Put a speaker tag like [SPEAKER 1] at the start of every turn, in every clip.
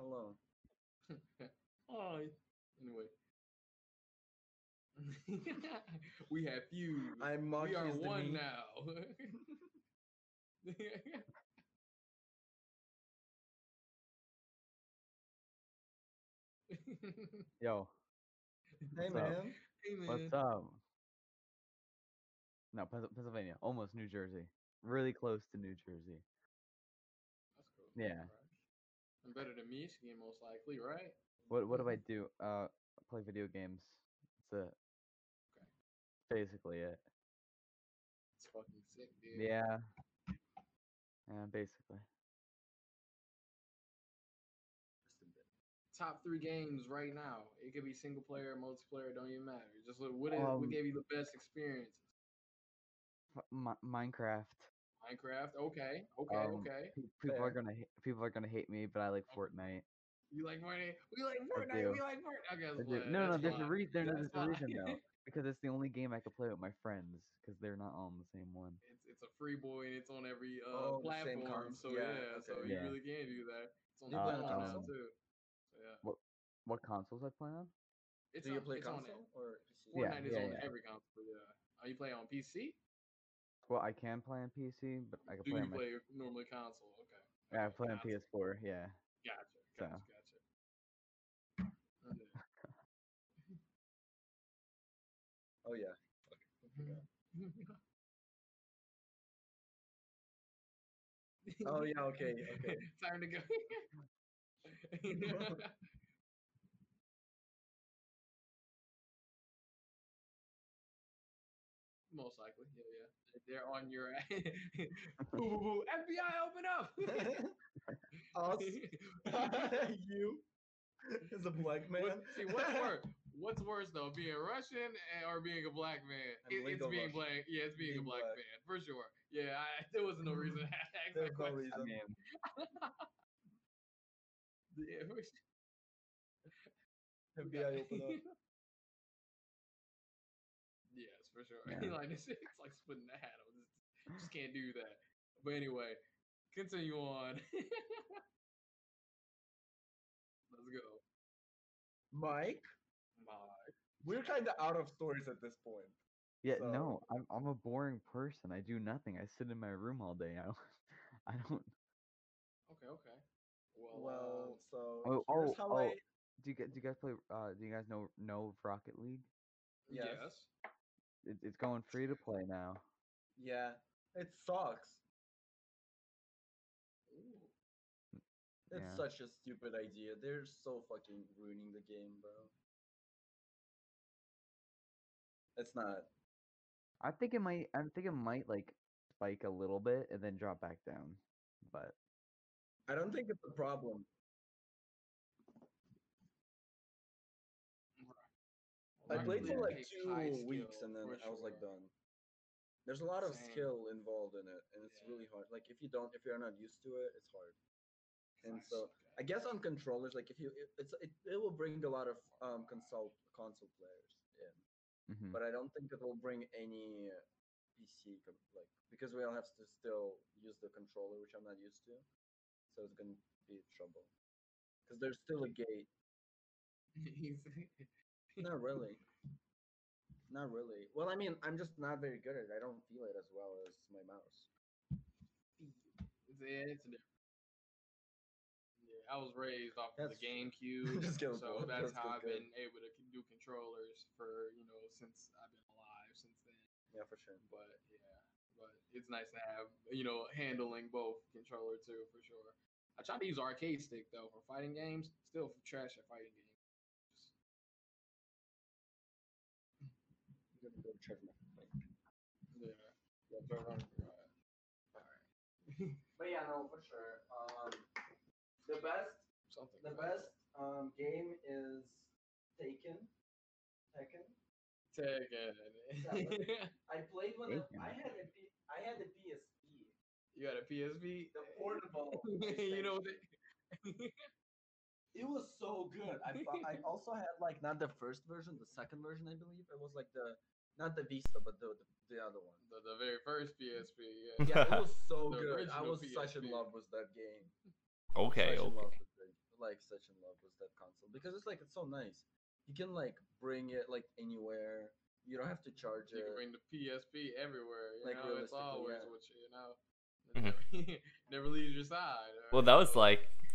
[SPEAKER 1] alone.
[SPEAKER 2] Oh, anyway. we have few.
[SPEAKER 3] I mock
[SPEAKER 2] we are
[SPEAKER 3] his
[SPEAKER 2] one
[SPEAKER 3] demean-
[SPEAKER 2] now. hey
[SPEAKER 4] Yo,
[SPEAKER 3] Hey
[SPEAKER 4] What's up?
[SPEAKER 3] man,
[SPEAKER 2] man,
[SPEAKER 4] what's up? No, Pens- Pennsylvania, almost New Jersey, really close to New Jersey.
[SPEAKER 2] That's cool.
[SPEAKER 4] Yeah.
[SPEAKER 2] Alright. And better than Michigan, most likely, right?
[SPEAKER 4] What what do I
[SPEAKER 2] Mm-hmm.
[SPEAKER 4] do? Uh, play video games. That's it.
[SPEAKER 2] Okay.
[SPEAKER 4] Basically it.
[SPEAKER 2] It's fucking sick, dude.
[SPEAKER 4] Yeah. Yeah, basically.
[SPEAKER 2] Just a bit. Top three games right now. It could be single player, multiplayer, don't even matter. Just look, what is,
[SPEAKER 4] Um,
[SPEAKER 2] what gave you the best experiences?
[SPEAKER 4] F- Mi- Minecraft.
[SPEAKER 2] Minecraft. Okay. Okay.
[SPEAKER 4] um,
[SPEAKER 2] okay.
[SPEAKER 4] pe- People
[SPEAKER 2] Fair.
[SPEAKER 4] are gonna hate, people are gonna hate me, but I like Fortnite.
[SPEAKER 2] You like Fortnite? We like
[SPEAKER 4] do.
[SPEAKER 2] Fortnite. We like Fortnite. Okay, that's
[SPEAKER 4] I do-
[SPEAKER 2] fine,
[SPEAKER 4] No, no,
[SPEAKER 2] that's
[SPEAKER 4] there's a
[SPEAKER 2] fine.
[SPEAKER 4] reason. There's
[SPEAKER 2] That's
[SPEAKER 4] a reason though,
[SPEAKER 2] fine.
[SPEAKER 4] because it's the only game I could play with my friends, because they're not all on the same one.
[SPEAKER 2] It's it's a free boy and it's on every uh,
[SPEAKER 3] Oh, the same
[SPEAKER 2] platform.
[SPEAKER 3] cons-
[SPEAKER 2] So
[SPEAKER 3] yeah,
[SPEAKER 2] yeah,
[SPEAKER 3] okay.
[SPEAKER 2] so
[SPEAKER 4] Yeah.
[SPEAKER 2] you really can do that. It's on
[SPEAKER 3] You
[SPEAKER 2] the
[SPEAKER 4] play on
[SPEAKER 2] platform now
[SPEAKER 4] console?
[SPEAKER 2] too. So yeah,
[SPEAKER 4] What consoles I play on?
[SPEAKER 2] it's
[SPEAKER 3] do you
[SPEAKER 2] on,
[SPEAKER 3] play
[SPEAKER 2] it's on
[SPEAKER 3] console or PC?
[SPEAKER 4] Yeah,
[SPEAKER 2] Fortnite is
[SPEAKER 4] yeah,
[SPEAKER 2] on
[SPEAKER 4] yeah.
[SPEAKER 2] every console. Yeah. Are you play on PC?
[SPEAKER 4] Well, I can play on PC, but I can
[SPEAKER 2] Do
[SPEAKER 4] play
[SPEAKER 2] you
[SPEAKER 4] on my.
[SPEAKER 2] play normally console? Okay.
[SPEAKER 4] Yeah, I
[SPEAKER 2] Okay,
[SPEAKER 4] play on
[SPEAKER 2] gotcha.
[SPEAKER 4] PS4. Yeah.
[SPEAKER 2] Gotcha.
[SPEAKER 4] So.
[SPEAKER 2] Gotcha. Gotcha. Okay.
[SPEAKER 3] Oh yeah. Oh yeah. Okay. Okay.
[SPEAKER 2] Time to go. Most likely, yeah, yeah. They're on your ass. Boo, boo, boo. FBI, open up!
[SPEAKER 3] Us, you, as a black man.
[SPEAKER 2] What- see, what's worse? What's worse though, being Russian and, or being a black man?
[SPEAKER 3] And
[SPEAKER 2] It, it's
[SPEAKER 3] legal
[SPEAKER 2] being
[SPEAKER 3] Russian.
[SPEAKER 2] black. Yeah, it's being,
[SPEAKER 3] Being
[SPEAKER 2] a black,
[SPEAKER 3] black.
[SPEAKER 2] man for sure. Yeah, I, there was no reason to ask
[SPEAKER 3] There's
[SPEAKER 2] that
[SPEAKER 3] no
[SPEAKER 2] question.
[SPEAKER 3] reason.
[SPEAKER 4] I mean,
[SPEAKER 2] Yeah, for sure.
[SPEAKER 3] FBI open up.
[SPEAKER 2] Yes, for sure.
[SPEAKER 4] Yeah.
[SPEAKER 2] like it's, it's like splitting the hat. I just, just can't do that. But anyway, continue on. Let's go.
[SPEAKER 3] Mike,
[SPEAKER 2] My
[SPEAKER 3] we're kind of out of stories at this point.
[SPEAKER 4] yeah,
[SPEAKER 3] So-
[SPEAKER 4] no, I'm I'm a boring person. I do nothing. I sit in my room all day. I don't. I don't.
[SPEAKER 2] okay, okay. Well,
[SPEAKER 3] Well,
[SPEAKER 2] um,
[SPEAKER 3] so
[SPEAKER 4] Oh,
[SPEAKER 3] here's
[SPEAKER 4] oh,
[SPEAKER 3] how
[SPEAKER 4] oh.
[SPEAKER 3] I
[SPEAKER 4] Do you guys, do you guys play? Uh, do you guys know know of Rocket League?
[SPEAKER 2] yes.
[SPEAKER 3] yes.
[SPEAKER 4] It, it's going free to play now.
[SPEAKER 3] yeah, it sucks.
[SPEAKER 2] Ooh.
[SPEAKER 3] It's
[SPEAKER 4] Yeah.
[SPEAKER 3] such a stupid idea. They're so fucking ruining the game, bro. It's not.
[SPEAKER 4] I think it might. I think it might like spike a little bit and then drop back down. But
[SPEAKER 3] I don't think it's a problem. I
[SPEAKER 4] Rocket
[SPEAKER 3] played for
[SPEAKER 4] League
[SPEAKER 3] like
[SPEAKER 2] takes high
[SPEAKER 3] two weeks
[SPEAKER 2] skill,
[SPEAKER 3] and then
[SPEAKER 2] for
[SPEAKER 3] I was like
[SPEAKER 2] sure.
[SPEAKER 3] done. There's a lot of
[SPEAKER 2] Same.
[SPEAKER 3] skill involved in it, and it's
[SPEAKER 2] Yeah.
[SPEAKER 3] really hard. Like if you don't, if you're not used to it, it's hard. And
[SPEAKER 2] I
[SPEAKER 3] so
[SPEAKER 2] suck at
[SPEAKER 3] I
[SPEAKER 2] it.
[SPEAKER 3] guess on controllers, like if you, it, it's it, it will bring a lot of um console console players in,
[SPEAKER 2] Hmm.
[SPEAKER 4] mhm.
[SPEAKER 3] but I don't think it will bring any uh, PC com- like because we all have to still use the controller, which I'm not used to, so it's gonna be trouble. Because there's still a gate.
[SPEAKER 2] He's-
[SPEAKER 3] Not really. Not really. Well, I mean, I'm just not very good at it. I don't feel it as well as my mouse.
[SPEAKER 2] It's, yeah, it's different. Yeah, I was raised off of
[SPEAKER 3] That's-
[SPEAKER 2] the GameCube,
[SPEAKER 3] Just kidding,
[SPEAKER 2] so
[SPEAKER 3] bro.
[SPEAKER 2] that's
[SPEAKER 3] That's
[SPEAKER 2] how I've
[SPEAKER 3] good, good.
[SPEAKER 2] been able to do controllers for you know since I've been alive since then.
[SPEAKER 3] Yeah, for sure.
[SPEAKER 2] But yeah, but it's nice to have you know handling both controller too for sure. I tried to use arcade stick though for fighting games. Still trash at fighting games. Just-
[SPEAKER 3] I'm gonna go check my like,
[SPEAKER 2] Yeah. Yeah, throw it on your, uh, all right.
[SPEAKER 3] But yeah, no, for sure. Um, the best,
[SPEAKER 2] Something.
[SPEAKER 3] the best um, game is Taken. Taken.
[SPEAKER 2] Take
[SPEAKER 3] Yeah,
[SPEAKER 2] it.
[SPEAKER 3] I played when I,
[SPEAKER 4] Taken.
[SPEAKER 3] I had a P, I had a PSP,
[SPEAKER 2] you got a PSV.
[SPEAKER 3] the portable.
[SPEAKER 2] you know
[SPEAKER 3] extension.
[SPEAKER 2] what? they-
[SPEAKER 3] it was so good. I bu- I also had like not the first version, the second version, I believe. It was like the not the Vista, but the the, the other one.
[SPEAKER 2] the, the very first PSP. Yeah.
[SPEAKER 3] Yeah, it was so
[SPEAKER 2] The
[SPEAKER 3] good. I
[SPEAKER 2] original
[SPEAKER 3] was such in
[SPEAKER 2] PSP.
[SPEAKER 3] love with that game.
[SPEAKER 5] Okay,
[SPEAKER 3] Such in
[SPEAKER 5] okay.
[SPEAKER 3] love with that- like such in love with that console because it's like it's so nice. You can like bring it like anywhere. You don't have to charge
[SPEAKER 2] You
[SPEAKER 3] it.
[SPEAKER 2] can bring the PSP everywhere. You
[SPEAKER 3] Like,
[SPEAKER 2] know, it's
[SPEAKER 3] realistically,
[SPEAKER 2] always
[SPEAKER 3] yeah.
[SPEAKER 2] with you. You know, It never leaves your side. or-
[SPEAKER 1] Mm-hmm. Well, that was like,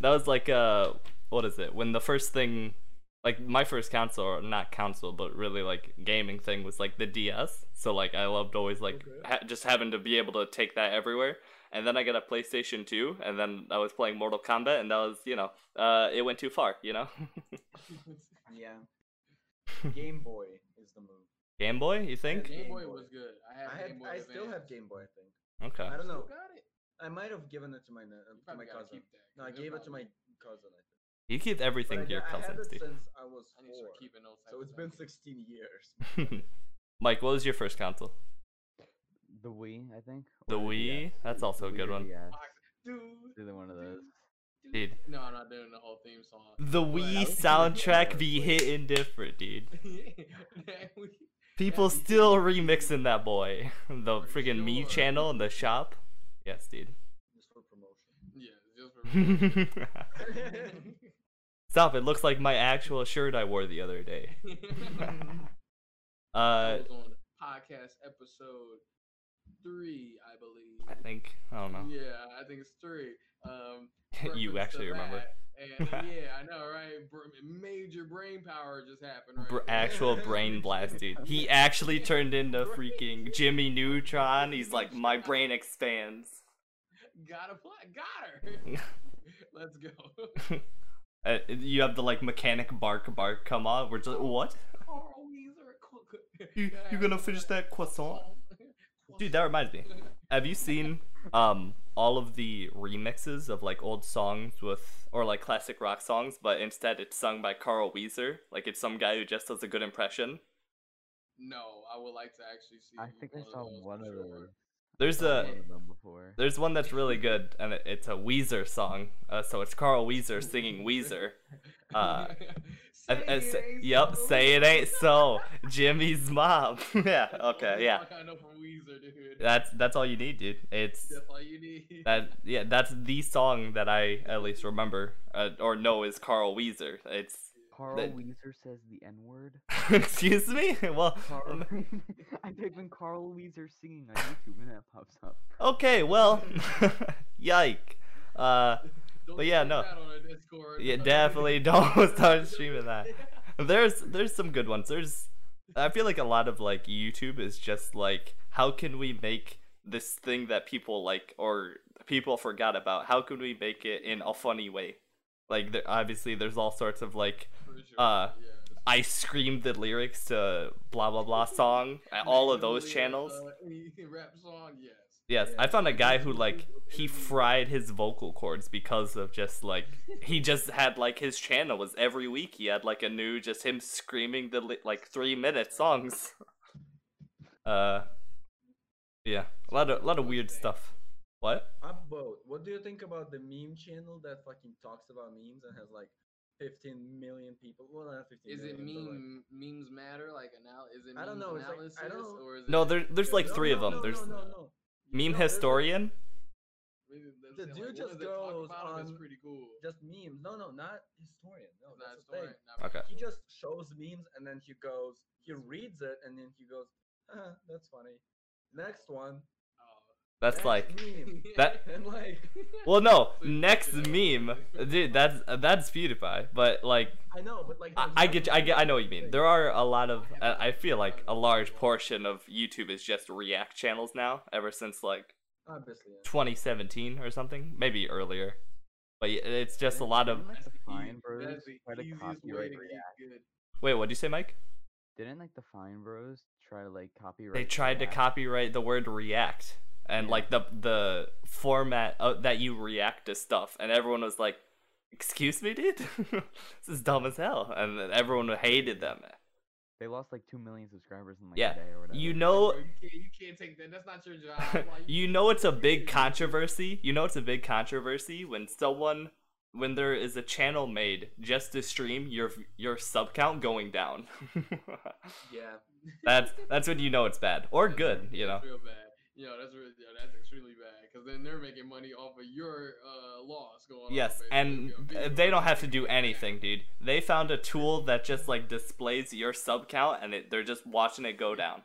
[SPEAKER 1] that was like, uh, what is it? When the first thing, like my first console, or not console, but really like gaming thing was like the DS. So like I loved always like
[SPEAKER 2] Okay.
[SPEAKER 1] ha- just having to be able to take that everywhere. And then I got a PlayStation 2, and then I was playing Mortal Kombat, and that was, you know, uh, it went too far, you know?
[SPEAKER 3] Yeah. Game Boy is the move.
[SPEAKER 1] Game Boy, you think?
[SPEAKER 2] Game
[SPEAKER 3] Game
[SPEAKER 2] Boy
[SPEAKER 3] Boy.
[SPEAKER 2] was good. I had
[SPEAKER 3] I had,
[SPEAKER 2] Game Boy
[SPEAKER 3] I still have
[SPEAKER 2] Advance.
[SPEAKER 3] Game Boy. I think.
[SPEAKER 1] Okay.
[SPEAKER 3] I don't
[SPEAKER 2] Still
[SPEAKER 3] know.
[SPEAKER 2] Got it.
[SPEAKER 3] I might have given it to my na-
[SPEAKER 2] You
[SPEAKER 3] to my
[SPEAKER 2] probably gotta
[SPEAKER 3] cousin.
[SPEAKER 2] keep that,
[SPEAKER 3] No, I
[SPEAKER 2] 'cause they're
[SPEAKER 3] gave it to my
[SPEAKER 2] probably-
[SPEAKER 3] cousin. I think.
[SPEAKER 1] You keep
[SPEAKER 3] But
[SPEAKER 1] everything
[SPEAKER 3] I,
[SPEAKER 1] to your
[SPEAKER 3] I had
[SPEAKER 1] cousins,
[SPEAKER 3] it
[SPEAKER 1] dude.
[SPEAKER 3] since I was
[SPEAKER 2] I need to
[SPEAKER 3] four,
[SPEAKER 2] start keeping those. types
[SPEAKER 3] so it's
[SPEAKER 2] of
[SPEAKER 3] been
[SPEAKER 2] things.
[SPEAKER 3] 16 years.
[SPEAKER 1] Mike, what was your first console?
[SPEAKER 4] The Wii, I think.
[SPEAKER 1] The
[SPEAKER 4] or E
[SPEAKER 1] Wii?
[SPEAKER 4] DS.
[SPEAKER 1] That's also a
[SPEAKER 4] Wii
[SPEAKER 1] good
[SPEAKER 4] or
[SPEAKER 1] one.
[SPEAKER 4] DS.
[SPEAKER 2] Dude,
[SPEAKER 4] E Either one of
[SPEAKER 2] dude,
[SPEAKER 4] those.
[SPEAKER 2] dude.
[SPEAKER 1] Dude.
[SPEAKER 2] No, I'm not doing the whole theme song.
[SPEAKER 1] The Wii soundtrack be hitting different, dude.
[SPEAKER 2] That we-
[SPEAKER 1] People
[SPEAKER 2] Yeah, you
[SPEAKER 1] still
[SPEAKER 2] do.
[SPEAKER 1] remixing that boy. The
[SPEAKER 2] For
[SPEAKER 1] freaking me
[SPEAKER 2] sure.
[SPEAKER 1] channel in the shop. Yes, dude.
[SPEAKER 3] Just for promotion.
[SPEAKER 2] yeah, just for
[SPEAKER 1] Stop, it looks like my actual shirt I wore the other day. Uh
[SPEAKER 2] That was on podcast episode three, I believe.
[SPEAKER 1] I think I don't know.
[SPEAKER 2] Yeah, I think it's three. Um,
[SPEAKER 1] You
[SPEAKER 2] reference to
[SPEAKER 1] actually remember.
[SPEAKER 2] that, And yeah, I know, right? Br- major brain power just happened. Right
[SPEAKER 1] Br- actual brain blast, dude. He actually turned into freaking Jimmy Neutron. He's like, my brain expands.
[SPEAKER 2] Gotta play. Got her. Let's go.
[SPEAKER 1] Uh, you have the like mechanic bark bark come on. We're just what?
[SPEAKER 2] Carl Weezer. cook-
[SPEAKER 1] You,
[SPEAKER 2] Yeah,
[SPEAKER 1] you gonna
[SPEAKER 2] I'm
[SPEAKER 1] finish
[SPEAKER 2] gonna-
[SPEAKER 1] that croissant? Dude, that reminds me. Have you seen um all of the remixes of like old songs with or like classic rock songs, but instead it's sung by Carl Weezer? Like it's some guy who just does a good impression.
[SPEAKER 2] No, I would like to actually see.
[SPEAKER 4] I think I saw
[SPEAKER 2] for
[SPEAKER 4] one of
[SPEAKER 2] sure.
[SPEAKER 4] those.
[SPEAKER 1] There's
[SPEAKER 4] saw
[SPEAKER 1] a
[SPEAKER 4] one of them before.
[SPEAKER 1] there's one that's really good, and it, it's a Weezer song. Uh, so it's Carl Weezer singing Weezer. Uh,
[SPEAKER 2] Say
[SPEAKER 1] Uh, uh,
[SPEAKER 2] it
[SPEAKER 1] sa-
[SPEAKER 2] ain't
[SPEAKER 1] yep,
[SPEAKER 2] so.
[SPEAKER 1] say it ain't so. Jimmy's mom. yeah.
[SPEAKER 2] That's the
[SPEAKER 1] Okay.
[SPEAKER 2] only
[SPEAKER 1] Yeah.
[SPEAKER 2] song I know from Weezer, dude.
[SPEAKER 1] That's that's all you need, dude. It's
[SPEAKER 2] That's all you need.
[SPEAKER 1] that yeah. That's the song that I at least remember uh, or know is Carl Weezer. It's
[SPEAKER 4] Carl
[SPEAKER 1] that-
[SPEAKER 4] Weezer says the N word.
[SPEAKER 1] excuse me. Well,
[SPEAKER 4] Carl.
[SPEAKER 1] um,
[SPEAKER 4] I type in Carl Weezer singing on YouTube and that pops up.
[SPEAKER 1] okay. Well, yike. Uh,
[SPEAKER 2] Don't
[SPEAKER 1] but yeah,
[SPEAKER 2] stream
[SPEAKER 1] no.
[SPEAKER 2] that on our Discord.
[SPEAKER 1] yeah, definitely don't start streaming that. There's there's some good ones. There's I feel like a lot of like YouTube is just like how can we make this thing that people like or people forgot about? How can we make it in a funny way? Like there, obviously there's all sorts of like
[SPEAKER 2] For sure,
[SPEAKER 1] uh,
[SPEAKER 2] yes.
[SPEAKER 1] I screamed the lyrics to blah blah blah song at all of
[SPEAKER 2] Manually,
[SPEAKER 1] those channels.
[SPEAKER 2] Uh, any rap song, yes.
[SPEAKER 1] Yes,
[SPEAKER 3] yeah.
[SPEAKER 1] I found a guy who like he fried his vocal cords because of just like he just had like his channel was every week he had like a new just him screaming the li- like three minute songs uh yeah a lot of a lot of weird stuff what
[SPEAKER 3] Upvote. What do you think about the meme channel that fucking talks about memes and has like 15 million people? Well, not 15
[SPEAKER 2] Is it
[SPEAKER 3] million, but, like-
[SPEAKER 2] meme memes matter? Like anal? Is it
[SPEAKER 3] I don't
[SPEAKER 2] memes
[SPEAKER 3] know, it's like- I
[SPEAKER 2] analysis
[SPEAKER 3] don't-
[SPEAKER 2] or is it?
[SPEAKER 1] no there, there's like
[SPEAKER 3] No,
[SPEAKER 1] three of
[SPEAKER 3] no,
[SPEAKER 1] them
[SPEAKER 3] no,
[SPEAKER 1] there's
[SPEAKER 3] no, no, no.
[SPEAKER 1] meme
[SPEAKER 3] No, there's, like,
[SPEAKER 1] historian
[SPEAKER 2] Maybe them
[SPEAKER 3] The
[SPEAKER 2] saying,
[SPEAKER 3] dude
[SPEAKER 2] like, what
[SPEAKER 3] just
[SPEAKER 2] do they talk
[SPEAKER 3] goes
[SPEAKER 2] about 'em is
[SPEAKER 3] on-
[SPEAKER 2] pretty cool.
[SPEAKER 3] Just memes. No, no, not historian. No,
[SPEAKER 2] It's not
[SPEAKER 3] that's the
[SPEAKER 2] story,
[SPEAKER 3] thing.
[SPEAKER 2] not
[SPEAKER 1] Okay.
[SPEAKER 3] He
[SPEAKER 2] really
[SPEAKER 3] just shows memes and then he goes, he reads it and then he goes, ah, that's funny. Next one.
[SPEAKER 2] cool.
[SPEAKER 3] next
[SPEAKER 1] that's like
[SPEAKER 3] meme.
[SPEAKER 2] Oh.
[SPEAKER 1] that-
[SPEAKER 3] and like,
[SPEAKER 1] well no
[SPEAKER 2] So you
[SPEAKER 1] next
[SPEAKER 2] looked it
[SPEAKER 1] meme
[SPEAKER 2] up.
[SPEAKER 1] dude that's that's pewdiepie but like
[SPEAKER 3] I know, but like,
[SPEAKER 1] I,
[SPEAKER 3] the
[SPEAKER 1] I get you, I get I know what you mean. There are a lot of I, I feel like a large
[SPEAKER 2] Yeah.
[SPEAKER 1] portion of YouTube is just React channels now. Ever since like
[SPEAKER 3] Obviously, yeah.
[SPEAKER 1] 2017 or something, maybe earlier. But y- it's just a lot of
[SPEAKER 4] Didn't, like,
[SPEAKER 2] That's
[SPEAKER 4] the
[SPEAKER 2] the
[SPEAKER 4] Fine
[SPEAKER 2] ea-
[SPEAKER 4] Bros
[SPEAKER 2] That's the
[SPEAKER 4] try to
[SPEAKER 2] easiest way
[SPEAKER 4] copyright
[SPEAKER 2] to
[SPEAKER 4] React.
[SPEAKER 2] get good.
[SPEAKER 1] wait. What do you say, Mike?
[SPEAKER 4] Didn't like the Fine Bros try to like copyright?
[SPEAKER 1] They tried to
[SPEAKER 4] React?
[SPEAKER 1] copyright the word React and
[SPEAKER 4] Yeah.
[SPEAKER 1] like the the format of, that you react to stuff, and everyone was like, "Excuse me, dude, this is dumb as hell," and then everyone hated them.
[SPEAKER 4] They lost like two million subscribers in like
[SPEAKER 1] Yeah,
[SPEAKER 4] a day or whatever.
[SPEAKER 1] You
[SPEAKER 2] Like,
[SPEAKER 1] know,
[SPEAKER 2] bro, you can't, you can't take that. That's not your job. Like,
[SPEAKER 1] you know it's a big
[SPEAKER 2] Yeah.
[SPEAKER 1] controversy. You know it's a big controversy when someone when there is a channel made just to stream your your sub count going down.
[SPEAKER 3] Yeah.
[SPEAKER 1] that's that's when you know it's bad or good, you know.
[SPEAKER 2] It's real bad. Yo, that's really, yo, that's extremely bad because then they're making money off of your uh, loss going on.
[SPEAKER 1] Yes,
[SPEAKER 2] basically,
[SPEAKER 1] and
[SPEAKER 2] if you're
[SPEAKER 1] uh,
[SPEAKER 2] being
[SPEAKER 1] they don't
[SPEAKER 2] honest.
[SPEAKER 1] have to do anything, dude. They found a tool that just like displays your sub count, and it, they're just watching it go down.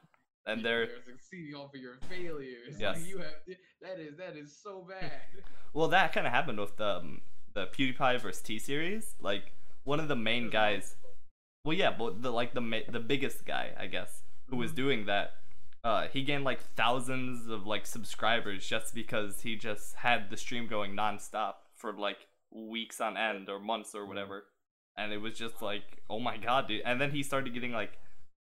[SPEAKER 1] And
[SPEAKER 2] You-
[SPEAKER 1] they're
[SPEAKER 2] you're succeeding off of your failures. Like,
[SPEAKER 1] Yes.
[SPEAKER 2] you have that is that is so bad.
[SPEAKER 1] well, that kind of happened with the um, the PewDiePie versus T series. Like one of the main guys. Well, yeah, but the like the ma- the biggest guy, I guess, who was doing that. Uh, he gained like thousands of like subscribers just because he just had the stream going nonstop for like weeks on end or months or whatever, and it was just like, oh my god, dude! And then he started getting like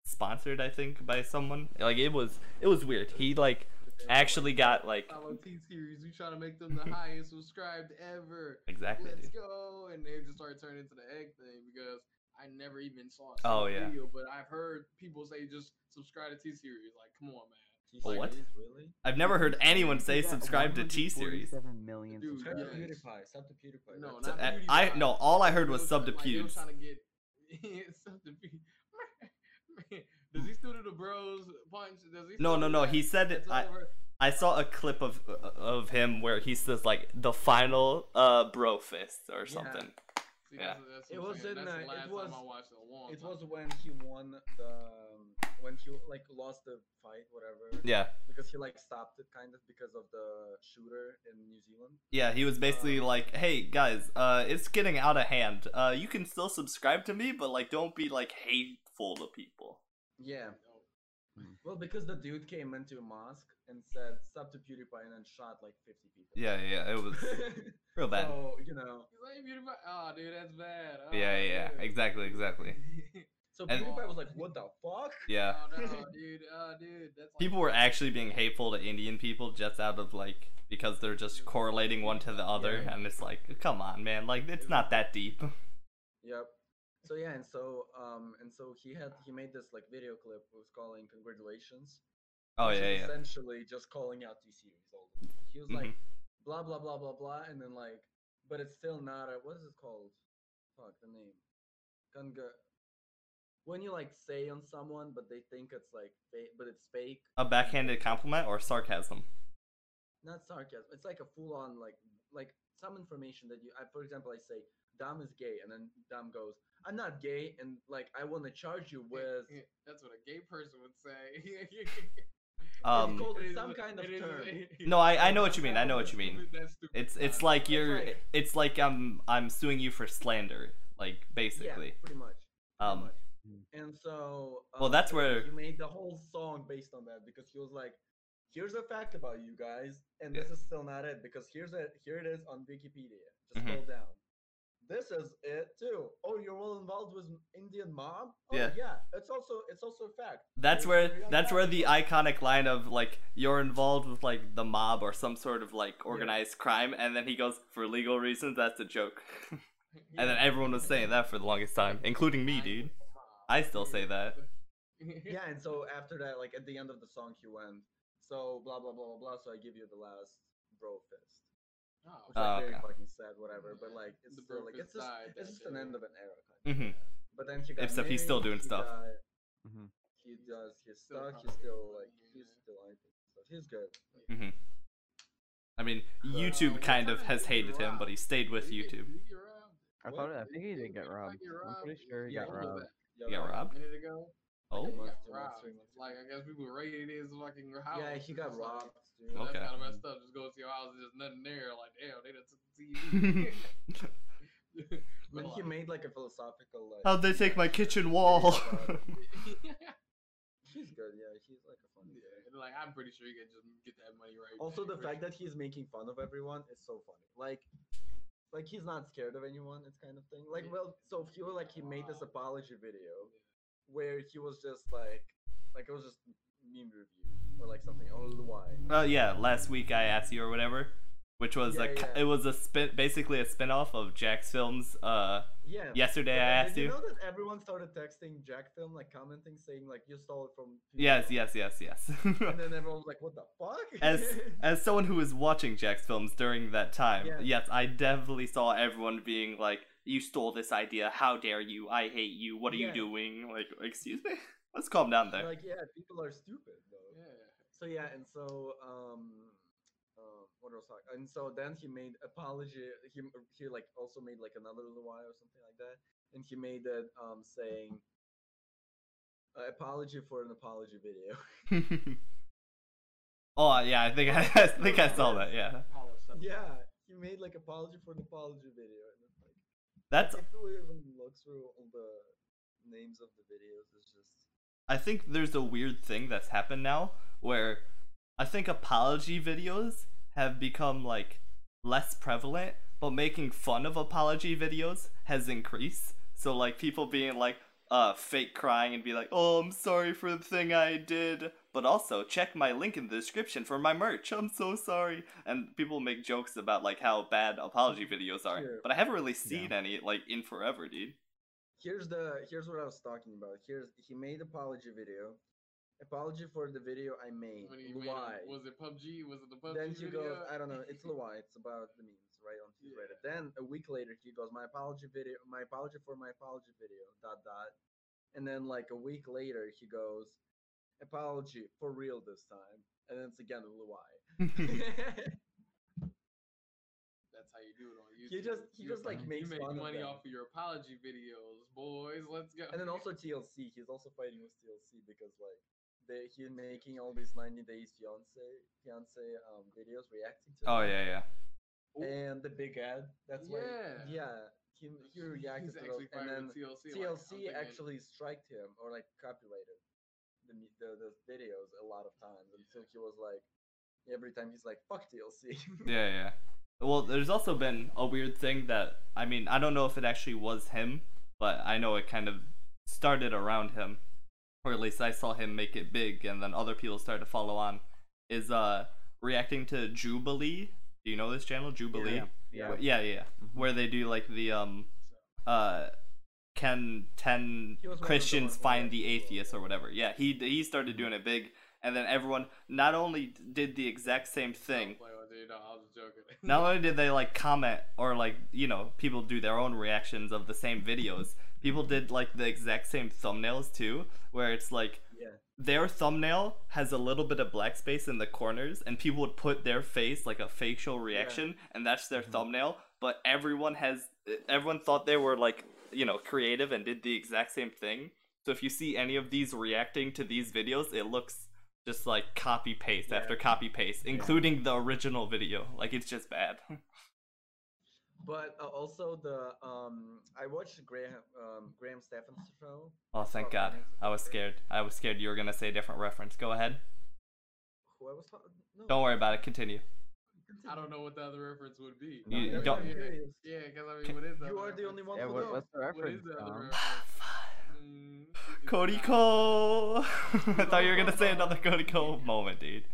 [SPEAKER 1] sponsored, I think, by someone. Like it was it was weird. He like actually got like
[SPEAKER 2] Follow T series, you trying to make them the highest subscribed ever.
[SPEAKER 1] exactly.
[SPEAKER 2] Let's
[SPEAKER 1] Dude.
[SPEAKER 2] go, and they just started turning into the egg thing because I never even saw a
[SPEAKER 1] Oh,
[SPEAKER 2] single
[SPEAKER 1] yeah.
[SPEAKER 2] video, but I've heard people say just subscribe to T series. Like, come on, man.
[SPEAKER 1] Oh, what?
[SPEAKER 3] T-series, Really?
[SPEAKER 1] I've never heard anyone say
[SPEAKER 4] He got
[SPEAKER 1] subscribe to T series.
[SPEAKER 4] 147 million
[SPEAKER 2] Dude,
[SPEAKER 3] Subscribe to
[SPEAKER 2] yeah.
[SPEAKER 4] subscribers.
[SPEAKER 3] PewDiePie. Sub to PewDiePie.
[SPEAKER 2] No,
[SPEAKER 3] that's
[SPEAKER 2] not
[SPEAKER 3] it.
[SPEAKER 1] Uh, I- no, all I heard was sub to
[SPEAKER 2] Pewds.
[SPEAKER 1] Pewds.
[SPEAKER 2] trying to get sub to Pewds. Man, Does he still do the bros punch? Does he?
[SPEAKER 1] No,
[SPEAKER 2] still
[SPEAKER 1] no,
[SPEAKER 2] do
[SPEAKER 1] no,
[SPEAKER 2] that?
[SPEAKER 1] he said
[SPEAKER 2] That's
[SPEAKER 1] it- I-
[SPEAKER 2] over.
[SPEAKER 1] I saw a clip of of him where he says like the final uh bro fist
[SPEAKER 3] Yeah.
[SPEAKER 1] or something.
[SPEAKER 2] See,
[SPEAKER 1] yeah.
[SPEAKER 2] that's- that's
[SPEAKER 3] It
[SPEAKER 2] what I'm
[SPEAKER 3] was
[SPEAKER 2] saying.
[SPEAKER 3] in,
[SPEAKER 2] That's the
[SPEAKER 3] uh, it
[SPEAKER 2] last
[SPEAKER 3] was-
[SPEAKER 2] time I watched it a long
[SPEAKER 3] It
[SPEAKER 2] time.
[SPEAKER 3] was when he won the um, when he like lost the fight, whatever.
[SPEAKER 1] Yeah,
[SPEAKER 3] Because he like stopped it kind of because of the shooter in New Zealand.
[SPEAKER 1] yeah. He was basically like, "Hey guys, uh, it's getting out of hand. Uh, you can still subscribe to me, but like, don't be like hateful to people."
[SPEAKER 3] Yeah.
[SPEAKER 2] Oh,
[SPEAKER 3] Well, because the dude came into a mosque and said sub to PewDiePie and then shot like 50 people.
[SPEAKER 1] Yeah, yeah. It was real bad.
[SPEAKER 3] so you know,
[SPEAKER 2] He's like, beautiful. Oh, dude, that's bad. Oh,
[SPEAKER 1] yeah, yeah.
[SPEAKER 2] dude.
[SPEAKER 1] Exactly, exactly.
[SPEAKER 3] so
[SPEAKER 1] And-
[SPEAKER 3] PewDiePie was like, "What the fuck?"
[SPEAKER 1] Yeah.
[SPEAKER 2] Oh, no, dude. Oh, dude. That's like-
[SPEAKER 1] People were actually being hateful to Indian people just out of like because they're just correlating one to the other,
[SPEAKER 3] Yeah.
[SPEAKER 1] and it's like, come on, man. Like, it's not that deep.
[SPEAKER 3] Yep. So yeah, and so um, and so he had he made this like video clip was calling congratulations.
[SPEAKER 1] Oh
[SPEAKER 3] which is
[SPEAKER 1] yeah, yeah.
[SPEAKER 3] Essentially, just calling out T series. All the time. He was like,
[SPEAKER 1] Mm-hmm.
[SPEAKER 3] blah blah blah blah blah, and then like, but it's still not a what is it called? Fuck the name. Conga. When you like say on someone, but they think it's like, fa- but it's fake.
[SPEAKER 1] A backhanded compliment or sarcasm.
[SPEAKER 3] not sarcasm. It's like a full on like like some information that you. I, for example, I say Dom is gay, and then Dom goes, "I'm not gay," and like I want to charge you with.
[SPEAKER 2] That's what a gay person would say.
[SPEAKER 1] Um,
[SPEAKER 3] It's called
[SPEAKER 2] It is-
[SPEAKER 3] some kind of
[SPEAKER 2] it is-
[SPEAKER 3] term.
[SPEAKER 2] it-
[SPEAKER 1] No, I- I know
[SPEAKER 2] Oh,
[SPEAKER 1] what you mean, I know what you mean.
[SPEAKER 2] stupid, that's stupid.
[SPEAKER 1] It's it's
[SPEAKER 2] Uh,
[SPEAKER 1] like
[SPEAKER 3] that's
[SPEAKER 1] you're
[SPEAKER 3] right.
[SPEAKER 1] it's like I'm I'm suing you for slander, like basically.
[SPEAKER 3] Yeah, pretty much. pretty
[SPEAKER 1] um
[SPEAKER 3] much.
[SPEAKER 4] Mm.
[SPEAKER 3] And so.
[SPEAKER 1] Well,
[SPEAKER 3] um,
[SPEAKER 1] that's
[SPEAKER 3] so yeah,
[SPEAKER 1] where-
[SPEAKER 3] you made the whole song based on that because he was like, "Here's a fact about you guys, and
[SPEAKER 1] Yeah.
[SPEAKER 3] this is still not it because here's a here it is on Wikipedia. Just
[SPEAKER 1] Mhm.
[SPEAKER 3] scroll down." This is it too. Oh, you're all involved with Indian mob. Oh,
[SPEAKER 1] Yeah.
[SPEAKER 3] yeah. It's also it's also a fact.
[SPEAKER 1] that's
[SPEAKER 3] Here's
[SPEAKER 1] where
[SPEAKER 3] your
[SPEAKER 1] that's where
[SPEAKER 3] fact.
[SPEAKER 1] the iconic line of like you're involved with like the mob or some sort of like organized crime and then he goes for legal reasons that's a joke.
[SPEAKER 2] Yeah.
[SPEAKER 1] and then everyone was saying that for the longest time, including me,
[SPEAKER 2] I'm
[SPEAKER 1] dude.
[SPEAKER 2] with mom.
[SPEAKER 1] I still say that.
[SPEAKER 3] yeah and so after that like at the end of the song he went so blah blah blah blah blah so i give you the last bro fist
[SPEAKER 2] Oh,
[SPEAKER 3] which like
[SPEAKER 1] Oh,
[SPEAKER 3] very
[SPEAKER 1] okay.
[SPEAKER 3] fucking sad whatever but like it's
[SPEAKER 2] The
[SPEAKER 3] still
[SPEAKER 2] bro
[SPEAKER 3] like
[SPEAKER 2] fist
[SPEAKER 3] it's just
[SPEAKER 2] died
[SPEAKER 3] it's
[SPEAKER 2] that
[SPEAKER 3] just an
[SPEAKER 2] day.
[SPEAKER 3] end of an era kind
[SPEAKER 1] Mhm.
[SPEAKER 3] of. but then he got
[SPEAKER 1] Except he's still
[SPEAKER 3] married,
[SPEAKER 1] doing
[SPEAKER 3] he
[SPEAKER 1] stuff.
[SPEAKER 3] got-
[SPEAKER 4] Mhm.
[SPEAKER 3] he does his
[SPEAKER 2] Mm-hmm. Still
[SPEAKER 3] stuff
[SPEAKER 2] probably
[SPEAKER 3] he's still
[SPEAKER 2] doing
[SPEAKER 3] like he's
[SPEAKER 2] it.
[SPEAKER 3] still i think so he's good
[SPEAKER 1] I mean,
[SPEAKER 2] Uh,
[SPEAKER 1] YouTube
[SPEAKER 2] what
[SPEAKER 1] kind of
[SPEAKER 2] time
[SPEAKER 1] has
[SPEAKER 2] did you
[SPEAKER 1] hated him,
[SPEAKER 2] rob?
[SPEAKER 1] but he stayed with
[SPEAKER 2] Did he get-
[SPEAKER 1] YouTube.
[SPEAKER 2] did he get robbed?
[SPEAKER 4] I
[SPEAKER 3] What?
[SPEAKER 4] thought I think he
[SPEAKER 2] Didn't
[SPEAKER 4] did get
[SPEAKER 2] PewDiePie
[SPEAKER 4] robbed.
[SPEAKER 2] get
[SPEAKER 4] I'm pretty
[SPEAKER 2] robbed?
[SPEAKER 4] sure he
[SPEAKER 3] Yeah,
[SPEAKER 4] got
[SPEAKER 2] when was
[SPEAKER 4] robbed.
[SPEAKER 2] that?
[SPEAKER 1] He got
[SPEAKER 3] like,
[SPEAKER 1] robbed?
[SPEAKER 2] A minute ago?
[SPEAKER 1] Oh,
[SPEAKER 2] He got
[SPEAKER 3] Months, two months,
[SPEAKER 2] robbed.
[SPEAKER 3] three months.
[SPEAKER 2] Like, I guess people raided his fucking house.
[SPEAKER 3] yeah he
[SPEAKER 2] and
[SPEAKER 3] got
[SPEAKER 2] just, like,
[SPEAKER 3] robbed dude.
[SPEAKER 2] That's
[SPEAKER 1] Okay.
[SPEAKER 2] kind of messed up. Just go to your house, there's nothing there. Like, damn, they done took the TV.
[SPEAKER 3] but he made like a philosophical like
[SPEAKER 1] how'd they take my kitchen wall?
[SPEAKER 3] video about it. he's good yeah he's like a funny guy
[SPEAKER 2] Yeah, like I'm pretty sure you can just get that money right.
[SPEAKER 3] Also, the fact that he's making fun of everyone is so funny. Like, like he's not scared of anyone. It's kind of thing. Like,
[SPEAKER 2] Yeah.
[SPEAKER 3] well, so if you were like he made this apology video
[SPEAKER 2] Yeah.
[SPEAKER 3] where he was just like, like it was just meme review or like something. Oh, why?
[SPEAKER 1] Uh, yeah, last week I asked you or whatever, which was
[SPEAKER 3] Yeah,
[SPEAKER 1] a c-
[SPEAKER 3] yeah.
[SPEAKER 1] it was a spin basically a spin off of Jack's films. Uh,
[SPEAKER 3] Yeah.
[SPEAKER 1] yesterday
[SPEAKER 3] But
[SPEAKER 1] I
[SPEAKER 3] then
[SPEAKER 1] asked
[SPEAKER 3] did
[SPEAKER 1] you.
[SPEAKER 3] you know that everyone started texting Jack film, like commenting, saying like you stole it from. Peter
[SPEAKER 1] Yes,
[SPEAKER 3] Pan?"
[SPEAKER 1] yes, yes, yes.
[SPEAKER 3] And then everyone was like, "What the fuck?"
[SPEAKER 1] as as someone who was watching Jack's films during that time,
[SPEAKER 3] Yeah.
[SPEAKER 1] yes, I definitely saw everyone being like, "You stole this idea! How dare you! I hate you! What are
[SPEAKER 3] Yeah.
[SPEAKER 1] you doing?" Like, excuse me. Let's calm down there.
[SPEAKER 3] like, yeah, people are stupid though.
[SPEAKER 2] Yeah.
[SPEAKER 3] So yeah, and so um, uh, what else? I- And so then he made apology. He he like also made like another little while or something like that, and he made that um saying uh, apology for an apology video.
[SPEAKER 1] oh yeah, I think I, I think I saw that. Yeah,
[SPEAKER 2] All of stuff.
[SPEAKER 3] yeah, he made like apology for an apology video, and it's like
[SPEAKER 1] that's.
[SPEAKER 3] if you even look through all the names of the videos, it's just
[SPEAKER 1] I think there's a weird thing that's happened now where I think apology videos have become like less prevalent, but making fun of apology videos has increased. So like people being like uh fake crying and be like, "Oh, I'm sorry for the thing I did." But also, check my link in the description for my merch. I'm so sorry. And people make jokes about like how bad apology videos are.
[SPEAKER 3] Sure.
[SPEAKER 1] But I haven't really seen any like in forever, dude.
[SPEAKER 3] here's the here's what I was talking about. Here's he made apology video, apology for the video I made.
[SPEAKER 2] When he made a-
[SPEAKER 3] Why?
[SPEAKER 2] was it PUBG? Was it the PUBG
[SPEAKER 3] then he
[SPEAKER 2] video?
[SPEAKER 3] goes, I don't know, it's Luai, it's about the memes, right? On his
[SPEAKER 2] Yeah.
[SPEAKER 3] Reddit. Then a week later he goes, My apology video my apology for my apology video, dot dot. And then like a week later he goes, Apology for real this time. And then it's again Luai.
[SPEAKER 1] Oh,
[SPEAKER 2] That's how you do it on YouTube.
[SPEAKER 3] He just- he
[SPEAKER 2] You-
[SPEAKER 3] just, like, makes
[SPEAKER 2] you make
[SPEAKER 3] fun of
[SPEAKER 2] money
[SPEAKER 3] them.
[SPEAKER 2] off of your apology videos, boys. Let's go.
[SPEAKER 3] and then also TLC, he's also fighting with TLC because like they he's making all these 90 days fiance fiance um videos reacting to
[SPEAKER 1] Oh
[SPEAKER 3] them.
[SPEAKER 1] yeah, yeah.
[SPEAKER 2] Ooh.
[SPEAKER 3] and the big ad. That's
[SPEAKER 2] Yeah.
[SPEAKER 3] why yeah, he he
[SPEAKER 2] He's
[SPEAKER 3] reacted to
[SPEAKER 2] actually
[SPEAKER 3] those and
[SPEAKER 2] fired
[SPEAKER 3] then
[SPEAKER 2] with TLC. like, I'm
[SPEAKER 3] TLC
[SPEAKER 2] thinking-
[SPEAKER 3] actually striked him or like copyrighted the mu- the, the videos a lot of times, and so he was like, every time he's like, "Fuck TLC."
[SPEAKER 1] Yeah, yeah. Well, there's also been a weird thing that I mean, I don't know if it actually was him, but I know it kind of started around him, or at least I saw him make it big, and then other people started to follow on. Is uh reacting to Jubilee? Do you know this channel, Jubilee?
[SPEAKER 4] Yeah.
[SPEAKER 1] Wh- yeah, yeah, yeah. Where they do like the um uh can 10
[SPEAKER 3] He was one of the
[SPEAKER 1] christians
[SPEAKER 3] ones who
[SPEAKER 1] find
[SPEAKER 3] left
[SPEAKER 1] the
[SPEAKER 3] the world,
[SPEAKER 1] atheists or whatever yeah he he started doing it big and then everyone not only did the exact same thing
[SPEAKER 2] Don't play with it, no, I was joking.
[SPEAKER 1] not only did they like comment or like you know people do their own reactions of the same videos people did like the exact same thumbnails too where it's like
[SPEAKER 3] Yeah.
[SPEAKER 1] their thumbnail has a little bit of black space in the corners and people would put their face like a facial reaction and that's their
[SPEAKER 3] Mm-hmm.
[SPEAKER 4] Mhm.
[SPEAKER 1] thumbnail but everyone has everyone thought they were like you know creative and did the exact same thing so if you see any of these reacting to these videos it looks just like copy paste
[SPEAKER 3] Yeah.
[SPEAKER 1] after copy paste, including the original video. Like it's just bad.
[SPEAKER 3] But uh, also the um, I watched Graham um, Graham Stephens show.
[SPEAKER 1] Oh, thank
[SPEAKER 3] Oh,
[SPEAKER 1] God.
[SPEAKER 3] thanks.
[SPEAKER 1] I was scared. I was scared you were gonna say a different reference. Go ahead.
[SPEAKER 3] Who I was talking? No,
[SPEAKER 1] Don't worry about it. Continue.
[SPEAKER 2] I don't know what the other reference would be.
[SPEAKER 4] You-
[SPEAKER 2] Yeah,
[SPEAKER 4] you
[SPEAKER 1] don't-
[SPEAKER 2] yeah, yeah,
[SPEAKER 3] Curious.
[SPEAKER 2] Yeah, because I mean, what is that?
[SPEAKER 3] You are the only one
[SPEAKER 4] Yeah,
[SPEAKER 3] who
[SPEAKER 4] what,
[SPEAKER 3] knows.
[SPEAKER 4] what's the
[SPEAKER 2] What is
[SPEAKER 4] reference?
[SPEAKER 2] the
[SPEAKER 4] Dom?
[SPEAKER 2] other reference? Mm,
[SPEAKER 1] Cody
[SPEAKER 2] it's not-
[SPEAKER 1] Cole. I thought you were gonna say another Cody Cole moment, dude.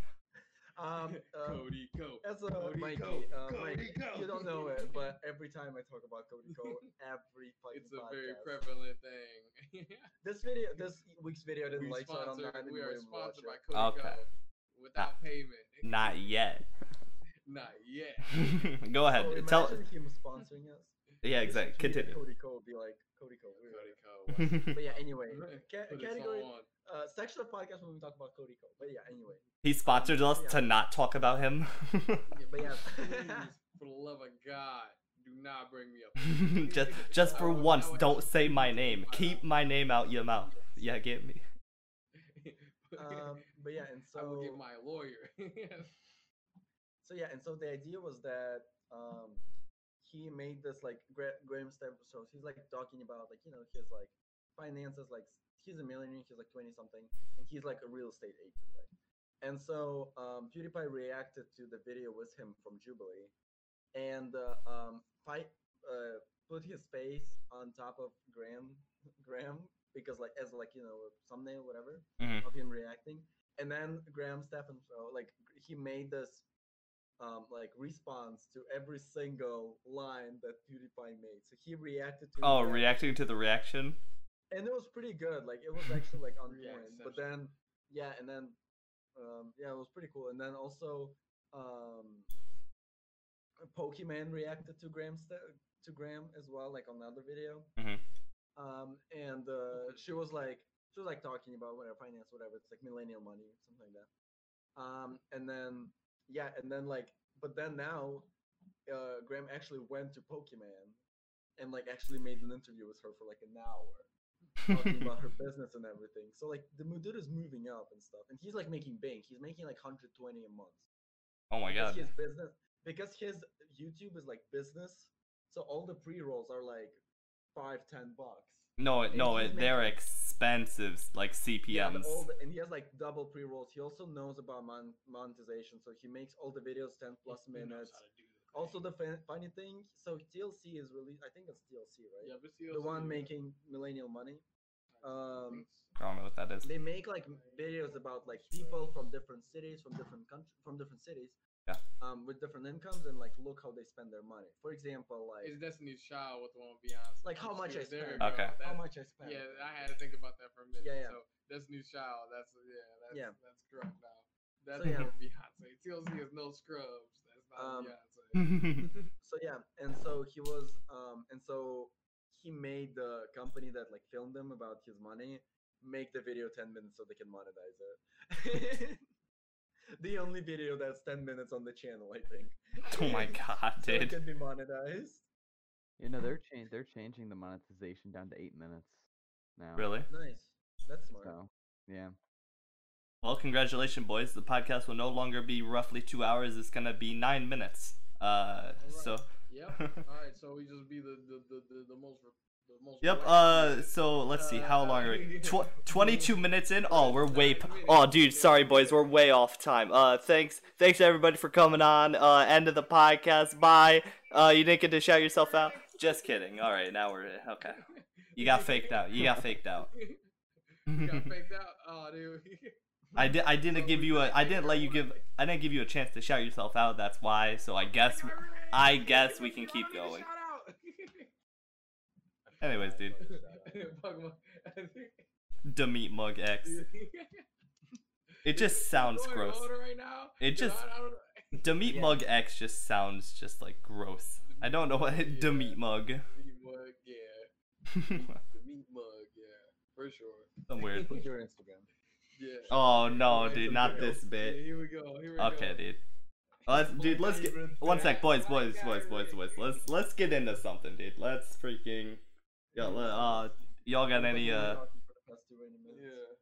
[SPEAKER 3] Um, um,
[SPEAKER 2] Cody Cole.
[SPEAKER 3] As a
[SPEAKER 2] Cody
[SPEAKER 3] Mikey,
[SPEAKER 2] Cole,
[SPEAKER 3] uh,
[SPEAKER 2] Cody
[SPEAKER 3] Mikey,
[SPEAKER 2] Cole.
[SPEAKER 3] you don't know it, but every time I talk about Cody Cole, every fucking
[SPEAKER 2] It's a
[SPEAKER 3] podcast.
[SPEAKER 2] very prevalent thing.
[SPEAKER 3] This video, this week's video, I didn't
[SPEAKER 2] we
[SPEAKER 3] like, so I don't
[SPEAKER 2] sponsored-
[SPEAKER 3] I didn't
[SPEAKER 2] we are
[SPEAKER 3] really watch
[SPEAKER 2] sponsored
[SPEAKER 3] it.
[SPEAKER 2] by Cody
[SPEAKER 1] Okay.
[SPEAKER 2] Cole without payment.
[SPEAKER 1] Not yet.
[SPEAKER 2] Not yet.
[SPEAKER 1] Go ahead.
[SPEAKER 3] So
[SPEAKER 1] Tell.
[SPEAKER 3] imagine him sponsoring us.
[SPEAKER 1] Yeah,
[SPEAKER 3] We should
[SPEAKER 1] exactly.
[SPEAKER 3] tweet at
[SPEAKER 1] Continue.
[SPEAKER 3] Cody Cole, be like, Cody Cole. we're
[SPEAKER 2] Cody
[SPEAKER 3] here."
[SPEAKER 2] Cole.
[SPEAKER 3] But yeah, anyway,
[SPEAKER 2] Right.
[SPEAKER 3] ca-
[SPEAKER 2] Put us
[SPEAKER 3] category,
[SPEAKER 2] on.
[SPEAKER 3] uh, section of podcast when we talk about Cody Cole. But yeah, anyway.
[SPEAKER 1] he sponsored us
[SPEAKER 3] Yeah.
[SPEAKER 1] to not talk about him.
[SPEAKER 3] Yeah, but
[SPEAKER 2] Please,
[SPEAKER 3] yeah.
[SPEAKER 2] for the love of God, do not bring me up.
[SPEAKER 1] just, just
[SPEAKER 2] I
[SPEAKER 1] for
[SPEAKER 2] would- I
[SPEAKER 1] once,
[SPEAKER 2] would
[SPEAKER 1] don't
[SPEAKER 2] actually
[SPEAKER 1] say
[SPEAKER 2] hate
[SPEAKER 1] my
[SPEAKER 2] to
[SPEAKER 1] name.
[SPEAKER 2] find
[SPEAKER 1] Keep
[SPEAKER 2] out.
[SPEAKER 1] my name out your mouth. Yeah, get me.
[SPEAKER 3] um, but yeah, and so
[SPEAKER 2] I will get my lawyer.
[SPEAKER 3] So yeah, and so the idea was that um, he made this like Gra- Graham Stephen shows. He's like talking about like you know his like finances. Like s- he's a millionaire. He's like twenty something, and he's like a real estate agent, right? And so um, PewDiePie reacted to the video with him from Jubilee, and uh, um, Pi- uh, put his face on top of Graham Graham because like as like you know a thumbnail whatever
[SPEAKER 1] Mhm.
[SPEAKER 3] of him reacting. And then Graham Stephan, so, like he made this um like response to every single line that PewDiePie made. So he reacted to
[SPEAKER 1] Oh,
[SPEAKER 3] his reaction.
[SPEAKER 1] reacting to the reaction.
[SPEAKER 3] and it was pretty good. Like it was actually like on point. But
[SPEAKER 2] Reaction.
[SPEAKER 3] then yeah, and then um yeah, it was pretty cool. And then also um Pokemon reacted to Graham st- to Graham as well, like on another video.
[SPEAKER 1] Mhm.
[SPEAKER 3] Um and uh she was like she was like talking about whatever finance, whatever, it's like millennial money, something like that. Um, and then yeah, and then like, but then now, uh, Graham actually went to Pokemon, and like actually made an interview with her for like an hour talking about her business and everything. So like the Mudura's moving up and stuff, and he's like making bank. He's making like 120 a month.
[SPEAKER 1] oh my
[SPEAKER 3] Because
[SPEAKER 1] god.
[SPEAKER 3] his business because his YouTube is like business, so all the pre rolls are like five, ten bucks.
[SPEAKER 1] No, it-
[SPEAKER 3] and
[SPEAKER 1] no,
[SPEAKER 3] he's
[SPEAKER 1] it, they're
[SPEAKER 3] making-
[SPEAKER 1] expensive, like
[SPEAKER 3] Yeah,
[SPEAKER 1] CPMs.
[SPEAKER 3] and all the, and he has like double pre rolls. He also knows about mon- monetization, so he makes all the videos ten plus
[SPEAKER 2] He knows
[SPEAKER 3] minutes.
[SPEAKER 2] how to do the
[SPEAKER 3] Also,
[SPEAKER 2] thing.
[SPEAKER 3] the fin- funny thing, so TLC is released. I think it's TLC, right?
[SPEAKER 2] yeah, but see,
[SPEAKER 3] The
[SPEAKER 2] also
[SPEAKER 3] one
[SPEAKER 2] do that.
[SPEAKER 3] making millennial money.
[SPEAKER 2] I
[SPEAKER 3] um,
[SPEAKER 2] think so.
[SPEAKER 1] I don't know what that is.
[SPEAKER 3] They make like videos about like people from different cities, from different country, from different cities.
[SPEAKER 1] Yeah.
[SPEAKER 3] Um, with different incomes and like look how they spend their money. For example, like
[SPEAKER 2] It's Destiny's Child with the one with Beyonce.
[SPEAKER 3] um, Like, how much I
[SPEAKER 2] There you
[SPEAKER 3] spent.
[SPEAKER 2] go.
[SPEAKER 1] Okay.
[SPEAKER 3] how
[SPEAKER 2] That's-
[SPEAKER 3] much I spend.
[SPEAKER 2] Yeah, I had to think about that for a minute.
[SPEAKER 3] Yeah, yeah.
[SPEAKER 2] So Destiny's Child. That's yeah. That's,
[SPEAKER 3] Yeah.
[SPEAKER 2] That's correct now. That's
[SPEAKER 3] yeah.
[SPEAKER 2] not Beyonce. TLC is no scrubs. That's not
[SPEAKER 3] Um,
[SPEAKER 1] hmm.
[SPEAKER 2] Beyonce.
[SPEAKER 3] So yeah, and so he was, um, and so he made the company that like filmed him about his money make the video ten minutes so they can monetize it. the only video that's ten minutes on the channel, I think.
[SPEAKER 1] oh my god,
[SPEAKER 3] so it
[SPEAKER 1] dude.
[SPEAKER 3] can be monetized.
[SPEAKER 4] You know they're chang- they're changing the monetization down to eight minutes now.
[SPEAKER 1] Really?
[SPEAKER 3] Nice. That's smart.
[SPEAKER 4] So yeah.
[SPEAKER 1] Well, congratulations, boys. The podcast will no longer be roughly two hours. It's gonna be nine minutes. Uh, so.
[SPEAKER 2] Yep. All right. So we just be the the the, the, the most re- the most.
[SPEAKER 1] Yep.
[SPEAKER 2] relaxed
[SPEAKER 1] Uh.
[SPEAKER 2] person.
[SPEAKER 1] So let's see. How long are we? Tw- Twenty-two minutes in. Oh, we're way. P-
[SPEAKER 2] Nine
[SPEAKER 1] oh,
[SPEAKER 2] minutes.
[SPEAKER 1] dude. Sorry, boys. We're way off time. Uh. Thanks. Thanks everybody for coming on. Uh. End of the podcast. Bye. Uh. You didn't get to shout yourself out. Just kidding. All right. Now we're okay. You got faked out. You got faked out.
[SPEAKER 2] you got faked out. Oh, dude.
[SPEAKER 1] I did. I
[SPEAKER 2] Well,
[SPEAKER 1] didn't give
[SPEAKER 2] we
[SPEAKER 1] you a.
[SPEAKER 2] gotta
[SPEAKER 1] I
[SPEAKER 2] take
[SPEAKER 1] didn't let you
[SPEAKER 2] everyone
[SPEAKER 1] give. I didn't give you a chance to shout yourself out. That's why. So I guess. I guess we can keep going. Anyways, dude. Demeet Mug X. It just sounds gross.
[SPEAKER 2] Right now, Dude,
[SPEAKER 1] It just-
[SPEAKER 2] I, I don't,
[SPEAKER 1] Demeat
[SPEAKER 4] Yeah.
[SPEAKER 1] Mug X just sounds just like gross. I don't know what
[SPEAKER 2] Yeah.
[SPEAKER 1] Demeat Mug.
[SPEAKER 2] The meat mug, yeah. The meat mug, yeah. For sure.
[SPEAKER 1] Some weird.
[SPEAKER 3] Put your Instagram.
[SPEAKER 2] Yeah.
[SPEAKER 1] Oh no,
[SPEAKER 2] Okay,
[SPEAKER 1] dude,
[SPEAKER 2] so
[SPEAKER 1] not
[SPEAKER 2] here-
[SPEAKER 1] this
[SPEAKER 2] yeah,
[SPEAKER 1] bit.
[SPEAKER 2] Here we go. Here we
[SPEAKER 1] Okay,
[SPEAKER 2] go.
[SPEAKER 1] dude. Let's, dude, let's get one sec, boys, boys, boys, boys, boys. Let's let's get into something, dude. Let's freaking. Yo, le- uh, y'all got any? Uh,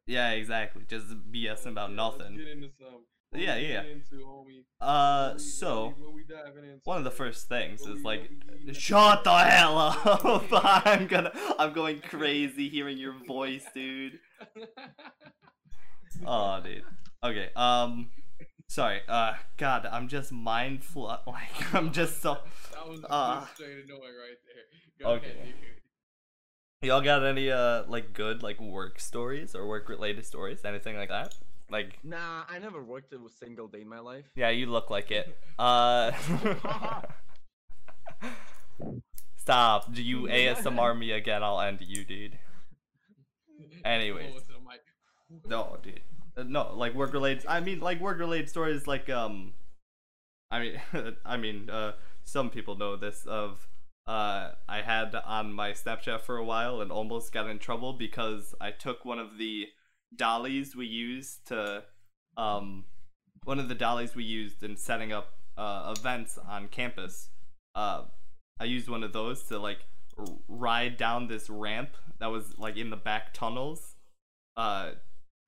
[SPEAKER 2] Yeah.
[SPEAKER 1] yeah, exactly. Just BSing about
[SPEAKER 2] Yeah, Let's
[SPEAKER 1] nothing.
[SPEAKER 2] get into some. What
[SPEAKER 1] Yeah,
[SPEAKER 2] we
[SPEAKER 1] yeah.
[SPEAKER 2] get Into, homie? What
[SPEAKER 1] Uh,
[SPEAKER 2] we-
[SPEAKER 1] so
[SPEAKER 2] what we, what we diving into?
[SPEAKER 1] one of the first things
[SPEAKER 2] What
[SPEAKER 1] is
[SPEAKER 2] we-
[SPEAKER 1] like,
[SPEAKER 2] what we-
[SPEAKER 1] shut the hell up. I'm gonna, I'm going crazy hearing your voice, dude. Oh, dude. Okay. Um, sorry. Uh, God, I'm just mind fl- like I'm just so.
[SPEAKER 2] That was
[SPEAKER 1] Ah.
[SPEAKER 2] just straight annoying right there. Go
[SPEAKER 1] Okay.
[SPEAKER 2] ahead, dude.
[SPEAKER 1] Y'all got any uh like good like work stories or work related stories? Anything like that? Like,
[SPEAKER 3] Nah, I never worked a single day in my life.
[SPEAKER 1] yeah, you look like it. Uh. Stop. Do you ASMR me again? I'll end you, dude. Anyways.
[SPEAKER 2] Blow into the mic.
[SPEAKER 1] No, dude. Uh, no, like work related. I mean, like work related stories. Like, um, I mean, I mean, uh, some people know this. Of, uh, I had on my Snapchat for a while and almost got in trouble because I took one of the dollies we used to, um, one of the dollies we used in setting up uh, events on campus. Uh, I used one of those to like r- ride down this ramp that was like in the back tunnels. Uh,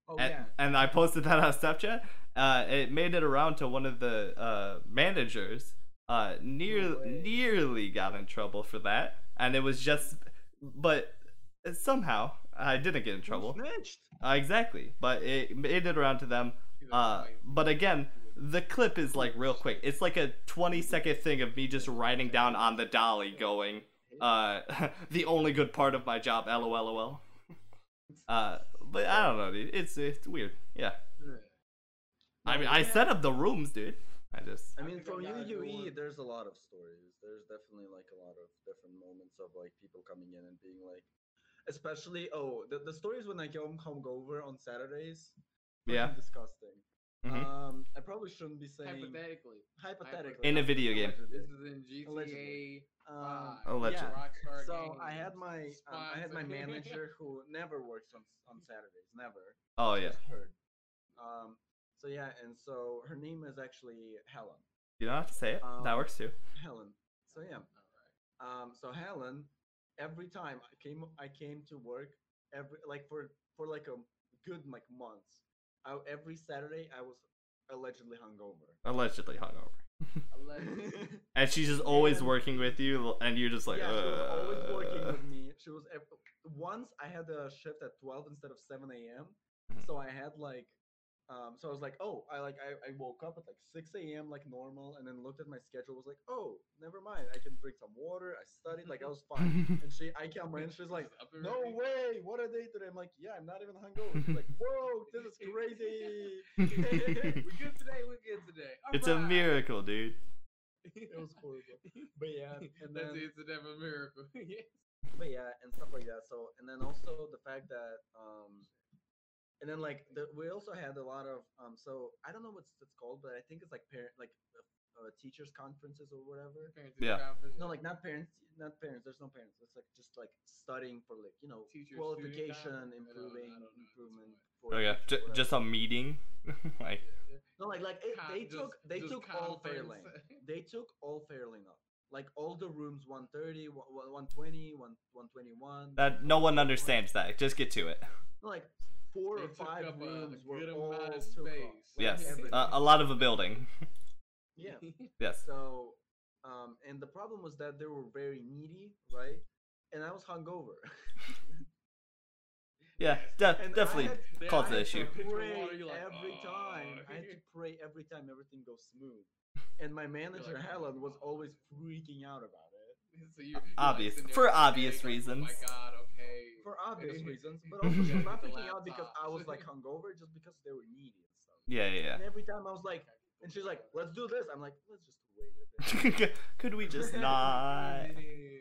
[SPEAKER 3] Oh
[SPEAKER 1] and, and I posted that on Snapchat. Uh, it made it around to one of the uh, managers. Uh, near
[SPEAKER 3] No way.
[SPEAKER 1] nearly got in trouble for that, and it was just, but somehow I didn't get in trouble.
[SPEAKER 3] Snitched.
[SPEAKER 1] Uh, exactly, but it made it around to them.
[SPEAKER 2] He's like,
[SPEAKER 1] Uh,
[SPEAKER 2] "Fine."
[SPEAKER 1] but again, the clip is like real quick. It's like a 20 second thing of me just riding down on the dolly, going, uh, "The only good part of my job, lolol." Uh, but I don't know, dude. It's it's weird. Yeah.
[SPEAKER 2] Yeah.
[SPEAKER 1] I mean, I set up the rooms, dude. I just.
[SPEAKER 3] I
[SPEAKER 2] I
[SPEAKER 3] mean,
[SPEAKER 2] think I
[SPEAKER 3] from
[SPEAKER 2] got a good
[SPEAKER 3] UUE,
[SPEAKER 2] one.
[SPEAKER 3] there's a lot of stories. There's definitely like a lot of different moments of like people coming in and being like, especially oh, the, the stories when I go home over on Saturdays. fucking
[SPEAKER 1] Yeah.
[SPEAKER 3] disgusting.
[SPEAKER 1] Mhm.
[SPEAKER 3] Um, I probably shouldn't be saying
[SPEAKER 2] Hypothetically.
[SPEAKER 3] hypothetically
[SPEAKER 1] In a video game.
[SPEAKER 3] allegedly.
[SPEAKER 2] This is in GTA
[SPEAKER 3] Allegedly. Um,
[SPEAKER 2] five.
[SPEAKER 1] Allegedly.
[SPEAKER 3] yeah.
[SPEAKER 2] Rockstar
[SPEAKER 3] So I
[SPEAKER 2] Games.
[SPEAKER 3] had my um, I had my
[SPEAKER 2] Sponsor.
[SPEAKER 3] manager who never works on on Saturdays, never.
[SPEAKER 1] Oh yeah.
[SPEAKER 3] just heard. Um, so So yeah, and so her name is actually Helen.
[SPEAKER 1] You don't have to say it. that
[SPEAKER 3] Um,
[SPEAKER 1] works too.
[SPEAKER 3] Helen. So yeah.
[SPEAKER 2] All right.
[SPEAKER 3] Um, so Helen, every time I came, I came to work every like for for like a good like months. I, every Saturday I was allegedly hungover.
[SPEAKER 1] Allegedly hungover.
[SPEAKER 2] Allegedly.
[SPEAKER 1] and she's just always
[SPEAKER 3] And-
[SPEAKER 1] working with you, and you're just like,
[SPEAKER 3] yeah, she was always working
[SPEAKER 1] "Uh."
[SPEAKER 3] with me. She was ev- once I had a shift at twelve instead of seven a.m.
[SPEAKER 1] Mhm.
[SPEAKER 3] So I had like, um, so I was like, oh, I like I, I woke up at like six a.m. like normal, and then looked at my schedule. Was like, oh, never mind. I can drink some water. I studied. Like I was fine. and she, I came in. She's like,
[SPEAKER 2] Just up and
[SPEAKER 3] no
[SPEAKER 2] ready.
[SPEAKER 3] way. What are they today? I'm like, yeah, I'm not even hungover. She's like, whoa, this is crazy.
[SPEAKER 2] we're good today. We're good today. All
[SPEAKER 1] it's a
[SPEAKER 2] right.
[SPEAKER 1] miracle, dude.
[SPEAKER 3] It was horrible. But yeah, and
[SPEAKER 2] That's
[SPEAKER 3] then
[SPEAKER 2] it's a damn miracle. yes.
[SPEAKER 3] but yeah, and stuff like that. So, and then also the fact that, um, and then like the, we also had a lot of, um, so I don't know what's it's called, but I think it's like parent, like uh, uh, teachers conferences or whatever.
[SPEAKER 2] Parents
[SPEAKER 1] Yeah.
[SPEAKER 2] conference.
[SPEAKER 3] No, like not parents, not parents. There's no parents. It's like just like studying for like you know
[SPEAKER 2] Teacher-student
[SPEAKER 3] qualification,
[SPEAKER 2] conference? I don't- I
[SPEAKER 3] improving,
[SPEAKER 2] don't know at this
[SPEAKER 3] improvement.
[SPEAKER 2] point.
[SPEAKER 3] for
[SPEAKER 1] Okay,
[SPEAKER 3] teachers,
[SPEAKER 1] j-
[SPEAKER 3] whatever.
[SPEAKER 1] just a meeting. like,
[SPEAKER 3] no, like like it,
[SPEAKER 2] Con-
[SPEAKER 3] they
[SPEAKER 2] just-
[SPEAKER 3] took they
[SPEAKER 2] just
[SPEAKER 3] took all Fairlane.
[SPEAKER 2] conference.
[SPEAKER 3] they took all Fairlane up. Like all the rooms 130, 120, 121.
[SPEAKER 1] that no one understands that. Just get to it.
[SPEAKER 3] like four
[SPEAKER 2] They
[SPEAKER 3] or
[SPEAKER 2] took
[SPEAKER 3] five
[SPEAKER 2] up a
[SPEAKER 3] rooms were
[SPEAKER 2] good
[SPEAKER 3] all
[SPEAKER 2] amount of
[SPEAKER 3] took up,
[SPEAKER 2] space.
[SPEAKER 3] like,
[SPEAKER 1] Yes,
[SPEAKER 3] everything.
[SPEAKER 1] uh, a lot of a building.
[SPEAKER 3] yeah.
[SPEAKER 1] Yes.
[SPEAKER 3] So, um, and the problem was that they were very needy, right? And I was hungover.
[SPEAKER 1] Yeah, de-
[SPEAKER 3] And I
[SPEAKER 1] definitely.
[SPEAKER 3] had-
[SPEAKER 2] They-
[SPEAKER 1] Cause
[SPEAKER 2] I
[SPEAKER 1] the
[SPEAKER 2] had
[SPEAKER 1] issue.
[SPEAKER 2] to
[SPEAKER 3] Pray
[SPEAKER 2] picture water, you're like,
[SPEAKER 3] every time. I had to
[SPEAKER 2] "Oh."
[SPEAKER 3] pray every time everything goes smooth. And my manager
[SPEAKER 2] "Oh,
[SPEAKER 3] Helen was
[SPEAKER 2] God."
[SPEAKER 3] always freaking out about it
[SPEAKER 2] So you- you're, like,
[SPEAKER 1] obvious-
[SPEAKER 2] sitting there
[SPEAKER 1] for
[SPEAKER 2] like, "Hey,
[SPEAKER 1] obvious
[SPEAKER 2] like, Oh
[SPEAKER 1] reasons.
[SPEAKER 2] my god, okay.
[SPEAKER 3] for obvious reasons, but
[SPEAKER 1] You
[SPEAKER 3] also she
[SPEAKER 1] gotta
[SPEAKER 3] was not
[SPEAKER 2] get the
[SPEAKER 3] freaking out because I was like
[SPEAKER 2] laptops.
[SPEAKER 3] hungover, just because they were needy and stuff.
[SPEAKER 1] Yeah, yeah,
[SPEAKER 3] And every time I was like, and she's like, "Let's do this." I'm like, "Let's just wait a bit."
[SPEAKER 1] yeah. Could we just not?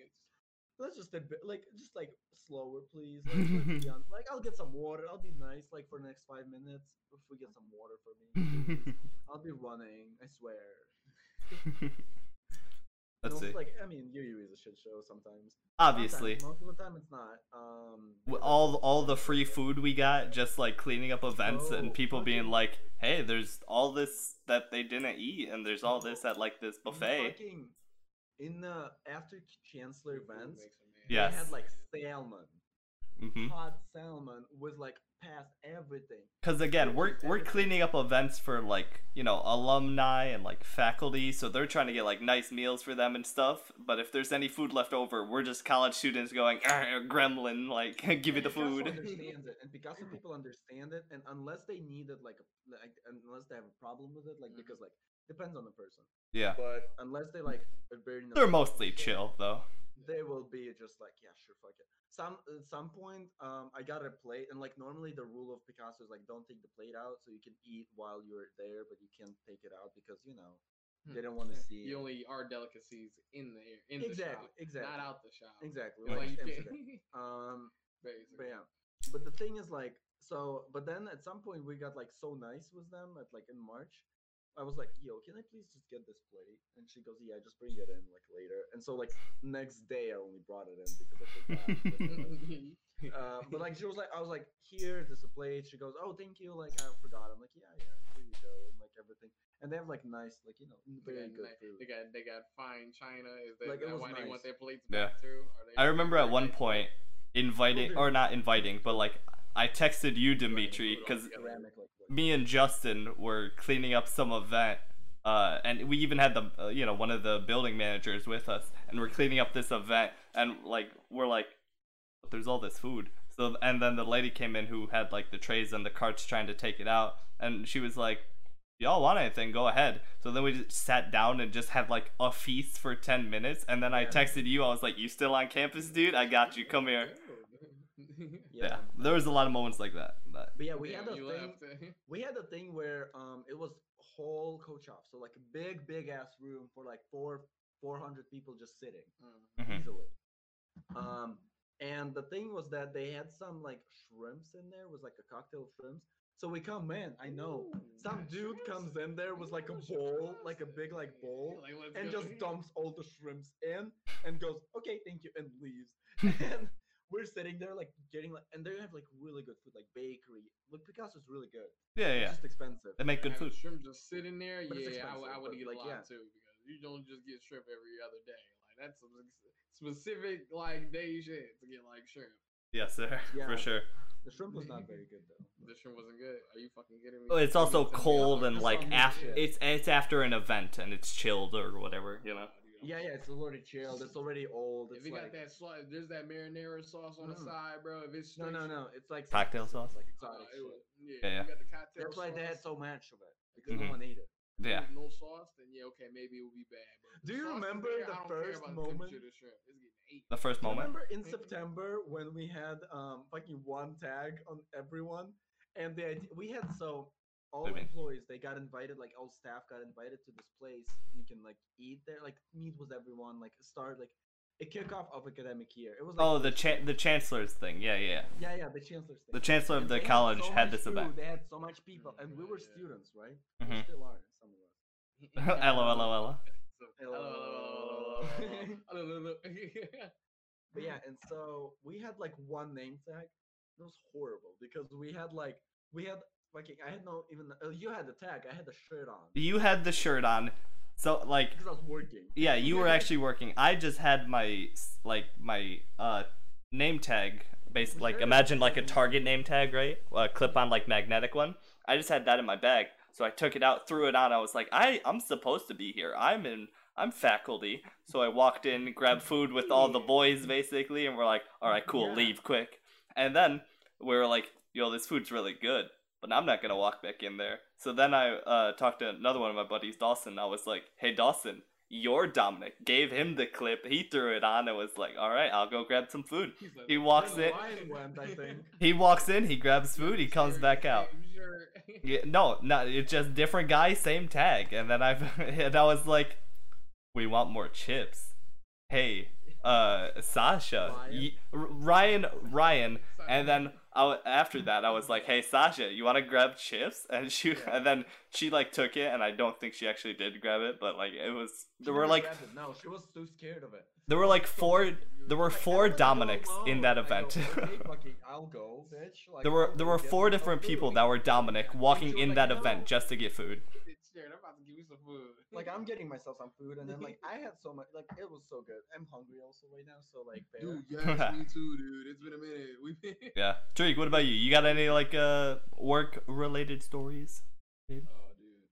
[SPEAKER 3] let's just a bit, like just like slower, please. Like, let's be on, like I'll get some water. I'll be nice, like for the next five minutes. If we get some water for me, please. I'll be running. I swear. And
[SPEAKER 1] Let's
[SPEAKER 3] also,
[SPEAKER 1] see.
[SPEAKER 3] Like I mean, UU is a shit show sometimes.
[SPEAKER 1] Obviously,
[SPEAKER 3] Sometimes, most of the time it's not. Um,
[SPEAKER 1] w- all all the free food we got, just like cleaning up events
[SPEAKER 3] Oh,
[SPEAKER 1] and people being
[SPEAKER 3] fucking-
[SPEAKER 1] like, "Hey, there's all this that they didn't eat, and there's all this at like this
[SPEAKER 3] in
[SPEAKER 1] buffet."
[SPEAKER 3] fucking- in the after Chancellor events,
[SPEAKER 1] Yes.
[SPEAKER 3] they had like salmon,
[SPEAKER 1] Mhm.
[SPEAKER 3] hot salmon with like past everything.
[SPEAKER 1] Because again, we're we're cleaning up events for like you know alumni and like faculty, so they're trying to get like nice meals for them and stuff. But if there's any food left over, we're just college students going "Arr, gremlin, like give me the
[SPEAKER 3] Picasso
[SPEAKER 1] food.
[SPEAKER 3] understands it, and Picasso people understand it, and unless they need it, like, a- like unless they have a problem with it, like
[SPEAKER 2] Mhm.
[SPEAKER 3] because like depends on the person,
[SPEAKER 1] Mm-hmm. Yeah,
[SPEAKER 3] but unless they like are very
[SPEAKER 1] they're
[SPEAKER 3] nostalgic
[SPEAKER 1] mostly
[SPEAKER 3] and shit,
[SPEAKER 1] chill though.
[SPEAKER 3] They will be just like yeah, sure, fuck it. Some at some point, um, I got a plate, and like normally the rule of Picasso is like don't take the plate out, so you can eat while you're there, but you can't take it out because you know
[SPEAKER 1] Hmm.
[SPEAKER 3] they don't want to see.
[SPEAKER 2] You
[SPEAKER 3] it.
[SPEAKER 2] only eat our delicacies in the air, in
[SPEAKER 3] exactly,
[SPEAKER 2] the shop,
[SPEAKER 3] exactly,
[SPEAKER 2] not out the
[SPEAKER 3] Oh,
[SPEAKER 2] shop.
[SPEAKER 3] exactly.
[SPEAKER 1] You're
[SPEAKER 2] Like,
[SPEAKER 3] Like
[SPEAKER 2] you can't-
[SPEAKER 3] Amsterdam. Um, But
[SPEAKER 2] Basically.
[SPEAKER 3] yeah, but the thing is like so. But then at some point we got like so nice with them at like in March. I was like, "Yo, can I please just get this plate?" And she goes, "Yeah, just bring it in like later." And so like next day I only brought it in because I forgot. but whatever. uh, but like she was like, I was like, "Here, this is a plate." She goes, "Oh, thank you." Like I forgot. I'm like, "Yeah, yeah, here you go," and like everything. And they have like nice, like you know,
[SPEAKER 2] They
[SPEAKER 3] very
[SPEAKER 2] got
[SPEAKER 3] good
[SPEAKER 2] ni-
[SPEAKER 3] food.
[SPEAKER 2] They got they got fine china. Is that,
[SPEAKER 3] Like, it
[SPEAKER 2] that
[SPEAKER 3] was
[SPEAKER 2] why they
[SPEAKER 3] nice.
[SPEAKER 2] want their plates
[SPEAKER 1] Yeah.
[SPEAKER 2] back too? Are they-
[SPEAKER 1] I remember
[SPEAKER 2] are
[SPEAKER 1] at one
[SPEAKER 2] they-
[SPEAKER 1] point inviting or not inviting, but like I texted you, Dimitri, because
[SPEAKER 3] Ceramic, like, like
[SPEAKER 1] me and Justin were cleaning up some event, uh, and we even had the uh, you know one of the building managers with us, and we're cleaning up this event, and like we're like, there's all this food. So and then the lady came in who had like the trays and the carts trying to take it out, and she was like, y'all want anything, go ahead. So then we just sat down and just had like a feast for ten minutes, and then I
[SPEAKER 3] Yeah.
[SPEAKER 1] texted you, I was like, you still on campus, dude? I got you. Come here. Yeah, there was a lot of moments like that. But
[SPEAKER 3] But yeah, we
[SPEAKER 2] Damn,
[SPEAKER 3] had a
[SPEAKER 2] you
[SPEAKER 3] thing.
[SPEAKER 2] left.
[SPEAKER 3] we had a thing where um it was whole coach off so like a big big ass room for like four 400 people just sitting
[SPEAKER 2] Mm.
[SPEAKER 1] Mhm.
[SPEAKER 3] easily
[SPEAKER 2] Mm-hmm.
[SPEAKER 3] um and the thing was that they had some like shrimps in there was like a cocktail of shrimps so we come in i know
[SPEAKER 2] Ooh,
[SPEAKER 3] some dude
[SPEAKER 2] shrimps.
[SPEAKER 3] comes in there with like a
[SPEAKER 2] Ooh,
[SPEAKER 3] bowl like a
[SPEAKER 2] shrimps.
[SPEAKER 3] big like bowl
[SPEAKER 2] Like, let's go.
[SPEAKER 3] and just dumps all the shrimps in and goes okay thank you and leaves and we're sitting there like getting like, and they have like really good food, like bakery. Like Picasso's really good.
[SPEAKER 1] Yeah,
[SPEAKER 3] It's
[SPEAKER 1] yeah.
[SPEAKER 3] just expensive.
[SPEAKER 1] They make good
[SPEAKER 2] Having
[SPEAKER 1] food.
[SPEAKER 2] Shrimp just sitting there.
[SPEAKER 3] But it's
[SPEAKER 2] yeah, I, would- I
[SPEAKER 3] expensive,
[SPEAKER 2] would
[SPEAKER 3] but,
[SPEAKER 2] eat
[SPEAKER 3] like,
[SPEAKER 2] a lot
[SPEAKER 3] yeah.
[SPEAKER 2] too because you don't just get shrimp every other day. Like that's some s- specific like day shit to get like shrimp.
[SPEAKER 1] Yes, sir.
[SPEAKER 3] Yeah.
[SPEAKER 1] For sure.
[SPEAKER 3] The shrimp was not very good though.
[SPEAKER 2] The shrimp wasn't good. Are you fucking kidding me?
[SPEAKER 1] Oh, It's
[SPEAKER 2] You
[SPEAKER 1] also
[SPEAKER 2] get something
[SPEAKER 1] cold
[SPEAKER 2] else.
[SPEAKER 1] and
[SPEAKER 2] That's
[SPEAKER 1] like
[SPEAKER 2] all new
[SPEAKER 1] after
[SPEAKER 2] shit.
[SPEAKER 1] it's it's after an event and it's chilled or whatever, you know.
[SPEAKER 2] Nah, dude, I'm
[SPEAKER 3] Yeah, yeah, it's already chilled. It's already old.
[SPEAKER 2] If
[SPEAKER 3] It's
[SPEAKER 2] you
[SPEAKER 3] like
[SPEAKER 2] got that sauce, there's that marinara sauce on the
[SPEAKER 3] Mm.
[SPEAKER 2] side, bro. If it's
[SPEAKER 3] no,
[SPEAKER 2] straight
[SPEAKER 3] no,
[SPEAKER 2] shit,
[SPEAKER 3] no. It's like
[SPEAKER 1] Cocktail sauce?
[SPEAKER 3] It's like
[SPEAKER 2] uh,
[SPEAKER 3] exotic
[SPEAKER 2] it
[SPEAKER 3] shit.
[SPEAKER 2] was- yeah,
[SPEAKER 1] Yeah,
[SPEAKER 2] you got the cocktail
[SPEAKER 3] That's why they had
[SPEAKER 2] sauce.
[SPEAKER 3] so much of it because
[SPEAKER 1] Mhm.
[SPEAKER 3] no one ate it.
[SPEAKER 2] If
[SPEAKER 1] Yeah.
[SPEAKER 2] there's no sauce, then yeah, okay, maybe it would be bad. But if
[SPEAKER 3] Do
[SPEAKER 2] the
[SPEAKER 3] you
[SPEAKER 2] sauce is
[SPEAKER 3] remember
[SPEAKER 2] there,
[SPEAKER 3] the
[SPEAKER 2] I don't
[SPEAKER 3] first
[SPEAKER 2] care about
[SPEAKER 3] moment-
[SPEAKER 2] The temperature of the shrimp. It's getting ate.
[SPEAKER 1] The first
[SPEAKER 3] Do you
[SPEAKER 1] moment.
[SPEAKER 3] Remember in
[SPEAKER 2] Mhm.
[SPEAKER 3] September when we had um fucking one tag on everyone, and the idea we had so all
[SPEAKER 1] do you mean?
[SPEAKER 3] employees they got invited, like all staff got invited to this place. You can like eat there, like meet with everyone, like start like a kickoff of academic year. It was like,
[SPEAKER 1] Oh, the cha- the chancellor's thing. Yeah, yeah. yeah.
[SPEAKER 3] yeah, yeah, the chancellor's thing.
[SPEAKER 1] The chancellor of
[SPEAKER 3] And
[SPEAKER 1] the
[SPEAKER 3] they had
[SPEAKER 1] college
[SPEAKER 3] so
[SPEAKER 1] had
[SPEAKER 3] much
[SPEAKER 1] this
[SPEAKER 3] food,
[SPEAKER 1] event.
[SPEAKER 3] They had so much people,
[SPEAKER 2] Oh
[SPEAKER 3] and we
[SPEAKER 2] God,
[SPEAKER 3] were
[SPEAKER 2] yeah.
[SPEAKER 3] students, right? We
[SPEAKER 1] Mhm.
[SPEAKER 3] still are, some of us.
[SPEAKER 1] LOL, LOL.
[SPEAKER 2] So,
[SPEAKER 3] Hello.
[SPEAKER 2] hello, hello, hello, hello, hello.
[SPEAKER 3] But yeah, and so we had like one name tag. It was horrible because we had like we had fucking I had no even uh, you had the tag. I had the shirt on
[SPEAKER 1] You had the shirt on. So like
[SPEAKER 3] because I was working.
[SPEAKER 1] yeah, you were actually working. I just had my s- like my uh name tag based
[SPEAKER 3] Was
[SPEAKER 1] like
[SPEAKER 3] there a-
[SPEAKER 1] imagine like a Target name tag, right? A clip on like magnetic one. I just had that in my bag. So I took it out, threw it on. I was like, I I'm supposed to be here. I'm in I'm faculty. So I walked in, grabbed food with all the boys basically and we're like, "All right, cool,
[SPEAKER 3] Yeah.
[SPEAKER 1] leave quick." And then we were like, "Yo, this food's really good." but I'm not gonna walk back in there. So then I uh, talked to another one of my buddies, Dawson. I was like, "Hey, Dawson, you're Dominic." Gave him the clip. He threw it on and was like, "All right, I'll go grab some food."
[SPEAKER 2] He's like,
[SPEAKER 1] He walks
[SPEAKER 2] "Where
[SPEAKER 1] in.
[SPEAKER 2] the line
[SPEAKER 3] went, I think.
[SPEAKER 1] He walks in. He grabs food. He comes
[SPEAKER 2] Sure,
[SPEAKER 1] back out.
[SPEAKER 2] I'm sure.
[SPEAKER 1] Yeah, no, no, it's just different guy, same tag. And then I and I was like, "We want more chips." Hey, uh, Sasha,
[SPEAKER 3] Ryan.
[SPEAKER 1] y- R- Ryan, Ryan,
[SPEAKER 2] Sorry.
[SPEAKER 1] and then I w- after that, I was like, "Hey, Sasha, you want to grab chips?" And she,
[SPEAKER 3] Yeah.
[SPEAKER 1] and then she like took it, and I don't think she actually did grab it, but like it was
[SPEAKER 3] She
[SPEAKER 1] there were
[SPEAKER 3] never
[SPEAKER 1] like
[SPEAKER 3] grabbed it. no, she was too scared of it.
[SPEAKER 1] there were like four there were
[SPEAKER 3] Like,
[SPEAKER 1] four
[SPEAKER 3] "I wanna go
[SPEAKER 1] Dominics in that
[SPEAKER 3] alone." I go,
[SPEAKER 1] event.
[SPEAKER 3] "Okay, fucking, I'll go, bitch. Like,
[SPEAKER 1] there were
[SPEAKER 3] I'll
[SPEAKER 1] there
[SPEAKER 3] go
[SPEAKER 1] were
[SPEAKER 3] get
[SPEAKER 1] four
[SPEAKER 3] myself
[SPEAKER 1] different
[SPEAKER 3] food."
[SPEAKER 1] people that were Dominic walking
[SPEAKER 3] were
[SPEAKER 1] in
[SPEAKER 3] like,
[SPEAKER 1] that
[SPEAKER 3] "No."
[SPEAKER 1] event just to get food.
[SPEAKER 2] It's Jared, I'm about to give you some food.
[SPEAKER 3] Like I'm getting myself some food, and then like I had so much. Like it was so good. I'm hungry also right now, so like. fair.
[SPEAKER 2] Dude, yes, me too, dude. It's been a minute. We've been.
[SPEAKER 1] Yeah, Drake, what about you? You got any like uh work related stories?
[SPEAKER 2] Oh, dude.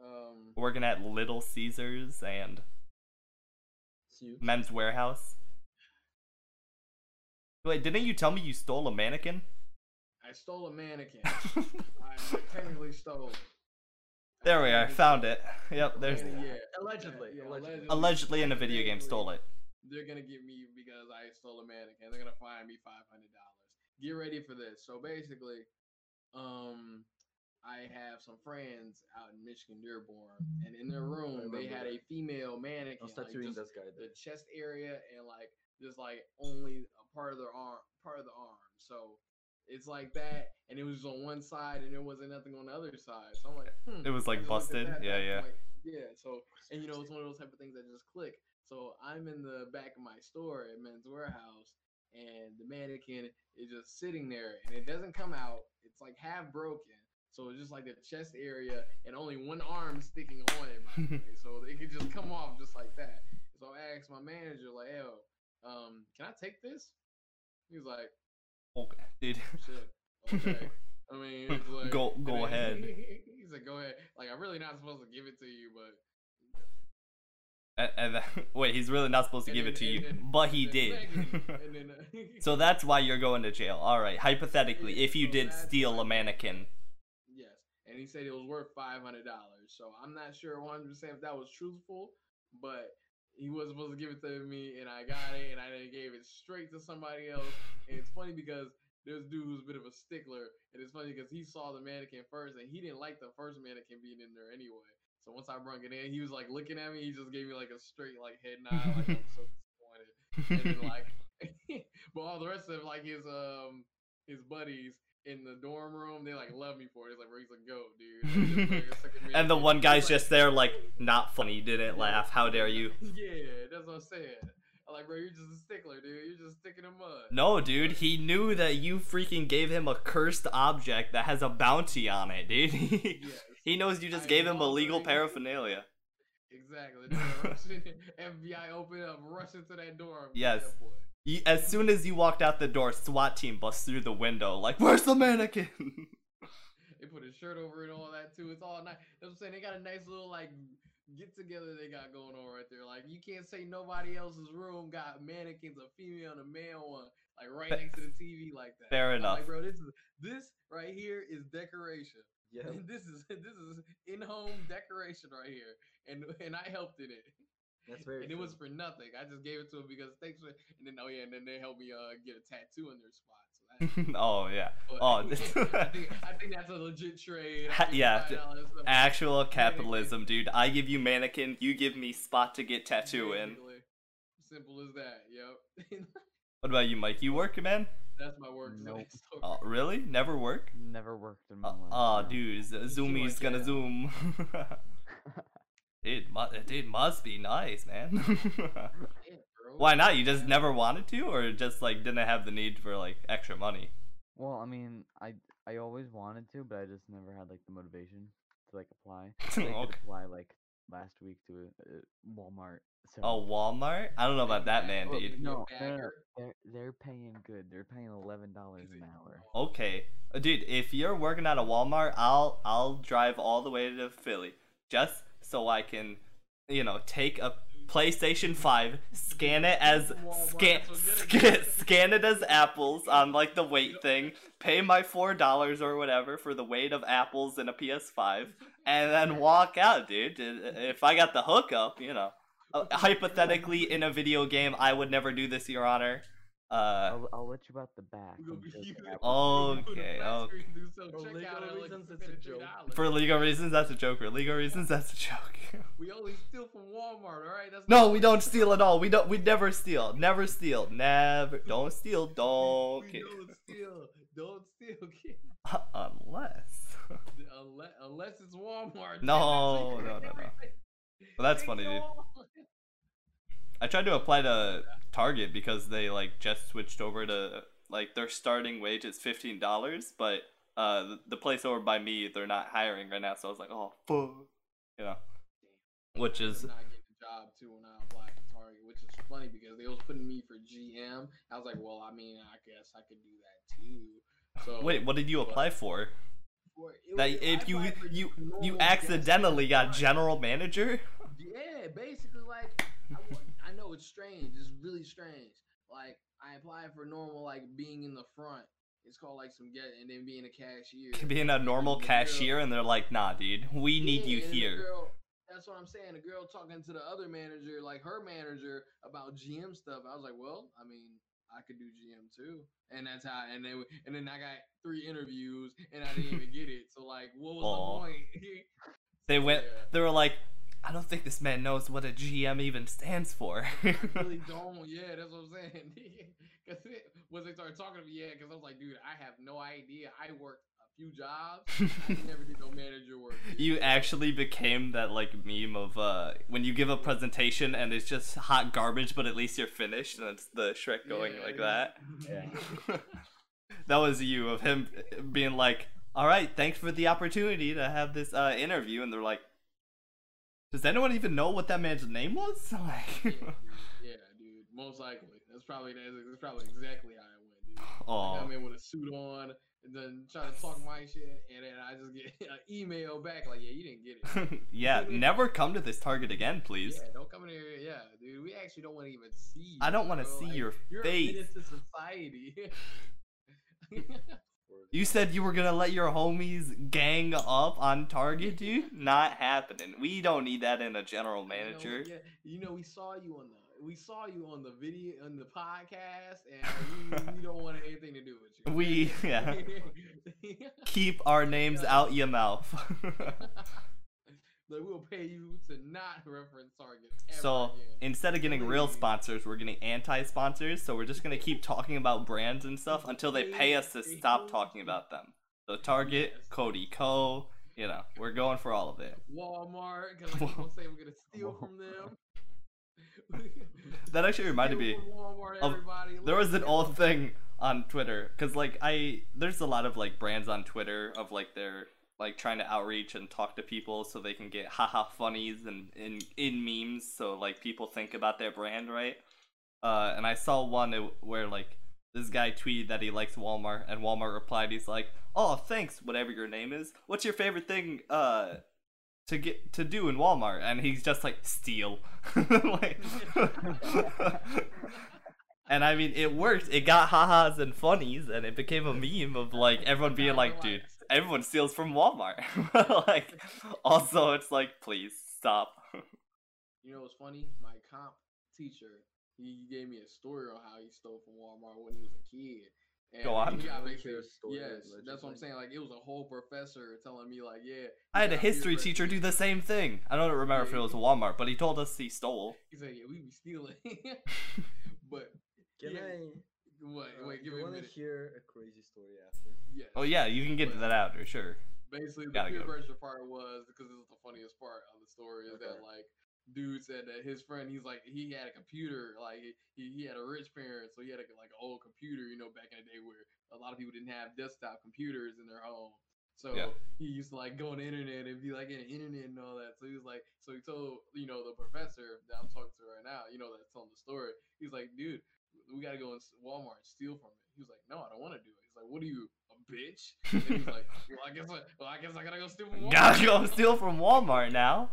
[SPEAKER 2] Um,
[SPEAKER 1] Working at Little Caesars and
[SPEAKER 3] It's you.
[SPEAKER 1] Men's Warehouse. Wait, didn't you tell me you stole a mannequin?
[SPEAKER 2] I stole a mannequin. I technically stole. it.
[SPEAKER 1] There we are. Found it. Yep, there's
[SPEAKER 2] Yeah, yeah.
[SPEAKER 3] Allegedly,
[SPEAKER 2] yeah, allegedly.
[SPEAKER 3] allegedly.
[SPEAKER 1] allegedly in a video game stole it.
[SPEAKER 2] They're gonna give me because I stole a mannequin. They're gonna fine me five hundred dollars. Get ready for this. So basically, um, I have some friends out in Michigan, Dearborn, and in their room they
[SPEAKER 3] remember
[SPEAKER 2] had
[SPEAKER 3] that.
[SPEAKER 2] a female mannequin.
[SPEAKER 3] I was
[SPEAKER 2] like,
[SPEAKER 3] tattooing
[SPEAKER 2] just
[SPEAKER 3] this guy. Dude.
[SPEAKER 2] the chest area and like just like only a part of their arm part of the arm so it's like that and it was on one side and there wasn't nothing on the other side so i'm like hmm.
[SPEAKER 1] It was, like,
[SPEAKER 2] I just looked at
[SPEAKER 1] busted.
[SPEAKER 2] that, and
[SPEAKER 1] Yeah,
[SPEAKER 2] I'm
[SPEAKER 1] yeah.
[SPEAKER 2] like, yeah so and you know it's one of those type of things that just click so i'm in the back of my store at men's warehouse and the mannequin is just sitting there and it doesn't come out it's like half broken so it's just like the chest area and only one arm sticking on it by the way. so it could just come off just like that so I asked my manager, like, yo, um, can I take this? He was like,
[SPEAKER 1] Okay, Oh, dude.
[SPEAKER 2] shit, okay. I mean, it's like,
[SPEAKER 1] Go- go
[SPEAKER 2] and then-
[SPEAKER 1] ahead.
[SPEAKER 2] he said, go ahead. Like, I'm really not supposed to give it to you, but
[SPEAKER 1] And, and then, uh, wait, he's really not supposed to
[SPEAKER 2] and
[SPEAKER 1] give
[SPEAKER 2] then-
[SPEAKER 1] it to
[SPEAKER 2] and
[SPEAKER 1] you,
[SPEAKER 2] then-
[SPEAKER 1] but he
[SPEAKER 2] and
[SPEAKER 1] did.
[SPEAKER 2] then- and then, uh,
[SPEAKER 1] so that's why you're going to jail. All right, hypothetically, if you
[SPEAKER 2] So
[SPEAKER 1] did
[SPEAKER 2] that's
[SPEAKER 1] steal
[SPEAKER 2] why-
[SPEAKER 1] a mannequin,
[SPEAKER 2] Yes, and he said it was worth five hundred dollars. So I'm not sure 100 percent if that was truthful, but he was supposed to give it to me, and I got it, and I then gave it straight to somebody else. And it's funny because this dude who's a bit of a stickler, and it's funny because he saw the mannequin first, and he didn't like the first mannequin being in there anyway. So once I brung it in, he was like looking at me. He just gave me like a straight like head nod, like I'm so disappointed and then, like but all the rest of like his um his buddies in the dorm room they like love me for it it's like where he's like go dude Like, it's like a
[SPEAKER 1] and the
[SPEAKER 2] man-
[SPEAKER 1] one
[SPEAKER 2] it's
[SPEAKER 1] guy's
[SPEAKER 2] like-
[SPEAKER 1] just there like not funny, didn't laugh. How dare you?
[SPEAKER 2] yeah that's what i'm saying I'm like, bro, you're just a stickler, dude. You're just sticking him up.
[SPEAKER 1] No, dude, he knew that you freaking gave him a cursed object that has a bounty on it, dude. He,
[SPEAKER 2] Yes.
[SPEAKER 1] he knows you just
[SPEAKER 2] I
[SPEAKER 1] gave him
[SPEAKER 2] love
[SPEAKER 1] illegal
[SPEAKER 2] it.
[SPEAKER 1] paraphernalia.
[SPEAKER 2] Exactly. Dude, Russian FBI open up, rush into that door. and beat
[SPEAKER 1] Yes.
[SPEAKER 2] that boy.
[SPEAKER 1] You- as soon as you walked out the door, SWAT team busts through the window, like, "Where's the mannequin?"
[SPEAKER 2] They put a shirt over it, all that too. It's all nice. That's what I'm saying. They got a nice little like get together they got going on right there. Like you can't say nobody else's room got mannequins, a female and a male one, like right
[SPEAKER 1] Fa-
[SPEAKER 2] next to the TV like that.
[SPEAKER 1] fair
[SPEAKER 2] I'm
[SPEAKER 1] enough.
[SPEAKER 2] Like, bro, this is this right here is decoration.
[SPEAKER 3] Yeah.
[SPEAKER 2] This is this is in home decoration right here, and and I helped in it.
[SPEAKER 3] That's very
[SPEAKER 2] and it was
[SPEAKER 3] true.
[SPEAKER 2] for nothing. I just gave it to him because thanks for. And then oh yeah, and then they helped me uh get a tattoo in their spot. So that,
[SPEAKER 1] oh yeah,
[SPEAKER 2] but
[SPEAKER 1] Oh, this-
[SPEAKER 2] I think I think that's a legit trade. I
[SPEAKER 1] Ha-
[SPEAKER 2] think
[SPEAKER 1] yeah,
[SPEAKER 2] $5
[SPEAKER 1] d-
[SPEAKER 2] or something.
[SPEAKER 1] actual capitalism, dude. I give you mannequin, you give me spot to get tattoo in.
[SPEAKER 2] Basically. Simple as that. Yep.
[SPEAKER 1] What about you, Mike? You work, man?
[SPEAKER 2] that's my work.
[SPEAKER 4] Nope.
[SPEAKER 2] Next story.
[SPEAKER 1] Oh, really? Never work?
[SPEAKER 4] Never worked in my
[SPEAKER 1] Uh,
[SPEAKER 4] life.
[SPEAKER 1] oh,
[SPEAKER 4] no.
[SPEAKER 1] dude, Z- Zoomy's
[SPEAKER 2] like
[SPEAKER 1] gonna
[SPEAKER 2] that.
[SPEAKER 1] zoom. dude, mu- dude must be nice, man.
[SPEAKER 2] Yeah, bro.
[SPEAKER 1] Why not? You just never wanted to, or just like didn't have the need for like extra money.
[SPEAKER 4] Well, I mean, I I always wanted to, but I just never had like the motivation to like apply. I did
[SPEAKER 1] okay.
[SPEAKER 4] apply like last week to a, a Walmart. So
[SPEAKER 1] Oh, Walmart? I don't know about that, man,
[SPEAKER 4] Well,
[SPEAKER 1] dude.
[SPEAKER 4] no, no, no,
[SPEAKER 2] Bagger.
[SPEAKER 4] they're they're paying good. They're paying eleven dollars
[SPEAKER 2] Is
[SPEAKER 4] an
[SPEAKER 2] it-
[SPEAKER 4] hour.
[SPEAKER 1] Okay, Uh, dude. If you're working at a Walmart, I'll I'll drive all the way to Philly just so I can, you know, take a PlayStation Five, scan it as
[SPEAKER 2] Walmart,
[SPEAKER 1] scan
[SPEAKER 2] that's what you're
[SPEAKER 1] scan,
[SPEAKER 2] getting.
[SPEAKER 1] scan it as apples on like the
[SPEAKER 2] You
[SPEAKER 1] weight thing,
[SPEAKER 2] don't-
[SPEAKER 1] pay my four dollars or whatever for the weight of apples in a PS Five, and then walk out, dude. If I got the hookup, you know. Uh, hypothetically, in a video game, I would never do this, Your Honor. Uh,
[SPEAKER 4] I'll, I'll let you out the back.
[SPEAKER 2] We're gonna
[SPEAKER 4] I'm
[SPEAKER 2] be
[SPEAKER 4] joking,
[SPEAKER 2] using-
[SPEAKER 4] I was-
[SPEAKER 1] Oh.
[SPEAKER 2] We're gonna go to the
[SPEAKER 1] Okay,
[SPEAKER 2] fast
[SPEAKER 1] okay.
[SPEAKER 2] food and do some
[SPEAKER 3] For
[SPEAKER 2] checkout
[SPEAKER 3] legal
[SPEAKER 2] and, like,
[SPEAKER 3] reasons,
[SPEAKER 2] spend
[SPEAKER 3] it's a
[SPEAKER 2] $3.
[SPEAKER 3] joke.
[SPEAKER 1] for legal reasons, that's a joke. For legal reasons, that's a joke.
[SPEAKER 2] We only steal from Walmart, all right? That's
[SPEAKER 1] no,
[SPEAKER 2] not-
[SPEAKER 1] we don't steal at all. We don't. We never steal. Never steal. Never. Don't steal. Don't.
[SPEAKER 2] We
[SPEAKER 1] ki-
[SPEAKER 2] don't steal. Don't steal, kid.
[SPEAKER 1] Uh, Unless.
[SPEAKER 2] Unless, unless it's Walmart. They
[SPEAKER 1] No, no, no, no.
[SPEAKER 2] everything.
[SPEAKER 1] Well, that's
[SPEAKER 2] They
[SPEAKER 1] funny, dude.
[SPEAKER 2] know.
[SPEAKER 1] I tried to apply to Target because they like just switched over to like their starting wage is fifteen dollars, but uh the- the place over by me they're not hiring right now, so I was like, oh fuck, you know, which
[SPEAKER 2] I'm
[SPEAKER 1] is
[SPEAKER 2] not getting a job too when I applied to Target, which is funny because they was putting me for GM. I was like, well, I mean, I guess I could do that too. So
[SPEAKER 1] wait, what did you
[SPEAKER 2] but-
[SPEAKER 1] apply for?
[SPEAKER 2] for- it
[SPEAKER 1] That
[SPEAKER 2] was- I
[SPEAKER 1] if you
[SPEAKER 2] applied for
[SPEAKER 1] you
[SPEAKER 2] normal
[SPEAKER 1] you
[SPEAKER 2] guest
[SPEAKER 1] accidentally got
[SPEAKER 2] service.
[SPEAKER 1] general manager?
[SPEAKER 2] Yeah, basically, like I, wa- I know it's strange. It's really strange. Like I applied for normal, like being in the front. It's called like some get, and then being a cashier.
[SPEAKER 1] being a normal
[SPEAKER 2] Yeah.
[SPEAKER 1] cashier and they're like, nah, dude, we need
[SPEAKER 2] Yeah,
[SPEAKER 1] you
[SPEAKER 2] and then the
[SPEAKER 1] here.
[SPEAKER 2] girl- that's what I'm saying. The girl talking to the other manager, like her manager, about GM stuff. I was like, well, I mean, I could do GM too, and that's how. And then and then I got three interviews, and I didn't even get it. So like, what was
[SPEAKER 1] Aw.
[SPEAKER 2] the point?
[SPEAKER 1] They went,
[SPEAKER 2] Yeah.
[SPEAKER 1] they were like, I don't think this man knows what a GM even stands for.
[SPEAKER 2] I really don't. Yeah, that's what I'm saying. Because once they started talking to me, yeah, because I was like, dude, I have no idea. I worked a few jobs. I never did no manager work. dude."
[SPEAKER 1] you actually became that like meme of uh when you give a presentation and it's just hot garbage, but at least you're finished, and it's the Shrek going
[SPEAKER 2] Yeah,
[SPEAKER 1] like
[SPEAKER 2] yeah.
[SPEAKER 1] that. that was you of him being like, "All right, thanks for the opportunity to have this uh, interview," and they're like, "Does anyone even know what that man's name was?"
[SPEAKER 2] yeah,
[SPEAKER 1] Like,
[SPEAKER 2] dude. Yeah, dude. Most likely. That's probably that's, that's probably exactly how it went, dude. I
[SPEAKER 1] oh,
[SPEAKER 2] come in with a suit on, and then try to talk my shit, and then I just get an email back like, yeah, you didn't get it.
[SPEAKER 1] yeah, never come to this target again, please.
[SPEAKER 2] Yeah, don't come in here. Yeah, dude. We actually don't want to even see. You,
[SPEAKER 1] I don't want to
[SPEAKER 2] bro.
[SPEAKER 1] see
[SPEAKER 2] Like,
[SPEAKER 1] your
[SPEAKER 2] You're a
[SPEAKER 1] face.
[SPEAKER 2] menace to society.
[SPEAKER 1] You said you were gonna let your homies gang up on Target, dude. Not happening. We don't need that in a general
[SPEAKER 2] You know,
[SPEAKER 1] manager.
[SPEAKER 2] yeah, you know, we saw you on the we saw you on the video on the podcast, and we, we don't want anything to do with you.
[SPEAKER 1] We- Keep our names
[SPEAKER 2] Yeah.
[SPEAKER 1] out your mouth.
[SPEAKER 2] like we'll pay you to not reference Target. Ever
[SPEAKER 1] So,
[SPEAKER 2] again.
[SPEAKER 1] Instead of getting real
[SPEAKER 2] Please.
[SPEAKER 1] sponsors, we're getting anti sponsors, so we're just gonna keep talking about brands and stuff until they pay us to stop talking about them. So Target,
[SPEAKER 2] Yes.
[SPEAKER 1] Cody Co, you know, we're going for all of it.
[SPEAKER 2] Walmart, because like, people say we're gonna steal from them.
[SPEAKER 1] That actually reminded me.
[SPEAKER 2] Hit 'em with Walmart,
[SPEAKER 1] of-
[SPEAKER 2] everybody.
[SPEAKER 1] There was
[SPEAKER 2] Let's
[SPEAKER 1] an
[SPEAKER 2] go.
[SPEAKER 1] old thing on Twitter because like I there's a lot of like brands on Twitter of like they're like trying to outreach and talk to people so they can get haha funnies and in in memes so like people think about their brand right. Uh, and I saw one it- where like this guy tweeted that he likes Walmart and Walmart replied he's like oh thanks whatever your name is what's your favorite thing uh to get to do in Walmart and he's just like steal like And I mean, it worked. It got ha-has and funnies, and it became a meme of like everyone being
[SPEAKER 2] Now
[SPEAKER 1] like, "Dude,
[SPEAKER 2] relax.
[SPEAKER 1] everyone steals from Walmart." like, also, it's like, please stop.
[SPEAKER 2] You know what's funny? My comp teacher, he gave me a story on how he stole from Walmart when he was a kid. And
[SPEAKER 1] Go on.
[SPEAKER 2] He got
[SPEAKER 3] Really
[SPEAKER 2] basically-
[SPEAKER 3] true story,
[SPEAKER 2] yes, that's what I'm
[SPEAKER 3] allegedly.
[SPEAKER 2] saying. Like it was a whole professor telling me, like, yeah.
[SPEAKER 1] I had
[SPEAKER 2] yeah,
[SPEAKER 1] a
[SPEAKER 2] we were
[SPEAKER 1] history
[SPEAKER 2] right-
[SPEAKER 1] teacher do the same thing. I don't remember if it was Walmart, but he told us he stole.
[SPEAKER 2] He said, yeah, we be stealing. but
[SPEAKER 3] Can
[SPEAKER 2] Yeah,
[SPEAKER 3] I?
[SPEAKER 2] what?
[SPEAKER 3] uh,
[SPEAKER 2] wait, give me a
[SPEAKER 3] you wanna
[SPEAKER 2] minute.
[SPEAKER 3] hear a crazy story after?
[SPEAKER 2] Yes.
[SPEAKER 1] Oh yeah, you can get that out for sure.
[SPEAKER 2] basically the
[SPEAKER 1] Gotta
[SPEAKER 2] peer
[SPEAKER 1] go.
[SPEAKER 2] pressure part was because this is the funniest part of the story is that
[SPEAKER 3] Okay.
[SPEAKER 2] like dude said that his friend he's like he had a computer like he, he had a rich parent so he had a, like an old computer you know back in the day where a lot of people didn't have desktop computers in their home so
[SPEAKER 1] Yeah.
[SPEAKER 2] he used to like go on the internet and be like in the internet and all that so he was like so he told you know the professor that I'm talking to right now you know that's telling the story he's like dude we gotta go in s- Walmart and steal from it he was like no I don't want to do it he's like what are you a bitch and he's like, well, I guess I, well, I guess I gotta go steal from Walmart.
[SPEAKER 1] Gotta go steal from Walmart now.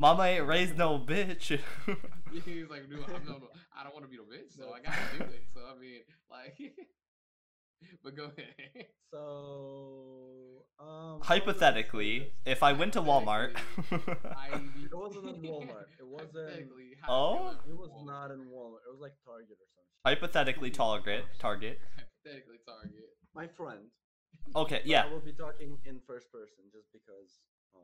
[SPEAKER 1] Mama ain't raised no bitch.
[SPEAKER 2] He's like, dude, I'm not, I don't want to be the bitch, so I gotta do it. So I mean, like, but go ahead.
[SPEAKER 3] So, um.
[SPEAKER 1] Hypothetically, if I went to Walmart,
[SPEAKER 2] IED.
[SPEAKER 3] It wasn't in Walmart. It wasn't-
[SPEAKER 2] Hypothetically, how
[SPEAKER 1] Oh?
[SPEAKER 2] you
[SPEAKER 3] It
[SPEAKER 2] go
[SPEAKER 3] was
[SPEAKER 2] to Walmart.
[SPEAKER 3] not in Walmart. It was like Target or something.
[SPEAKER 1] hypothetically, Target, Target.
[SPEAKER 2] hypothetically Target.
[SPEAKER 3] My friend.
[SPEAKER 1] Okay,
[SPEAKER 3] but
[SPEAKER 1] yeah,
[SPEAKER 3] I will be talking in first person just because. Oh,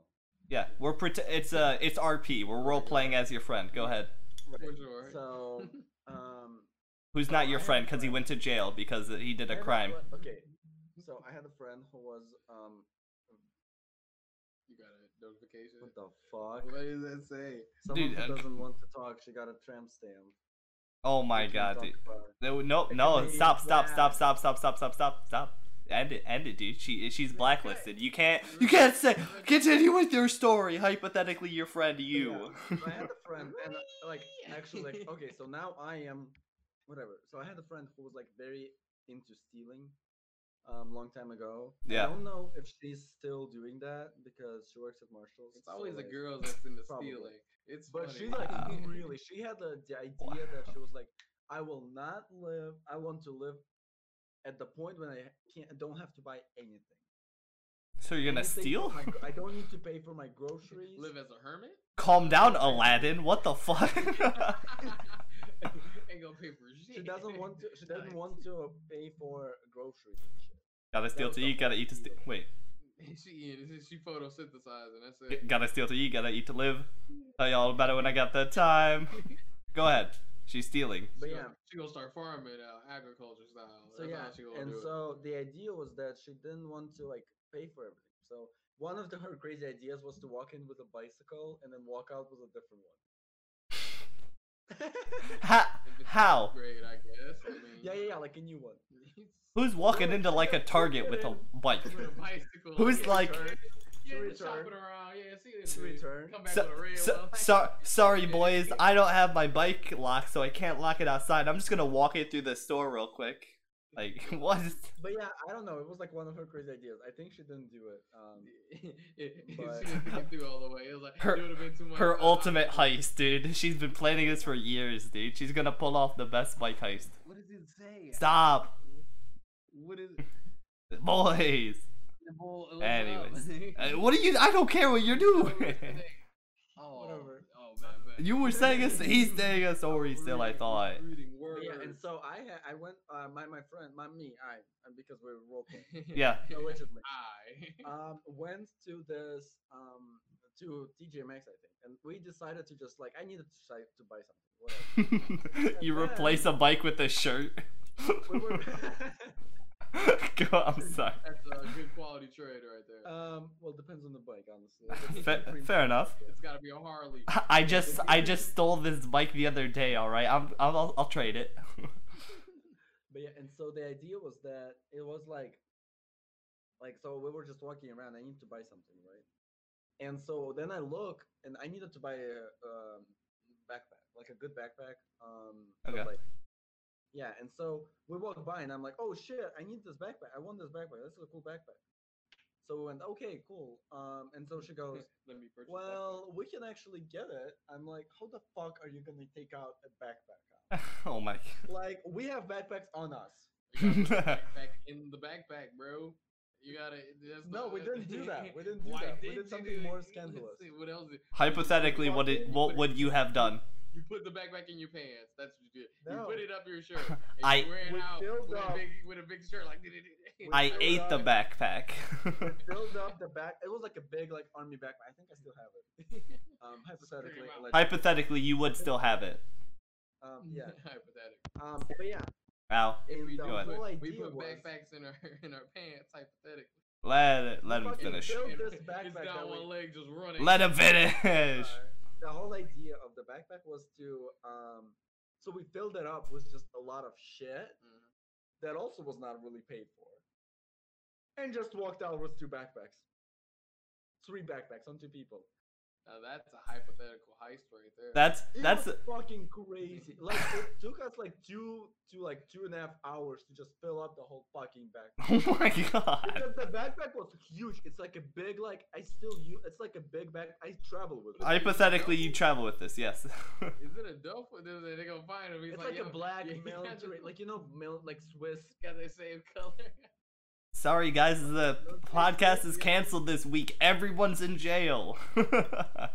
[SPEAKER 1] Yeah, we're pret- it's uh it's RP. We're role playing as your friend. Go ahead.
[SPEAKER 2] For
[SPEAKER 3] right.
[SPEAKER 2] sure.
[SPEAKER 3] So, um.
[SPEAKER 1] Who's
[SPEAKER 3] So I
[SPEAKER 1] not your
[SPEAKER 3] have a
[SPEAKER 1] friend because he
[SPEAKER 3] friend.
[SPEAKER 1] went to jail because he did
[SPEAKER 3] I
[SPEAKER 1] a
[SPEAKER 3] had
[SPEAKER 1] crime.
[SPEAKER 3] fri- okay, so I had a friend who was um.
[SPEAKER 2] you got a notification.
[SPEAKER 3] What the fuck?
[SPEAKER 2] What does that say?
[SPEAKER 3] Someone
[SPEAKER 1] Dude,
[SPEAKER 3] who
[SPEAKER 1] uh,
[SPEAKER 3] doesn't want to talk. She got a tramp stamp.
[SPEAKER 1] Oh my
[SPEAKER 3] We can't
[SPEAKER 1] god,
[SPEAKER 3] talk
[SPEAKER 1] dude.
[SPEAKER 3] about it.
[SPEAKER 1] No,
[SPEAKER 3] The
[SPEAKER 1] no, no.
[SPEAKER 3] comedian's
[SPEAKER 1] Stop, stop, stop,
[SPEAKER 3] black.
[SPEAKER 1] stop, stop, stop, stop, stop, stop. End it, end it, dude. She she's
[SPEAKER 2] Okay.
[SPEAKER 1] blacklisted. You can't you can't say continue with your story. Hypothetically, your friend
[SPEAKER 3] But yeah,
[SPEAKER 1] you.
[SPEAKER 3] so I had a friend, and uh, like actually, like okay, so now I am, whatever. So I had a friend who was like very into stealing, um, long time ago.
[SPEAKER 1] Yeah.
[SPEAKER 3] I don't know if she's still doing that because she works at Marshalls.
[SPEAKER 2] It's
[SPEAKER 3] so,
[SPEAKER 2] always the
[SPEAKER 3] like-
[SPEAKER 2] girls that's in the
[SPEAKER 3] probably.
[SPEAKER 2] stealing. It's
[SPEAKER 3] But
[SPEAKER 2] funny.
[SPEAKER 3] she's like
[SPEAKER 1] Wow.
[SPEAKER 3] really, she had the, the idea that she was like, I will not live. I want to live at the point when I can't, don't have to buy anything.
[SPEAKER 1] So you're gonna
[SPEAKER 3] Anything for
[SPEAKER 1] steal?
[SPEAKER 3] my gro- I don't need to pay for my groceries.
[SPEAKER 2] live as a hermit.
[SPEAKER 1] Calm down, Aladdin. What the fuck?
[SPEAKER 2] Ain't gonna pay for shit.
[SPEAKER 3] She doesn't want to. She doesn't
[SPEAKER 2] Nice.
[SPEAKER 3] want to pay for groceries and shit.
[SPEAKER 1] gotta steal to eat. Gotta eat to steal. Wait.
[SPEAKER 2] She eating. She photosynthesizing. That's
[SPEAKER 1] G-
[SPEAKER 2] it.
[SPEAKER 1] gotta steal to eat. Gotta eat to live. Tell y'all about it when I got the time. Go ahead. She's stealing.
[SPEAKER 3] But
[SPEAKER 2] She
[SPEAKER 3] yeah.
[SPEAKER 2] gonna- she gonna start farming uh, agriculture style.
[SPEAKER 3] So
[SPEAKER 2] That's
[SPEAKER 3] yeah,
[SPEAKER 2] how she gonna
[SPEAKER 3] and
[SPEAKER 2] do
[SPEAKER 3] so the idea was that she didn't want to like pay for everything. So one of the, her crazy ideas was to walk in with a bicycle and then walk out with a different one.
[SPEAKER 1] Ha-
[SPEAKER 2] it. If it's
[SPEAKER 1] how?
[SPEAKER 2] Great, I guess. I mean,
[SPEAKER 3] yeah, yeah, yeah, like a new one.
[SPEAKER 1] Who's walking into like a Target with a bike?
[SPEAKER 2] with a bicycle.
[SPEAKER 1] Who's
[SPEAKER 2] yeah,
[SPEAKER 1] like-
[SPEAKER 2] sure. Yeah,
[SPEAKER 3] To
[SPEAKER 2] just
[SPEAKER 3] return.
[SPEAKER 2] shopping around. Yeah, see
[SPEAKER 3] To
[SPEAKER 2] this. dude.
[SPEAKER 3] return.
[SPEAKER 2] Come back
[SPEAKER 1] So,
[SPEAKER 2] with a red
[SPEAKER 1] so,
[SPEAKER 2] one.
[SPEAKER 1] so, sorry, boys. I don't have my bike lock, so I can't lock it outside. I'm just gonna walk it through the store real quick. Like, what?
[SPEAKER 3] But yeah, I don't know. It was like one of her crazy ideas. I think she didn't do it. Um,
[SPEAKER 2] she didn't
[SPEAKER 3] But-
[SPEAKER 2] think it through all the way. It was like
[SPEAKER 1] Her-
[SPEAKER 2] it would've been too much.
[SPEAKER 1] Her
[SPEAKER 2] time.
[SPEAKER 1] ultimate heist, dude. She's been planning this for years, dude. She's gonna pull off the best bike heist.
[SPEAKER 2] What does it say?
[SPEAKER 1] Stop,
[SPEAKER 2] What is?
[SPEAKER 1] boys.
[SPEAKER 2] Well, look it up.
[SPEAKER 1] Anyways. Uh, what are you? I don't care what you're doing.
[SPEAKER 2] Oh,
[SPEAKER 3] Whatever.
[SPEAKER 2] Oh, man, man.
[SPEAKER 1] you were saying us. He's saying us story still. I thought.
[SPEAKER 3] but yeah, and so I ha- I went uh, my my friend my me I uh, because we were role playing
[SPEAKER 1] Yeah.
[SPEAKER 3] allegedly.
[SPEAKER 2] I.
[SPEAKER 3] um, went to this um, to TJ Maxx, I think, and we decided to just like I needed to decide to buy something. Whatever.
[SPEAKER 1] you replace a bike with a shirt.
[SPEAKER 3] We were
[SPEAKER 1] Go, I'm sorry.
[SPEAKER 2] That's a good quality trade right there.
[SPEAKER 3] Um, well, depends on the bike, honestly.
[SPEAKER 1] Fa- fair enough.
[SPEAKER 2] it's got to be a Harley.
[SPEAKER 1] I just I just stole this bike the other day. All right, I'm, I'm I'll, I'll trade it.
[SPEAKER 3] But yeah, and so the idea was that it was like, like so we were just walking around. I need to buy something, right? And so then I look, and I needed to buy a um, backpack, like a good backpack. Um, but,
[SPEAKER 1] Okay.
[SPEAKER 3] like, yeah, and so we walked by, and I'm like, oh shit, I need this backpack. I want this backpack. This is a cool backpack. So we went, okay, cool. Um, and so she goes,
[SPEAKER 2] Let me purchase that.
[SPEAKER 3] well, we can actually get it. I'm like, how the fuck are you gonna take out a backpack? out?
[SPEAKER 1] oh my.
[SPEAKER 3] Like, we have backpacks on us.
[SPEAKER 2] You gotta put the backpack in the backpack, bro. You gotta. That's
[SPEAKER 3] No,
[SPEAKER 2] not-
[SPEAKER 3] we didn't do that. We didn't do
[SPEAKER 2] Why
[SPEAKER 3] that. We
[SPEAKER 2] did
[SPEAKER 3] did
[SPEAKER 2] you
[SPEAKER 3] something
[SPEAKER 2] do
[SPEAKER 3] more
[SPEAKER 2] that?
[SPEAKER 3] scandalous.
[SPEAKER 2] Let's see, what else? did-
[SPEAKER 1] Hypothetically, what it, what would you have done?
[SPEAKER 2] You put the backpack in your pants. That's what you did. You
[SPEAKER 3] No.
[SPEAKER 2] put it up your shirt. And
[SPEAKER 1] I-
[SPEAKER 2] you ran
[SPEAKER 3] We
[SPEAKER 2] out
[SPEAKER 3] filled
[SPEAKER 2] with a
[SPEAKER 3] up-
[SPEAKER 2] big with a big shirt like. "Dee-dee-dee-dee."
[SPEAKER 1] I
[SPEAKER 2] You throw it
[SPEAKER 1] ate the
[SPEAKER 2] on.
[SPEAKER 1] backpack.
[SPEAKER 3] Filled up the back. It was like a big like army backpack. I think I still have it. Um, hypothetically,
[SPEAKER 2] out.
[SPEAKER 3] allegedly.
[SPEAKER 1] Hypothetically, you would still have it.
[SPEAKER 3] um,
[SPEAKER 2] Mm-hmm.
[SPEAKER 3] yeah.
[SPEAKER 2] Hypothetic.
[SPEAKER 3] Um, but yeah,
[SPEAKER 1] Ow.
[SPEAKER 3] and
[SPEAKER 2] we
[SPEAKER 3] the
[SPEAKER 1] do it.
[SPEAKER 3] whole idea
[SPEAKER 2] We put
[SPEAKER 3] was
[SPEAKER 2] backpacks in our in our pants. Hypothetically.
[SPEAKER 1] Let it- let him
[SPEAKER 3] Fucking
[SPEAKER 1] finish.
[SPEAKER 3] build
[SPEAKER 2] And
[SPEAKER 3] this
[SPEAKER 2] it's
[SPEAKER 3] backpack that
[SPEAKER 2] down
[SPEAKER 3] we-
[SPEAKER 2] one leg just running.
[SPEAKER 1] Let him
[SPEAKER 3] uh,
[SPEAKER 1] finish.
[SPEAKER 3] the whole idea of the backpack was to um, so we filled it up with just a lot of shit
[SPEAKER 2] Mhm.
[SPEAKER 3] that also was not really paid for, and just walked out with two backpacks, three backpacks on two people.
[SPEAKER 2] Now that's a hypothetical heist right there.
[SPEAKER 1] That's
[SPEAKER 3] It
[SPEAKER 1] that's
[SPEAKER 3] was fucking crazy. Like it took us like two to like two and a half hours to just fill up the whole fucking backpack.
[SPEAKER 1] oh my god.
[SPEAKER 3] Because the backpack was huge. It's like a big like I still use. It's like a big back. I travel with it.
[SPEAKER 1] Hypothetically, you travel with this. Yes.
[SPEAKER 2] Is it a dope? Or they're they gonna find him. He's
[SPEAKER 3] it's like,
[SPEAKER 2] "Yo,
[SPEAKER 3] a black
[SPEAKER 2] you got the-
[SPEAKER 3] military, like you know, mil- like Swiss.
[SPEAKER 2] got the same color.
[SPEAKER 1] Sorry guys, the podcast is canceled this week. Everyone's in jail.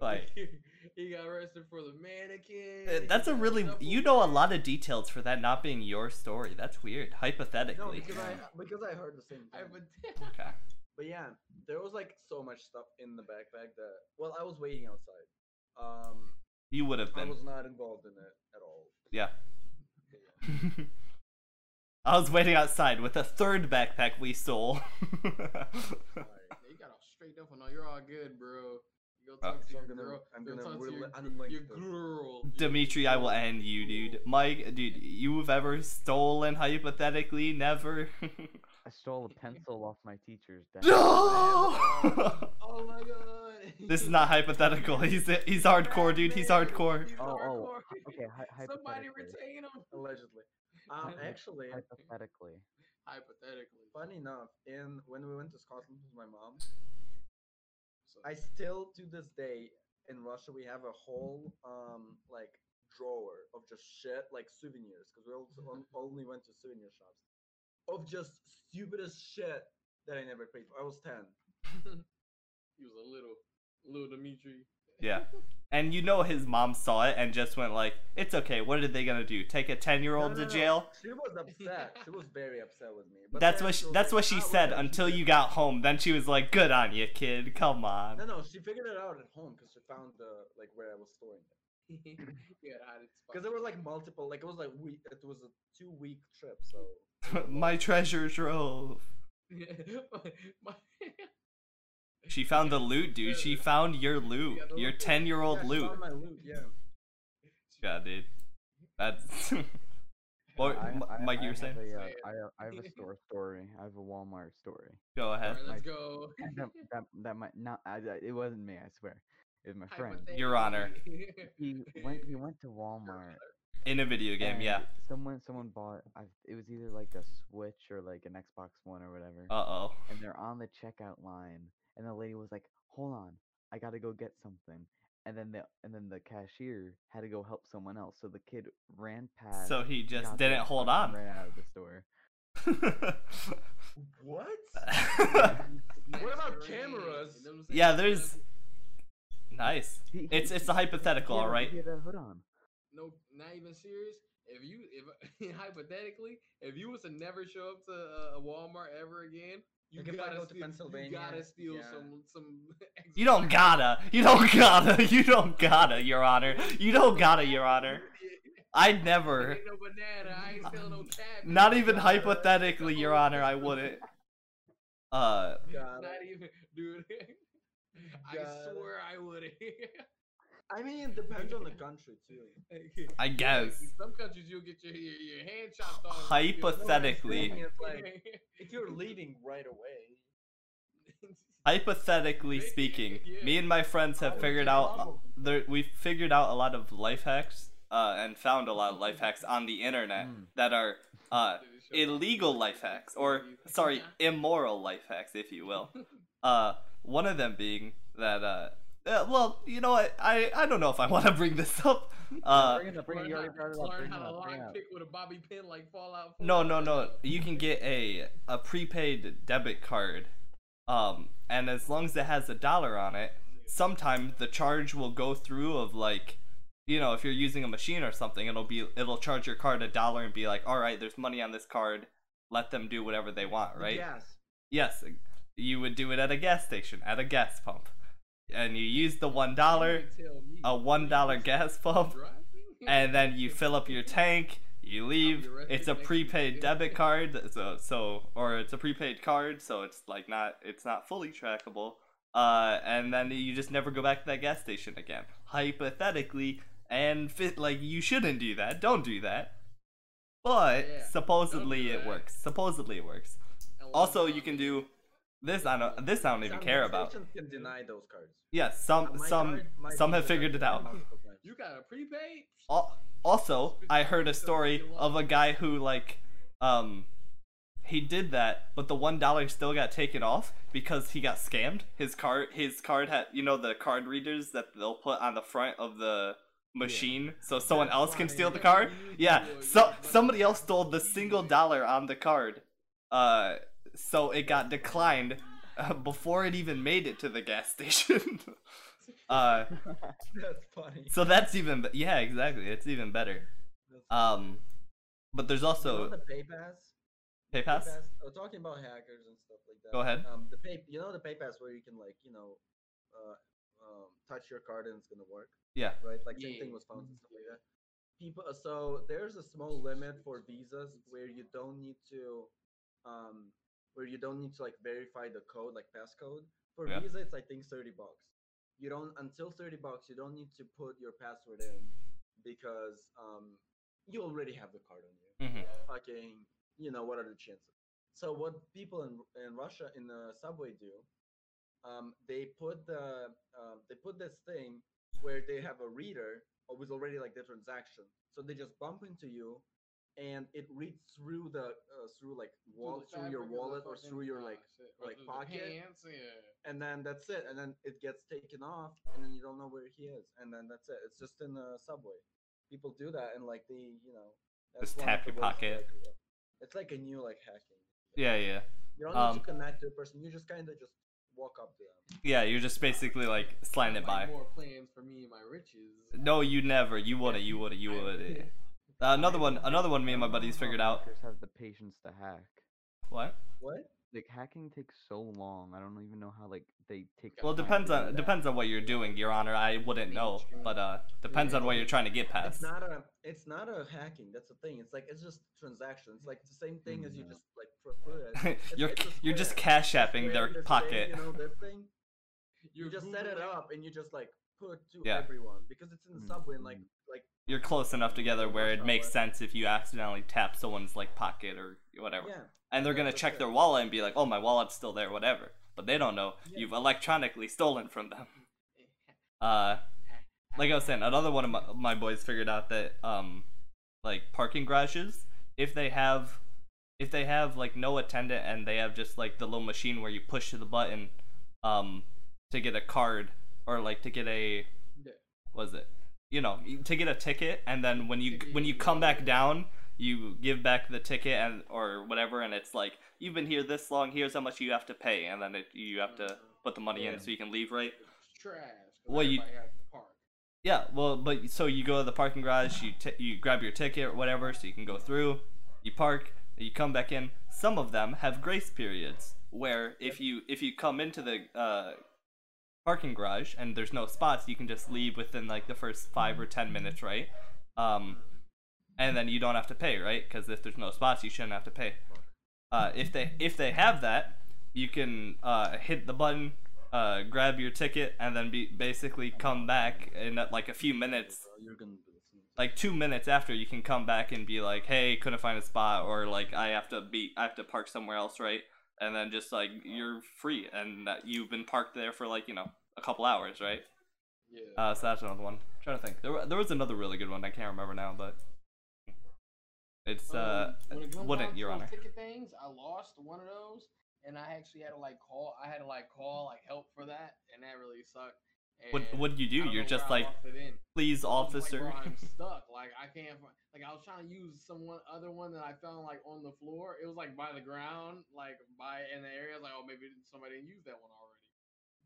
[SPEAKER 1] like
[SPEAKER 2] he got arrested for the mannequin.
[SPEAKER 1] uh,
[SPEAKER 2] he
[SPEAKER 1] that's a
[SPEAKER 2] got
[SPEAKER 1] really
[SPEAKER 2] stuff
[SPEAKER 1] you
[SPEAKER 2] over
[SPEAKER 1] know a
[SPEAKER 2] there.
[SPEAKER 1] lot of details for that not being your story. That's weird.
[SPEAKER 3] No,
[SPEAKER 1] Hypothetically.
[SPEAKER 3] because I because I heard the same
[SPEAKER 2] I
[SPEAKER 3] thing.
[SPEAKER 2] would.
[SPEAKER 1] Okay.
[SPEAKER 3] But yeah, there was like so much stuff in the backpack that. Well, I was waiting outside. Um,
[SPEAKER 1] You would have
[SPEAKER 3] I
[SPEAKER 1] been.
[SPEAKER 3] was not involved in it at all.
[SPEAKER 1] Yeah. I was waiting outside with a third backpack we stole.
[SPEAKER 3] Like,
[SPEAKER 2] You got all straight up and all. You're all good, bro. You go
[SPEAKER 1] Uh,
[SPEAKER 2] talk to
[SPEAKER 3] so
[SPEAKER 2] your
[SPEAKER 3] I'm gonna-
[SPEAKER 2] girl.
[SPEAKER 3] I'm
[SPEAKER 2] go
[SPEAKER 3] gonna
[SPEAKER 2] talk to
[SPEAKER 3] rela-
[SPEAKER 2] your,
[SPEAKER 3] unlink
[SPEAKER 2] your
[SPEAKER 3] this.
[SPEAKER 2] girl.
[SPEAKER 1] Dimitri, I will end you, dude. Mike, dude, you've ever stolen hypothetically? Never.
[SPEAKER 4] I stole a pencil off my teacher's desk.
[SPEAKER 1] no.
[SPEAKER 2] Oh my god.
[SPEAKER 1] This is not hypothetical. He's he's hardcore, dude. He's hardcore.
[SPEAKER 2] He's
[SPEAKER 4] Oh, oh,
[SPEAKER 2] hardcore.
[SPEAKER 4] okay. Hi-
[SPEAKER 2] Somebody
[SPEAKER 4] hypothetically.
[SPEAKER 2] retain him.
[SPEAKER 3] Allegedly. Um, actually,
[SPEAKER 4] Hypothetically.
[SPEAKER 2] Hypothetically.
[SPEAKER 3] funny enough, in when we went to Scotland with my mom, I still to this day in Russia we have a whole um like drawer of just shit like souvenirs because we also on- only went to souvenir shops of just stupidest shit that I never paid for. I was ten.
[SPEAKER 2] He was a little, little Dimitri.
[SPEAKER 1] Yeah. And you know his mom saw it and just went like, "It's okay. What are they gonna do? Take a ten-year-old to jail?"
[SPEAKER 3] She was upset. She was very upset with me. But
[SPEAKER 1] That's
[SPEAKER 3] then
[SPEAKER 1] what she,
[SPEAKER 3] was
[SPEAKER 1] that's
[SPEAKER 3] like,
[SPEAKER 1] what she
[SPEAKER 3] "Ah,
[SPEAKER 1] said
[SPEAKER 3] whatever." She
[SPEAKER 1] until
[SPEAKER 3] did-
[SPEAKER 1] you got home. Then she was like, "Good on you, kid. Come
[SPEAKER 3] No,
[SPEAKER 1] on."
[SPEAKER 3] no, she figured it out at home because she found the like where I was storing it.
[SPEAKER 2] he had a hiding spot.
[SPEAKER 3] Because there were like multiple, like it was like we, it was a two week trip, so.
[SPEAKER 1] My treasure trove.
[SPEAKER 2] My-
[SPEAKER 1] She found the loot, dude. She found your loot. Your ten-year-old
[SPEAKER 3] yeah, she
[SPEAKER 1] loot.
[SPEAKER 3] found my loot, yeah.
[SPEAKER 1] Yeah, dude. That's Or-
[SPEAKER 4] I,
[SPEAKER 1] M-
[SPEAKER 4] I-
[SPEAKER 1] Mike, you
[SPEAKER 4] I
[SPEAKER 1] were saying?
[SPEAKER 4] have a, uh,
[SPEAKER 2] Say it.
[SPEAKER 4] I, I have a store story. I have a Walmart story.
[SPEAKER 1] go
[SPEAKER 2] All
[SPEAKER 1] ahead.
[SPEAKER 2] right, let's
[SPEAKER 4] Mike.
[SPEAKER 2] go.
[SPEAKER 4] that, that, that might not. I, I- it wasn't me. I swear. It was my friend.
[SPEAKER 1] Your Honor.
[SPEAKER 4] He went. He went to Walmart.
[SPEAKER 1] In a video game,
[SPEAKER 4] and
[SPEAKER 1] yeah.
[SPEAKER 4] Someone. Someone bought. I, it was either like a Switch or like an Xbox One or whatever.
[SPEAKER 1] Uh oh.
[SPEAKER 4] and they're on the checkout line, and the lady was like, "Hold on, I gotta go get something." And then the and then the cashier had to go help someone else, so the kid ran past.
[SPEAKER 1] So he just
[SPEAKER 4] got
[SPEAKER 1] didn't
[SPEAKER 4] their
[SPEAKER 1] hold
[SPEAKER 4] stuff, and
[SPEAKER 1] on.
[SPEAKER 4] Ran out of the store.
[SPEAKER 3] What?
[SPEAKER 2] Nice
[SPEAKER 3] about
[SPEAKER 2] terrain,
[SPEAKER 3] cameras?
[SPEAKER 2] you know what I'm
[SPEAKER 1] yeah,
[SPEAKER 2] saying?
[SPEAKER 1] there's nice.
[SPEAKER 4] He- he-
[SPEAKER 1] It's it's a hypothetical,
[SPEAKER 4] he had
[SPEAKER 1] all
[SPEAKER 4] a-
[SPEAKER 1] right.
[SPEAKER 4] He had a hood on.
[SPEAKER 2] no, not even serious. If you, if hypothetically, if you was to never show up to uh, a, a Walmart ever again, you
[SPEAKER 3] Like, if I
[SPEAKER 2] gotta
[SPEAKER 3] go to
[SPEAKER 2] steal, you
[SPEAKER 3] Pennsylvania,
[SPEAKER 2] gotta steal
[SPEAKER 3] yeah.
[SPEAKER 2] some, some.
[SPEAKER 1] You don't gotta. You don't gotta. You don't gotta, Your Honor. You don't gotta, Your Honor. I
[SPEAKER 2] I
[SPEAKER 1] never.
[SPEAKER 2] ain't no banana. I ain't stealing no cabbage.
[SPEAKER 1] Not even
[SPEAKER 2] Nah,
[SPEAKER 1] hypothetically, Your
[SPEAKER 2] no.
[SPEAKER 1] Honor, I wouldn't. Uh,
[SPEAKER 3] Got
[SPEAKER 2] Not even, dude. I
[SPEAKER 3] Got it.
[SPEAKER 2] swear I wouldn't.
[SPEAKER 3] I mean, it depends on the country too.
[SPEAKER 1] I guess.
[SPEAKER 2] In some countries, you'll get your your, your hand chopped off. if you
[SPEAKER 3] No, what I'm
[SPEAKER 1] Hypothetically.
[SPEAKER 3] saying
[SPEAKER 2] don't-
[SPEAKER 3] is, like, if you're leaving right away,
[SPEAKER 1] Hypothetically
[SPEAKER 2] Maybe,
[SPEAKER 1] speaking,
[SPEAKER 2] yeah.
[SPEAKER 1] me and my friends
[SPEAKER 3] I
[SPEAKER 1] have
[SPEAKER 3] would
[SPEAKER 1] figured
[SPEAKER 3] say
[SPEAKER 1] out uh,
[SPEAKER 3] probably.
[SPEAKER 1] there, we've figured out a lot of life hacks uh, and found a lot of life hacks on the internet
[SPEAKER 4] Mm.
[SPEAKER 1] that are uh,
[SPEAKER 2] Did it show
[SPEAKER 1] illegal
[SPEAKER 2] you-
[SPEAKER 1] life hacks or sorry immoral life hacks if you will uh, one of them being that uh, uh, well you know what I, I don't know if i want to bring this up uh,
[SPEAKER 4] bring it up, bring it up.
[SPEAKER 2] Learn
[SPEAKER 4] You
[SPEAKER 2] how,
[SPEAKER 4] already brought it up.
[SPEAKER 2] learn
[SPEAKER 4] Bring it
[SPEAKER 2] how to
[SPEAKER 4] up, bring it
[SPEAKER 2] lock
[SPEAKER 4] up.
[SPEAKER 2] pick with a bobby pin like Fallout. 4.
[SPEAKER 1] no no no you can get a, a prepaid debit card um, and as long as it has a dollar on it sometimes the charge will go through of like you know if you're using a machine or something it'll be it'll charge your card a dollar and be like all right there's money on this card let them do whatever they want right
[SPEAKER 3] Yes.
[SPEAKER 1] Yes, you would do it at a gas station, at a gas pump. And you use the one dollar,
[SPEAKER 2] You tell me.
[SPEAKER 1] a one dollar
[SPEAKER 2] Please.
[SPEAKER 1] gas pump,
[SPEAKER 2] Driving?
[SPEAKER 1] and then you fill up your tank, you leave.
[SPEAKER 2] arrested
[SPEAKER 1] It's a
[SPEAKER 2] next
[SPEAKER 1] prepaid
[SPEAKER 2] week.
[SPEAKER 1] debit card, so so or it's a prepaid card, so it's like not it's not fully trackable. Uh, and then you just never go back to that gas station again. Hypothetically, and fit like you shouldn't do that. Don't do that. But
[SPEAKER 2] Yeah, don't
[SPEAKER 1] supposedly
[SPEAKER 2] do
[SPEAKER 1] it
[SPEAKER 2] that.
[SPEAKER 1] works. Supposedly it works.
[SPEAKER 2] And
[SPEAKER 1] Also,
[SPEAKER 2] lock
[SPEAKER 1] you can
[SPEAKER 2] on.
[SPEAKER 1] do this. I don't. This I don't even
[SPEAKER 3] Some
[SPEAKER 1] care about.
[SPEAKER 3] stations Can deny those cards. Oh
[SPEAKER 1] Yeah, some
[SPEAKER 3] My
[SPEAKER 1] some
[SPEAKER 3] card- my
[SPEAKER 1] some have
[SPEAKER 3] visa
[SPEAKER 1] figured it
[SPEAKER 3] card
[SPEAKER 1] out.
[SPEAKER 3] denied those cards.
[SPEAKER 2] You got a prepaid?
[SPEAKER 1] Al- Also, I heard a story of a guy who like, um, he did that, but the one dollar still got taken off because he got scammed. His card, his card had you know the card readers that they'll put on the front of the machine, so someone
[SPEAKER 3] That's
[SPEAKER 1] else can
[SPEAKER 3] why
[SPEAKER 1] steal the
[SPEAKER 2] you
[SPEAKER 1] card.
[SPEAKER 2] need
[SPEAKER 1] Yeah,
[SPEAKER 2] to, uh,
[SPEAKER 1] so
[SPEAKER 2] use money.
[SPEAKER 1] somebody else stole the single dollar on the card. Uh, so it got declined uh, before it even made it to the gas station. uh,
[SPEAKER 3] That's funny.
[SPEAKER 1] so that's even be- yeah, exactly. It's even better.
[SPEAKER 3] That's funny.
[SPEAKER 1] Um, but there's
[SPEAKER 3] You know
[SPEAKER 1] also
[SPEAKER 3] the PayPass.
[SPEAKER 1] PayPass.
[SPEAKER 3] PayPass. Oh, talking about hackers and stuff like that.
[SPEAKER 1] Go ahead.
[SPEAKER 3] Um, the pay, you know the PayPass where you can like you know, uh, um, touch your card and it's gonna work.
[SPEAKER 1] Yeah.
[SPEAKER 3] Right. Like same
[SPEAKER 2] Yeah.
[SPEAKER 3] thing with phones and stuff like that. People. uh, So there's a small limit for visas where you don't need to, um, where you don't need to like verify the code like passcode. For
[SPEAKER 1] Yeah.
[SPEAKER 3] Visa, it's I think thirty bucks. You don't until thirty bucks. You don't need to put your password in because um, you already have the card on you
[SPEAKER 1] Mhm.
[SPEAKER 3] fucking, you know, what are the chances? So what people in in Russia in the subway do, um, they put the um, they put this thing where they have a reader with already like the transaction, so they just bump into you, and it reads through the uh, through like wall
[SPEAKER 2] the
[SPEAKER 3] through your
[SPEAKER 2] fabric of the
[SPEAKER 3] wallet or
[SPEAKER 2] fucking-
[SPEAKER 3] through your
[SPEAKER 2] oh,
[SPEAKER 3] like,
[SPEAKER 2] shit, or
[SPEAKER 3] like,
[SPEAKER 2] through the
[SPEAKER 3] pocket.
[SPEAKER 2] pants, yeah.
[SPEAKER 3] and then that's it, and then it gets taken off, and then you don't know where he is, and then that's it. It's just in the subway. People do that, and like they, you know, that's
[SPEAKER 1] Just
[SPEAKER 3] one of
[SPEAKER 1] tap
[SPEAKER 3] the
[SPEAKER 1] your
[SPEAKER 3] worst,
[SPEAKER 1] pocket.
[SPEAKER 3] like, uh, it's like a new like hacking.
[SPEAKER 1] Yeah, yeah,
[SPEAKER 3] You don't need
[SPEAKER 1] Um,
[SPEAKER 3] to connect to a person. You just kind of just walk up to them.
[SPEAKER 1] yeah. You're just basically like sliding it
[SPEAKER 2] Like,
[SPEAKER 1] by.
[SPEAKER 2] More plans for me and my riches.
[SPEAKER 1] No, you never. You wouldn't. You wouldn't. You wouldn't. Uh, another one. Another one. Me and my buddies figured out.
[SPEAKER 4] Hackers have the patience to hack.
[SPEAKER 1] What?
[SPEAKER 3] What?
[SPEAKER 4] Like hacking takes so long. I don't even know how like they take.
[SPEAKER 1] Well,
[SPEAKER 4] time
[SPEAKER 1] depends
[SPEAKER 4] to do
[SPEAKER 1] on
[SPEAKER 4] that.
[SPEAKER 1] depends on what you're doing, Your Honor. I wouldn't know, but uh, depends on what you're trying to get
[SPEAKER 3] It's
[SPEAKER 1] past.
[SPEAKER 3] not a. It's not a hacking. That's the thing. It's like it's just transactions. It's like the same thing as you
[SPEAKER 4] Mm.
[SPEAKER 3] just like put put it. It's-
[SPEAKER 1] you're
[SPEAKER 3] it's a
[SPEAKER 1] you're just
[SPEAKER 3] square.
[SPEAKER 1] cash apping
[SPEAKER 3] Square,
[SPEAKER 1] their
[SPEAKER 3] this thing,
[SPEAKER 1] pocket.
[SPEAKER 3] You know this thing.
[SPEAKER 2] You're
[SPEAKER 3] you just set it
[SPEAKER 2] Googling-
[SPEAKER 3] up and you just like put to
[SPEAKER 1] Yeah.
[SPEAKER 3] everyone because it's in the
[SPEAKER 4] Mm,
[SPEAKER 3] subway and like like
[SPEAKER 1] You're close enough together where it
[SPEAKER 3] Rush
[SPEAKER 1] makes
[SPEAKER 3] hour.
[SPEAKER 1] sense if you accidentally tap someone's like pocket or whatever,
[SPEAKER 3] yeah.
[SPEAKER 1] and they're
[SPEAKER 3] yeah,
[SPEAKER 1] gonna
[SPEAKER 3] for
[SPEAKER 1] check
[SPEAKER 3] sure.
[SPEAKER 1] their wallet and be like, "Oh, my wallet's still there," whatever. But they don't know
[SPEAKER 3] Yeah.
[SPEAKER 1] you've electronically stolen from them. Uh, like I was saying, another one of my, my boys figured out that um, like parking garages, if they have, if they have like no attendant and they have just like the little machine where you push the button, um, to get a card or like to get a,
[SPEAKER 2] Yeah.
[SPEAKER 1] was it, you know, you- to get a ticket, and then when you
[SPEAKER 2] Ticket,
[SPEAKER 1] when
[SPEAKER 2] yeah,
[SPEAKER 1] you
[SPEAKER 2] yeah,
[SPEAKER 1] come back
[SPEAKER 2] yeah.
[SPEAKER 1] down, you give back the ticket and or whatever, and it's like you've been here this long, here's how much you have to pay, and then it, you have to put the money in
[SPEAKER 3] Yeah.
[SPEAKER 1] so you can leave, right?
[SPEAKER 2] It's trash. 'cause
[SPEAKER 1] Well, you-
[SPEAKER 2] everybody has to park.
[SPEAKER 1] Yeah, well, but so you go to the parking garage, you t- you grab your ticket or whatever, so you can go through. You park, you come back in. Some of them have grace periods where if you if you come into the uh, parking garage and there's no spots, you can just leave within like the first five or ten minutes, right? Um, and then you don't have to pay, right? Because if there's no spots, you shouldn't have to pay. Uh, if they if they have that, you can uh, hit the button, uh, grab your ticket, and then be basically come back in uh, like a few minutes,
[SPEAKER 3] Bro, Uh, you're gonna be listening to
[SPEAKER 1] like two minutes after. You can come back and be like, "Hey, couldn't find a spot," or like, "I have to be, I have to park somewhere else," right? And then just like you're free, and that you've been parked there for like you know a couple hours, right?
[SPEAKER 2] Yeah.
[SPEAKER 1] Uh, so that's another one. trying to think. There, wa- there was another really good one. I can't remember now, but it's uh,
[SPEAKER 2] Um, when it comes
[SPEAKER 1] wouldn't
[SPEAKER 2] down
[SPEAKER 1] your
[SPEAKER 2] to those
[SPEAKER 1] honor?
[SPEAKER 2] Ticket things. I lost one of those, and I actually had to like call. I had to like call like help for that, and that really sucked.
[SPEAKER 1] What
[SPEAKER 2] And
[SPEAKER 1] What do you
[SPEAKER 2] I
[SPEAKER 1] do?
[SPEAKER 2] don't
[SPEAKER 1] You're
[SPEAKER 2] know
[SPEAKER 1] just
[SPEAKER 2] where I
[SPEAKER 1] like,
[SPEAKER 2] lost it in.
[SPEAKER 1] please,
[SPEAKER 2] I was like,
[SPEAKER 1] officer.
[SPEAKER 2] "Bro, I'm stuck. Like I can't. Find, like I was trying to use someone other one that I found like on the floor. It was like by the ground, like by in the area. I was like, oh, maybe somebody didn't use that one already.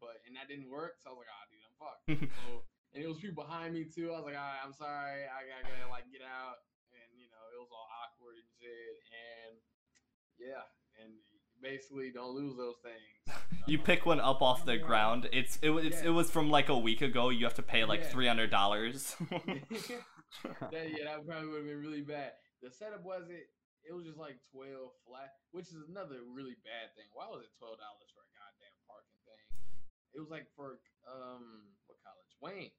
[SPEAKER 2] But and that didn't work. So I was like, ah, dude, I'm fucked. so, and it was people behind me too. I was like, all right, I'm sorry. I gotta, gotta like get out. And you know, it was all awkward and shit. And yeah, and basically, don't lose those things.
[SPEAKER 1] You
[SPEAKER 2] Uh,
[SPEAKER 1] pick one up off the
[SPEAKER 2] Yeah.
[SPEAKER 1] ground. It's it, wa- it's it
[SPEAKER 2] Yeah.
[SPEAKER 1] was from like a week ago. You have to pay like
[SPEAKER 2] Yeah.
[SPEAKER 1] three hundred dollars.
[SPEAKER 2] that yeah, that probably would have been really bad. The setup wasn't. It was just like twelve flat, which is another really bad thing. Why was it twelve dollars for a goddamn parking thing? It was like for um what college? Wayne.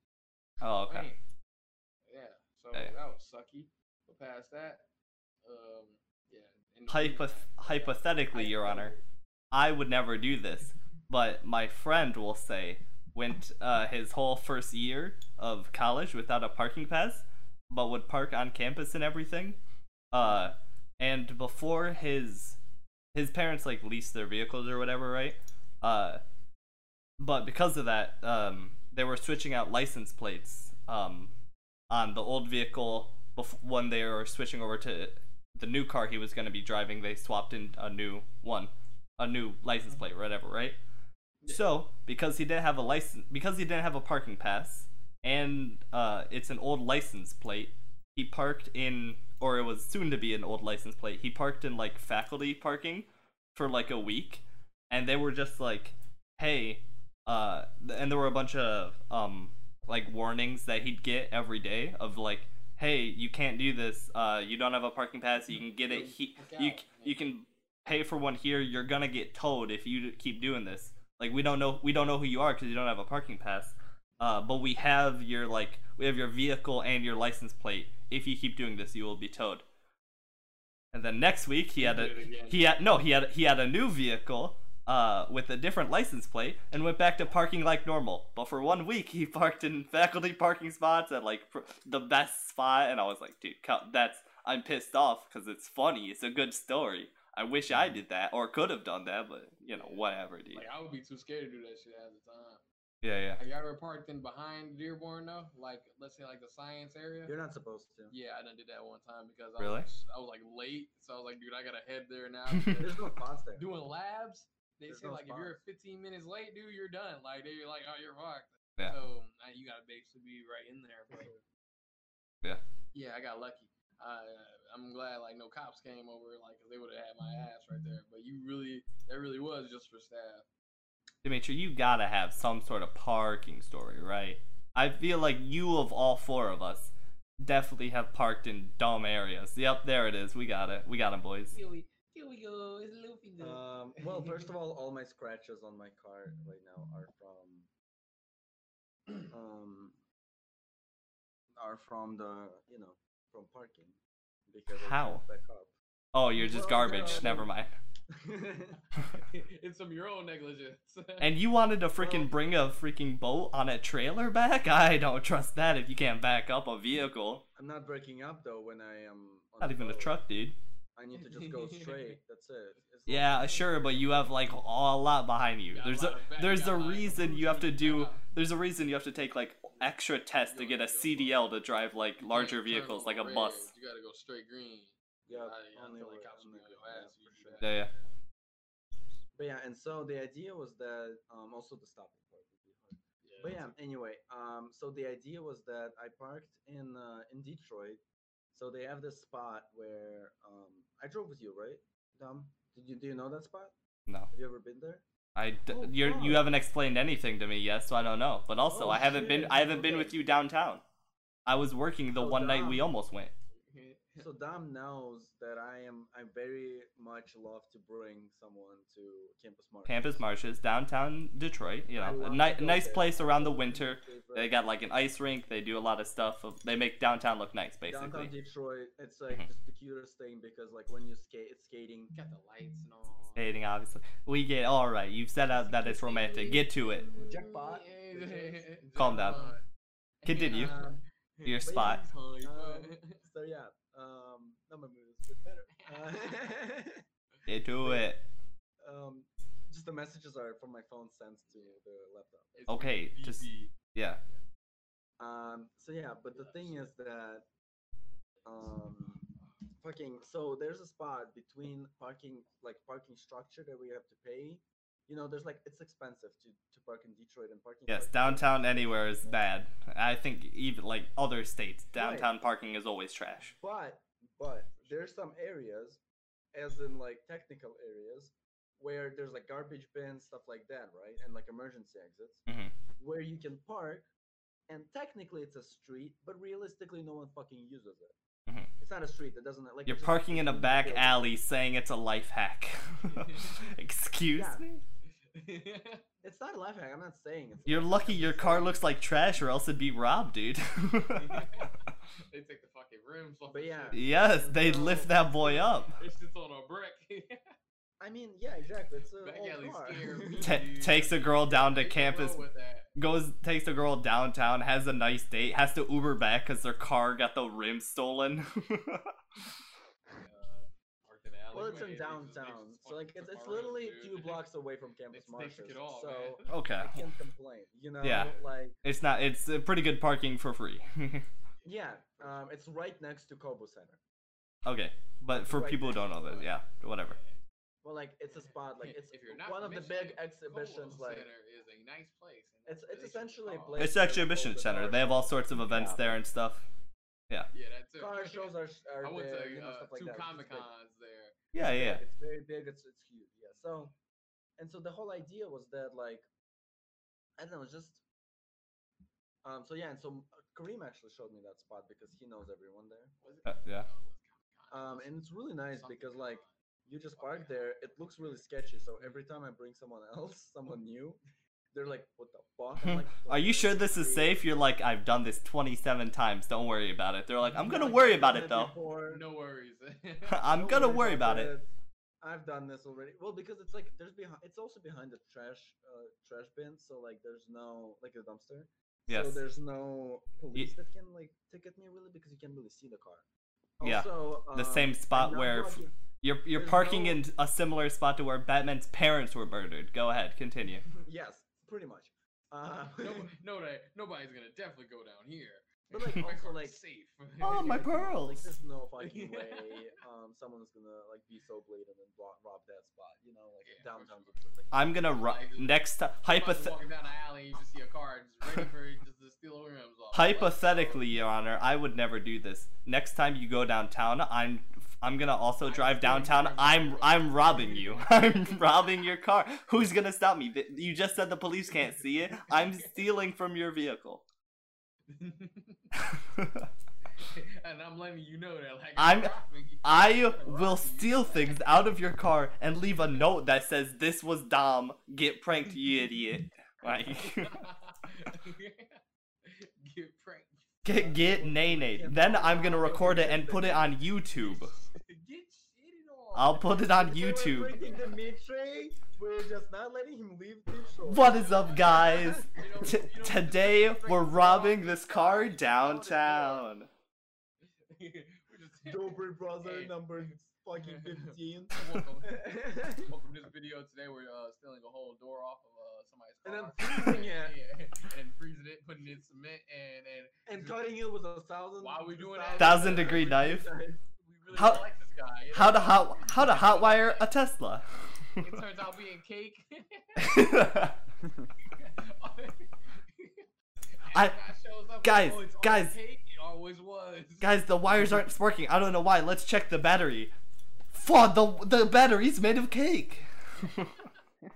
[SPEAKER 1] oh okay.
[SPEAKER 2] Wayne. Yeah. So
[SPEAKER 1] Yeah.
[SPEAKER 2] that was sucky. But past that, um, yeah. and the food
[SPEAKER 1] Hypoth-
[SPEAKER 2] line, yeah.
[SPEAKER 1] hypothetically, Your Honor, I would never do this, but my friend will say went uh, his whole first year of college without a parking pass, but would park on campus and everything. Uh, and before his his parents like leased their vehicles or whatever, right? Uh, but because of that, um, they were switching out license plates um, on the old vehicle bef- when they were switching over to the new car he was going to be driving. They swapped in a new one, a new license plate, or whatever, right?
[SPEAKER 2] Yeah.
[SPEAKER 1] So because he didn't have a license, because he didn't have a parking pass, and uh, it's an old license plate, he parked in, or it was soon to be an old license plate. He parked in like faculty parking for like a week, and they were just like, "Hey," uh, th- and there were a bunch of um like warnings that he'd get every day of like, "Hey, you can't do this. Uh, you don't have a parking pass. You can get it. He-
[SPEAKER 2] Look
[SPEAKER 1] you
[SPEAKER 2] out,
[SPEAKER 1] c- you can pay for one here. You're gonna get towed if you d- keep doing this. Like we don't know we don't know who you are because you don't have a parking pass. Uh, but we have your like we have your vehicle and your license plate. If you keep doing this, you will be towed. And then next week he had
[SPEAKER 2] did
[SPEAKER 1] a
[SPEAKER 2] it again.
[SPEAKER 1] he had no he had he had a new vehicle uh with a different license plate and went back to parking like normal. But for one week he parked in faculty parking spots at like pr- the best spot, and I was like, dude, co- that's I'm pissed off because it's funny. It's a good story. I wish I did that or could have done that, but you know whatever, dude.
[SPEAKER 2] Like I would be too scared to do that shit at the time.
[SPEAKER 1] Yeah, yeah.
[SPEAKER 2] Have you ever parked in behind Dearborn though? Like let's say like the science area.
[SPEAKER 3] You're not supposed to.
[SPEAKER 2] Yeah, I done did that one time because
[SPEAKER 1] Really?
[SPEAKER 2] I, was, I was like late, so I was like, dude, I gotta head there now. because
[SPEAKER 3] There's no spots there.
[SPEAKER 2] doing labs, they
[SPEAKER 3] There's
[SPEAKER 2] say
[SPEAKER 3] no
[SPEAKER 2] like if you're 15 minutes late, dude, you're done. Like they're like, oh, you're fucked.
[SPEAKER 1] Yeah.
[SPEAKER 2] So now you gotta basically be right in there. But
[SPEAKER 1] Yeah.
[SPEAKER 2] Yeah, I got lucky. I I'm glad like no cops came over, like 'cause they would have had my ass right there. But you really, that really was just for staff.
[SPEAKER 1] Dimitri, you gotta have some sort of parking story, right? I feel like you of all four of us definitely have parked in dumb areas. Yep, there it is. We got it. We got him, boys.
[SPEAKER 2] Here we, here we go. It's Luffy.
[SPEAKER 3] Um, well, first of all, all my scratches on my car right now are from um are from the you know from parking because
[SPEAKER 1] How?
[SPEAKER 3] I back up.
[SPEAKER 1] Oh, you're just
[SPEAKER 3] Well,
[SPEAKER 1] garbage.
[SPEAKER 3] no.
[SPEAKER 1] Never mind.
[SPEAKER 2] it's some your own negligence.
[SPEAKER 1] And you wanted to freaking
[SPEAKER 3] Well-
[SPEAKER 1] bring a freaking boat on a trailer back? I don't trust that if you can't back up a vehicle.
[SPEAKER 3] I'm not breaking up though when I am on
[SPEAKER 1] Not
[SPEAKER 3] the
[SPEAKER 1] even a
[SPEAKER 3] road.
[SPEAKER 1] truck, dude.
[SPEAKER 3] I need to just go straight. That's it. It's like-
[SPEAKER 1] Yeah, sure, but you have like a lot behind you.
[SPEAKER 2] Got
[SPEAKER 1] There's
[SPEAKER 2] lot
[SPEAKER 1] a
[SPEAKER 2] of back-
[SPEAKER 1] there's
[SPEAKER 2] got
[SPEAKER 1] a
[SPEAKER 2] lot of
[SPEAKER 1] reason you have to
[SPEAKER 2] cruising
[SPEAKER 1] do
[SPEAKER 2] power.
[SPEAKER 1] there's a reason you have to take like extra tests to get a CDL to drive like
[SPEAKER 2] You can't
[SPEAKER 1] larger
[SPEAKER 2] turn
[SPEAKER 1] vehicles
[SPEAKER 2] on
[SPEAKER 1] like a
[SPEAKER 2] red,
[SPEAKER 1] bus.
[SPEAKER 2] You gotta go straight green.
[SPEAKER 3] Yeah,
[SPEAKER 2] I- I
[SPEAKER 3] only
[SPEAKER 2] feel like
[SPEAKER 3] way-
[SPEAKER 2] cops
[SPEAKER 3] only
[SPEAKER 2] would
[SPEAKER 3] way,
[SPEAKER 2] go
[SPEAKER 3] yeah,
[SPEAKER 2] ass
[SPEAKER 3] for
[SPEAKER 2] you do
[SPEAKER 3] sure.
[SPEAKER 2] that.
[SPEAKER 1] Yeah, yeah.
[SPEAKER 3] But yeah, and so the idea was that um, also the stopping part would be hard. But yeah, anyway, um, so the idea was that I parked in uh, in Detroit. So they have this spot where um, I drove with you, right, Dom? Did you do you know that spot?
[SPEAKER 1] No,
[SPEAKER 3] Have you ever been there?
[SPEAKER 1] I d-
[SPEAKER 3] Oh,
[SPEAKER 1] you're, you
[SPEAKER 3] fuck.
[SPEAKER 1] haven't explained anything to me yet, so I don't know. But also,
[SPEAKER 3] Oh,
[SPEAKER 1] I haven't been
[SPEAKER 3] shit.
[SPEAKER 1] I haven't been
[SPEAKER 3] Okay.
[SPEAKER 1] with you downtown. I was working the
[SPEAKER 3] Oh,
[SPEAKER 1] one night we
[SPEAKER 3] damn.
[SPEAKER 1] almost went.
[SPEAKER 2] it's-
[SPEAKER 3] So Dom knows that I am. I very much love to bring someone to Campus March.
[SPEAKER 1] Campus Marshes, downtown Detroit. You
[SPEAKER 3] I
[SPEAKER 1] know, a
[SPEAKER 3] love to
[SPEAKER 1] ni-
[SPEAKER 3] go
[SPEAKER 1] nice
[SPEAKER 3] there.
[SPEAKER 1] place around the
[SPEAKER 3] It's my
[SPEAKER 1] winter.
[SPEAKER 3] favorite.
[SPEAKER 1] They got like an ice rink. They do a lot of stuff. of- They make downtown look nice,
[SPEAKER 3] Downtown
[SPEAKER 1] basically.
[SPEAKER 3] Detroit, it's like
[SPEAKER 1] Mhm.
[SPEAKER 3] just the cutest thing because like when you skate, it's skating.
[SPEAKER 2] Got the lights and all.
[SPEAKER 1] Dating, obviously. We get all right. You've set out that it's romantic. Get to it.
[SPEAKER 3] Jackpot.
[SPEAKER 1] Calm down.
[SPEAKER 2] Jackpot.
[SPEAKER 1] Continue.
[SPEAKER 3] Um,
[SPEAKER 1] Your
[SPEAKER 3] But yeah,
[SPEAKER 1] spot.
[SPEAKER 3] um, so yeah, um, I'm gonna move this bit better. Uh,
[SPEAKER 1] Get to it.
[SPEAKER 3] um, just the messages are from my phone sent to the laptop.
[SPEAKER 2] It's
[SPEAKER 1] Okay,
[SPEAKER 2] like
[SPEAKER 1] just-
[SPEAKER 2] BB.
[SPEAKER 1] Yeah.
[SPEAKER 3] Um, so yeah, but the thing is that, um, fucking. So there's a spot between parking, like parking structure that we have to pay. You know, there's like it's expensive to to park in Detroit and parking.
[SPEAKER 1] Yes,
[SPEAKER 3] structure-
[SPEAKER 1] downtown anywhere is bad. I think even like other states, downtown parking is always trash.
[SPEAKER 3] But but there's some areas, as in like technical areas, where there's like garbage bins, stuff like that, right? And like emergency exits
[SPEAKER 1] Mhm.
[SPEAKER 3] where you can park and technically it's a street, but realistically no one fucking uses it.
[SPEAKER 1] Mhm.
[SPEAKER 3] It's not a street that doesn't like
[SPEAKER 1] You're
[SPEAKER 3] it's just
[SPEAKER 1] parking in a
[SPEAKER 3] between the
[SPEAKER 1] back
[SPEAKER 3] buildings.
[SPEAKER 1] alley saying it's a life hack. Excuse
[SPEAKER 3] Yeah.
[SPEAKER 1] me?
[SPEAKER 3] It's not a life hack, I'm not saying it's a
[SPEAKER 1] You're
[SPEAKER 3] life
[SPEAKER 1] lucky
[SPEAKER 3] hack, I'm
[SPEAKER 1] your
[SPEAKER 3] just
[SPEAKER 1] car
[SPEAKER 3] saying-
[SPEAKER 1] looks like trash or else it'd be robbed, dude.
[SPEAKER 2] they take the fucking rims off.
[SPEAKER 3] But
[SPEAKER 2] the
[SPEAKER 3] yeah.
[SPEAKER 2] shit.
[SPEAKER 1] yes, they lift that boy up.
[SPEAKER 2] It's just on a brick.
[SPEAKER 3] I mean, yeah, exactly. It's a
[SPEAKER 2] Back
[SPEAKER 3] old
[SPEAKER 2] alley
[SPEAKER 3] car.
[SPEAKER 2] scared me.
[SPEAKER 1] Ta takes a girl down to
[SPEAKER 2] They can roll
[SPEAKER 1] campus,
[SPEAKER 2] With that.
[SPEAKER 1] goes takes a girl downtown, has a nice date, has to Uber back because their car got the rim stolen.
[SPEAKER 2] Uh, parked in the
[SPEAKER 3] well,
[SPEAKER 2] alleyway, they
[SPEAKER 3] it's in
[SPEAKER 2] just- they
[SPEAKER 3] downtown,
[SPEAKER 2] just
[SPEAKER 3] so like
[SPEAKER 2] fucking
[SPEAKER 3] it's
[SPEAKER 2] took
[SPEAKER 3] it's
[SPEAKER 2] my rims,
[SPEAKER 3] literally
[SPEAKER 2] dude.
[SPEAKER 3] two blocks away from
[SPEAKER 2] They-
[SPEAKER 3] campus
[SPEAKER 2] they took
[SPEAKER 3] marshes.
[SPEAKER 2] it all,
[SPEAKER 3] so
[SPEAKER 2] man.
[SPEAKER 1] okay.
[SPEAKER 3] I can't complain. You know,
[SPEAKER 1] Yeah.
[SPEAKER 3] like
[SPEAKER 1] It's not it's uh, pretty good parking for free.
[SPEAKER 3] yeah, um, it's right next to Kobo Center.
[SPEAKER 1] okay. But for
[SPEAKER 3] Right
[SPEAKER 1] people who
[SPEAKER 3] next
[SPEAKER 1] don't know
[SPEAKER 3] to
[SPEAKER 1] that,
[SPEAKER 3] it.
[SPEAKER 1] yeah, whatever.
[SPEAKER 3] Well, like it's a spot, like it's
[SPEAKER 2] If you're not
[SPEAKER 3] one of
[SPEAKER 2] from
[SPEAKER 3] the
[SPEAKER 2] Michigan,
[SPEAKER 3] big
[SPEAKER 2] Cobalt
[SPEAKER 3] exhibitions, like.
[SPEAKER 2] Center is a nice place. and
[SPEAKER 3] It's-
[SPEAKER 2] that's what they
[SPEAKER 3] it's
[SPEAKER 2] should
[SPEAKER 3] essentially a
[SPEAKER 2] call it.
[SPEAKER 3] place-
[SPEAKER 1] It's actually a mission center. They have all sorts of events
[SPEAKER 4] Yeah.
[SPEAKER 1] there and stuff.
[SPEAKER 2] Yeah, that's it.
[SPEAKER 3] Car shows are, sh- are
[SPEAKER 2] I went to
[SPEAKER 3] there, you know,
[SPEAKER 2] uh,
[SPEAKER 3] stuff like
[SPEAKER 2] two
[SPEAKER 3] that. which is
[SPEAKER 2] Comic
[SPEAKER 3] big.
[SPEAKER 2] Cons there.
[SPEAKER 1] Yeah,
[SPEAKER 3] It's
[SPEAKER 1] yeah.
[SPEAKER 3] big, It's very big. It's it's huge. Yeah. So, and so the whole idea was that like, I don't know, just. Um. So yeah, and so uh, Kareem actually showed me that spot because he knows everyone there.
[SPEAKER 2] Was it
[SPEAKER 1] Uh,
[SPEAKER 2] Comic-Con?
[SPEAKER 1] yeah.
[SPEAKER 2] No, it was Comic-Con.
[SPEAKER 3] Um,
[SPEAKER 2] It
[SPEAKER 3] and
[SPEAKER 2] was
[SPEAKER 3] it's really nice because
[SPEAKER 2] something
[SPEAKER 3] like
[SPEAKER 2] Con.
[SPEAKER 3] you
[SPEAKER 2] Fucking
[SPEAKER 3] just park
[SPEAKER 2] hell.
[SPEAKER 3] there, it looks really sketchy. So every time I bring someone else, someone new, they're like, "What the fuck?" I'm like,
[SPEAKER 1] Are
[SPEAKER 3] "Don't
[SPEAKER 1] you
[SPEAKER 3] worry,
[SPEAKER 1] sure
[SPEAKER 3] it's
[SPEAKER 1] this is
[SPEAKER 3] free."
[SPEAKER 1] safe? You're like, I've done this 27 times. Don't worry about it. They're like, I'm
[SPEAKER 3] You're
[SPEAKER 1] gonna
[SPEAKER 3] like,
[SPEAKER 1] worry
[SPEAKER 3] "I've
[SPEAKER 1] about
[SPEAKER 3] done
[SPEAKER 1] it though.
[SPEAKER 3] before.
[SPEAKER 2] No worries.
[SPEAKER 1] I'm
[SPEAKER 3] Don't
[SPEAKER 1] gonna worry about it.
[SPEAKER 3] I've done this already. Well, because it's like there's behind. It's also behind the trash, uh, trash bin. So like there's no like a dumpster.
[SPEAKER 1] Yes.
[SPEAKER 3] So there's no police that can like ticket me really because you can't really see the car.
[SPEAKER 1] Yeah,
[SPEAKER 3] Also,
[SPEAKER 1] the
[SPEAKER 3] um,
[SPEAKER 1] same
[SPEAKER 3] I'm
[SPEAKER 1] spot
[SPEAKER 3] not
[SPEAKER 1] where f-
[SPEAKER 3] blocking-
[SPEAKER 1] You're you're
[SPEAKER 3] There's
[SPEAKER 1] parking
[SPEAKER 3] no-
[SPEAKER 1] in a similar spot to where Batman's parents were murdered. Go ahead, continue.
[SPEAKER 3] yes, pretty much. Uh,
[SPEAKER 2] no, no, that- nobody's gonna definitely go down here.
[SPEAKER 3] But, like,
[SPEAKER 2] My
[SPEAKER 3] also,
[SPEAKER 2] car's
[SPEAKER 3] like-
[SPEAKER 2] safe.
[SPEAKER 1] Oh, my
[SPEAKER 3] Like, Like,
[SPEAKER 1] pearls.
[SPEAKER 3] there's no fucking
[SPEAKER 2] Yeah.
[SPEAKER 3] way um, someone's gonna like be so blatant and blo- rob that spot. You know, like
[SPEAKER 2] Yeah, of course
[SPEAKER 3] downtown.
[SPEAKER 2] you would.
[SPEAKER 3] Like,
[SPEAKER 1] I'm gonna ru-
[SPEAKER 2] Like-
[SPEAKER 1] next time.
[SPEAKER 2] Hypoth-
[SPEAKER 1] Hypoth-
[SPEAKER 2] walking down the alley, you just see a car just ready for you just to steal the rims off.
[SPEAKER 1] hypothetically, Your Honor, I would never do this. Next time you go downtown, I'm I'm gonna also
[SPEAKER 2] I'm
[SPEAKER 1] drive
[SPEAKER 2] doing
[SPEAKER 1] downtown.
[SPEAKER 2] drugs.
[SPEAKER 1] I'm I'm robbing you. I'm robbing your car. Who's gonna stop me? Th- You just said the police can't see it. I'm stealing from your vehicle.
[SPEAKER 2] and I'm letting you know that like
[SPEAKER 1] I'm-
[SPEAKER 2] robbing you.
[SPEAKER 1] I
[SPEAKER 2] I'm
[SPEAKER 1] will
[SPEAKER 2] robbing
[SPEAKER 1] steal
[SPEAKER 2] you.
[SPEAKER 1] things out of your car and leave a note that says, "This was Dom. Get pranked, you idiot." Like,
[SPEAKER 2] Get pranked.
[SPEAKER 1] get get nay Then I'm gonna record it and put it on YouTube.
[SPEAKER 2] Get shitted on.
[SPEAKER 1] I'll put it on
[SPEAKER 3] If they were
[SPEAKER 1] YouTube.
[SPEAKER 3] breaking Dimitri, we're just not letting him leave Detroit.
[SPEAKER 1] What is up, guys?
[SPEAKER 2] You don't-
[SPEAKER 1] T-
[SPEAKER 2] you don't-
[SPEAKER 1] today we're robbing this car downtown.
[SPEAKER 2] We're just-
[SPEAKER 3] Dobry brother
[SPEAKER 2] Hey.
[SPEAKER 3] number fucking fifteen.
[SPEAKER 2] Welcome.
[SPEAKER 3] and
[SPEAKER 2] Welcome to this video. Today we're uh, stealing a whole door off of uh, somebody's
[SPEAKER 3] And then
[SPEAKER 2] car.
[SPEAKER 3] freezing it.
[SPEAKER 2] Yeah, and freezing it, putting it in cement, and and
[SPEAKER 3] cutting it with a thousand.
[SPEAKER 2] Why we doing that?
[SPEAKER 1] Thousand degree knife.
[SPEAKER 2] we really
[SPEAKER 1] How-
[SPEAKER 2] don't like this guy.
[SPEAKER 1] How to hot how to hotwire a Tesla.
[SPEAKER 2] It turns out being cake.
[SPEAKER 1] I-
[SPEAKER 2] Guy shows up,
[SPEAKER 1] guys,
[SPEAKER 2] "Oh, it's all
[SPEAKER 1] guys.
[SPEAKER 2] cake." It always was.
[SPEAKER 1] Guys, the wires aren't sparking. I don't know why. Let's check the battery. Fuck, the the battery's made of cake.
[SPEAKER 2] You're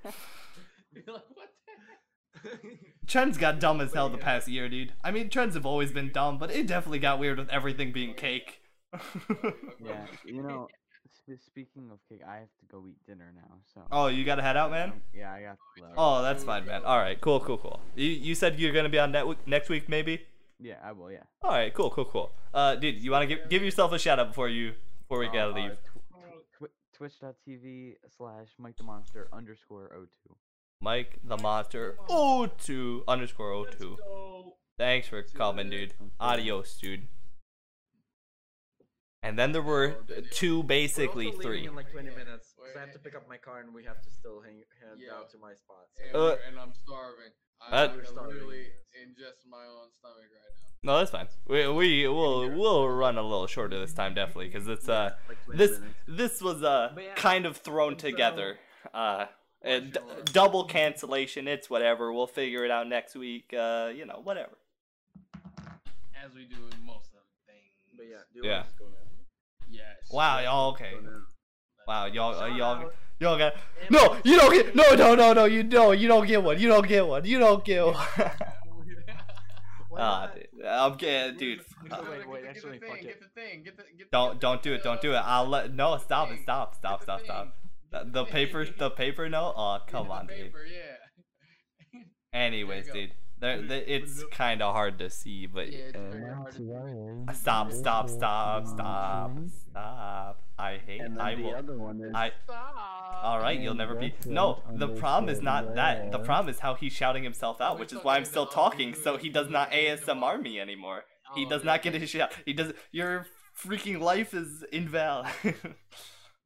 [SPEAKER 2] like, what the heck?
[SPEAKER 1] Trends got dumb as hell the past year, dude. I mean, trends have always been dumb, but it definitely got weird with everything being cake.
[SPEAKER 4] Yeah, you know, sp- speaking of cake, I have to go eat dinner now. So.
[SPEAKER 1] Oh, you gotta head out, man.
[SPEAKER 4] Um, Yeah, I got. To, go.
[SPEAKER 1] Oh, that's fine, man. All right, cool, cool, cool. You you said you're gonna be on net- next week, maybe.
[SPEAKER 4] Yeah, I will. Yeah.
[SPEAKER 1] All right, cool, cool, cool. Uh, dude, you wanna give give yourself a shout out before you before we gotta
[SPEAKER 4] Uh,
[SPEAKER 1] leave.
[SPEAKER 4] tw- tw- Twitch.tv slash Mike the Monster underscore O2.
[SPEAKER 1] Mike the Monster 02 underscore 02. Thanks for coming, dude. Adios, dude. And then there were
[SPEAKER 3] We're
[SPEAKER 1] two,
[SPEAKER 3] also
[SPEAKER 1] basically
[SPEAKER 3] leaving
[SPEAKER 1] three.
[SPEAKER 3] in like 20
[SPEAKER 2] Yeah.
[SPEAKER 3] minutes,
[SPEAKER 2] We're-
[SPEAKER 3] so I have to pick up my car and we have to still hang, head
[SPEAKER 2] Yeah.
[SPEAKER 3] out to my spot. So.
[SPEAKER 2] And,
[SPEAKER 1] Uh,
[SPEAKER 2] we're- and I'm starving. I,
[SPEAKER 1] that-
[SPEAKER 2] I
[SPEAKER 3] You're
[SPEAKER 2] can
[SPEAKER 3] starving,
[SPEAKER 2] literally
[SPEAKER 3] yes.
[SPEAKER 2] ingest my own stomach right now.
[SPEAKER 1] No, that's fine. We we will we'll run a little shorter this time, definitely, because it's uh
[SPEAKER 3] like 20
[SPEAKER 1] this
[SPEAKER 3] minutes.
[SPEAKER 1] this was uh
[SPEAKER 3] But yeah,
[SPEAKER 1] kind of thrown
[SPEAKER 3] and so-
[SPEAKER 1] together. Uh, and d-
[SPEAKER 3] Sure.
[SPEAKER 1] double cancellation. It's whatever. We'll figure it out next week. Uh, you know, whatever.
[SPEAKER 2] As we do in most of the things.
[SPEAKER 3] But yeah, do you
[SPEAKER 1] Yeah.
[SPEAKER 3] want to just go now?
[SPEAKER 2] Yes.
[SPEAKER 1] Wow,
[SPEAKER 2] yes,
[SPEAKER 1] y'all. Okay.
[SPEAKER 3] Go now.
[SPEAKER 1] Wow, y'all. Uh,
[SPEAKER 3] Shout
[SPEAKER 1] y'all.
[SPEAKER 3] out
[SPEAKER 1] Y'all got.
[SPEAKER 3] Emma
[SPEAKER 1] No, you don't get. No,
[SPEAKER 3] Jane.
[SPEAKER 1] no, no, no. You no. You don't get one. You don't get one. You don't get one.
[SPEAKER 3] Why
[SPEAKER 1] Ah,
[SPEAKER 3] not?
[SPEAKER 1] dude. I'm getting, dude.
[SPEAKER 4] Wait,
[SPEAKER 1] uh,
[SPEAKER 4] wait,
[SPEAKER 2] Get the-
[SPEAKER 4] wait,
[SPEAKER 2] get the
[SPEAKER 4] actually,
[SPEAKER 2] thing,
[SPEAKER 4] fuck
[SPEAKER 2] get
[SPEAKER 4] it.
[SPEAKER 2] the thing, get the- get-
[SPEAKER 1] Don't
[SPEAKER 2] get
[SPEAKER 1] don't do
[SPEAKER 2] the,
[SPEAKER 1] it. Don't do it.
[SPEAKER 2] uh,
[SPEAKER 1] I'll let. No.
[SPEAKER 2] get the
[SPEAKER 1] Stop.
[SPEAKER 2] thing,
[SPEAKER 1] Stop.
[SPEAKER 2] get
[SPEAKER 1] Stop.
[SPEAKER 2] the
[SPEAKER 1] Stop. Stop.
[SPEAKER 2] thing,
[SPEAKER 1] The,
[SPEAKER 2] get
[SPEAKER 1] the paper.
[SPEAKER 2] thing,
[SPEAKER 1] The paper. No. Oh,
[SPEAKER 2] get
[SPEAKER 1] come
[SPEAKER 2] the
[SPEAKER 1] on, dude.
[SPEAKER 2] paper, Yeah.
[SPEAKER 1] Anyways,
[SPEAKER 2] go.
[SPEAKER 1] dude. There,
[SPEAKER 2] Dude,
[SPEAKER 1] there, it's
[SPEAKER 2] look-
[SPEAKER 1] kind of hard to see, but
[SPEAKER 2] Yeah, it's very hard to do.
[SPEAKER 1] stop, stop, stop, stop, stop. I hate.
[SPEAKER 5] And then
[SPEAKER 1] I
[SPEAKER 5] the
[SPEAKER 1] will.
[SPEAKER 5] other one is
[SPEAKER 1] I. All right, you'll never be. No, the problem is not that. The problem is how he's shouting himself out, which is why I'm still talking. So he does not ASMR me anymore. He
[SPEAKER 2] Oh,
[SPEAKER 1] does
[SPEAKER 2] yeah,
[SPEAKER 1] not get his shit out. He does. Your freaking life is invalid.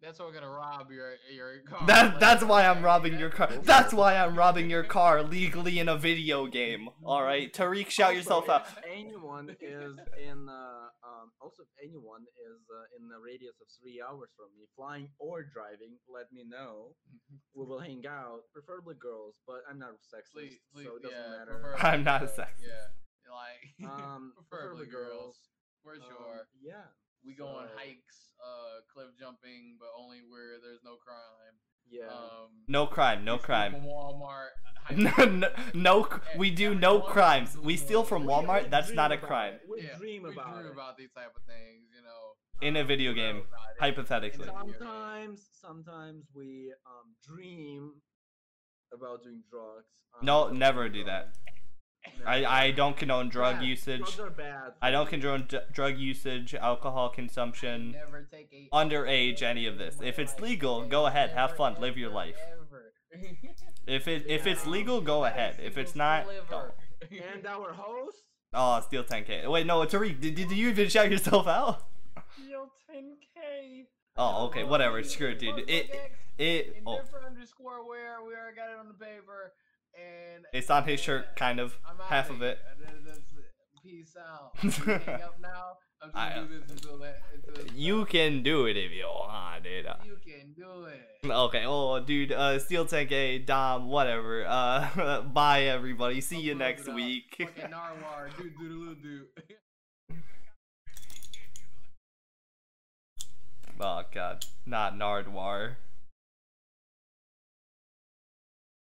[SPEAKER 2] That's why we're gonna rob your your car.
[SPEAKER 1] that
[SPEAKER 2] Oh, like,
[SPEAKER 1] that's why I'm
[SPEAKER 2] okay,
[SPEAKER 1] robbing
[SPEAKER 2] that-
[SPEAKER 1] your car. That's why I'm robbing your car legally in a video game. All right, Tariq,
[SPEAKER 2] Oh,
[SPEAKER 1] shout
[SPEAKER 3] Also,
[SPEAKER 1] yourself out.
[SPEAKER 3] if Anyone is in uh, um, also if anyone is uh, in the radius of three hours from me, flying or driving, let me know.
[SPEAKER 2] Mm-hmm.
[SPEAKER 3] We will hang out, preferably girls, but I'm not sexist,
[SPEAKER 2] Please, please,
[SPEAKER 3] so it doesn't
[SPEAKER 2] yeah,
[SPEAKER 3] matter.
[SPEAKER 2] prefer-
[SPEAKER 1] I'm not a sexist.
[SPEAKER 2] Yeah, like
[SPEAKER 3] Um,
[SPEAKER 2] preferably girls for
[SPEAKER 3] um,
[SPEAKER 2] sure.
[SPEAKER 3] yeah,
[SPEAKER 2] We go on
[SPEAKER 3] so-
[SPEAKER 2] hikes, uh, cliff jumping, but only where there's no crime.
[SPEAKER 3] yeah.
[SPEAKER 2] Um,
[SPEAKER 1] No crime. No
[SPEAKER 2] we steal
[SPEAKER 1] crime.
[SPEAKER 2] From Walmart.
[SPEAKER 1] no,
[SPEAKER 2] hiking-
[SPEAKER 1] no, no, cr- we do no crimes. We steal from
[SPEAKER 3] We- we
[SPEAKER 1] Walmart. That's
[SPEAKER 3] dream
[SPEAKER 1] not a
[SPEAKER 3] about
[SPEAKER 1] crime
[SPEAKER 3] it. We
[SPEAKER 2] Yeah,
[SPEAKER 3] dream about
[SPEAKER 2] we dream
[SPEAKER 3] it.
[SPEAKER 2] about these type of things, you know.
[SPEAKER 1] in a video
[SPEAKER 2] we know
[SPEAKER 1] game,
[SPEAKER 2] about it.
[SPEAKER 1] hypothetically.
[SPEAKER 2] Exactly.
[SPEAKER 3] Sometimes, sometimes we um, dream about doing drugs. Um,
[SPEAKER 1] No,
[SPEAKER 3] but
[SPEAKER 1] never
[SPEAKER 3] we
[SPEAKER 1] do that.
[SPEAKER 3] don't.
[SPEAKER 1] I,
[SPEAKER 3] Never.
[SPEAKER 1] I don't condone drug
[SPEAKER 3] Bad.
[SPEAKER 1] usage.
[SPEAKER 3] Drugs are bad.
[SPEAKER 1] I don't condone d- drug usage, alcohol consumption,
[SPEAKER 2] Never take a
[SPEAKER 1] underage, any of this. If it's legal, Oh, go ahead, have fun, live your life. If it if it's legal, go ahead. If it's not, don't.
[SPEAKER 3] And our host,
[SPEAKER 1] Oh, steal 10k. Wait, no, Tariq, did, did you even shout yourself out?
[SPEAKER 2] Steal 10k.
[SPEAKER 1] Oh, okay, whatever. Screw it, dude. It it
[SPEAKER 2] In
[SPEAKER 1] oh,
[SPEAKER 2] different underscore where we already got it on the paper, and
[SPEAKER 1] it's on his shirt, kind of.
[SPEAKER 2] I'm out
[SPEAKER 1] half of
[SPEAKER 2] here.
[SPEAKER 1] it.
[SPEAKER 2] And then that's it. Peace out. You Hang up now. I'm
[SPEAKER 1] I, uh,
[SPEAKER 2] just gonna do this until that. Until it's
[SPEAKER 1] You
[SPEAKER 2] done.
[SPEAKER 1] can do it if you want, dude.
[SPEAKER 2] You can do it.
[SPEAKER 1] Okay, oh dude, uh Steel Tank A, Dom, whatever. Uh bye everybody. See you
[SPEAKER 2] Upload
[SPEAKER 1] next
[SPEAKER 2] it up.
[SPEAKER 1] week.
[SPEAKER 2] Fucking narwhal, dude, doodle doo.
[SPEAKER 1] oh god. Not Nardwar.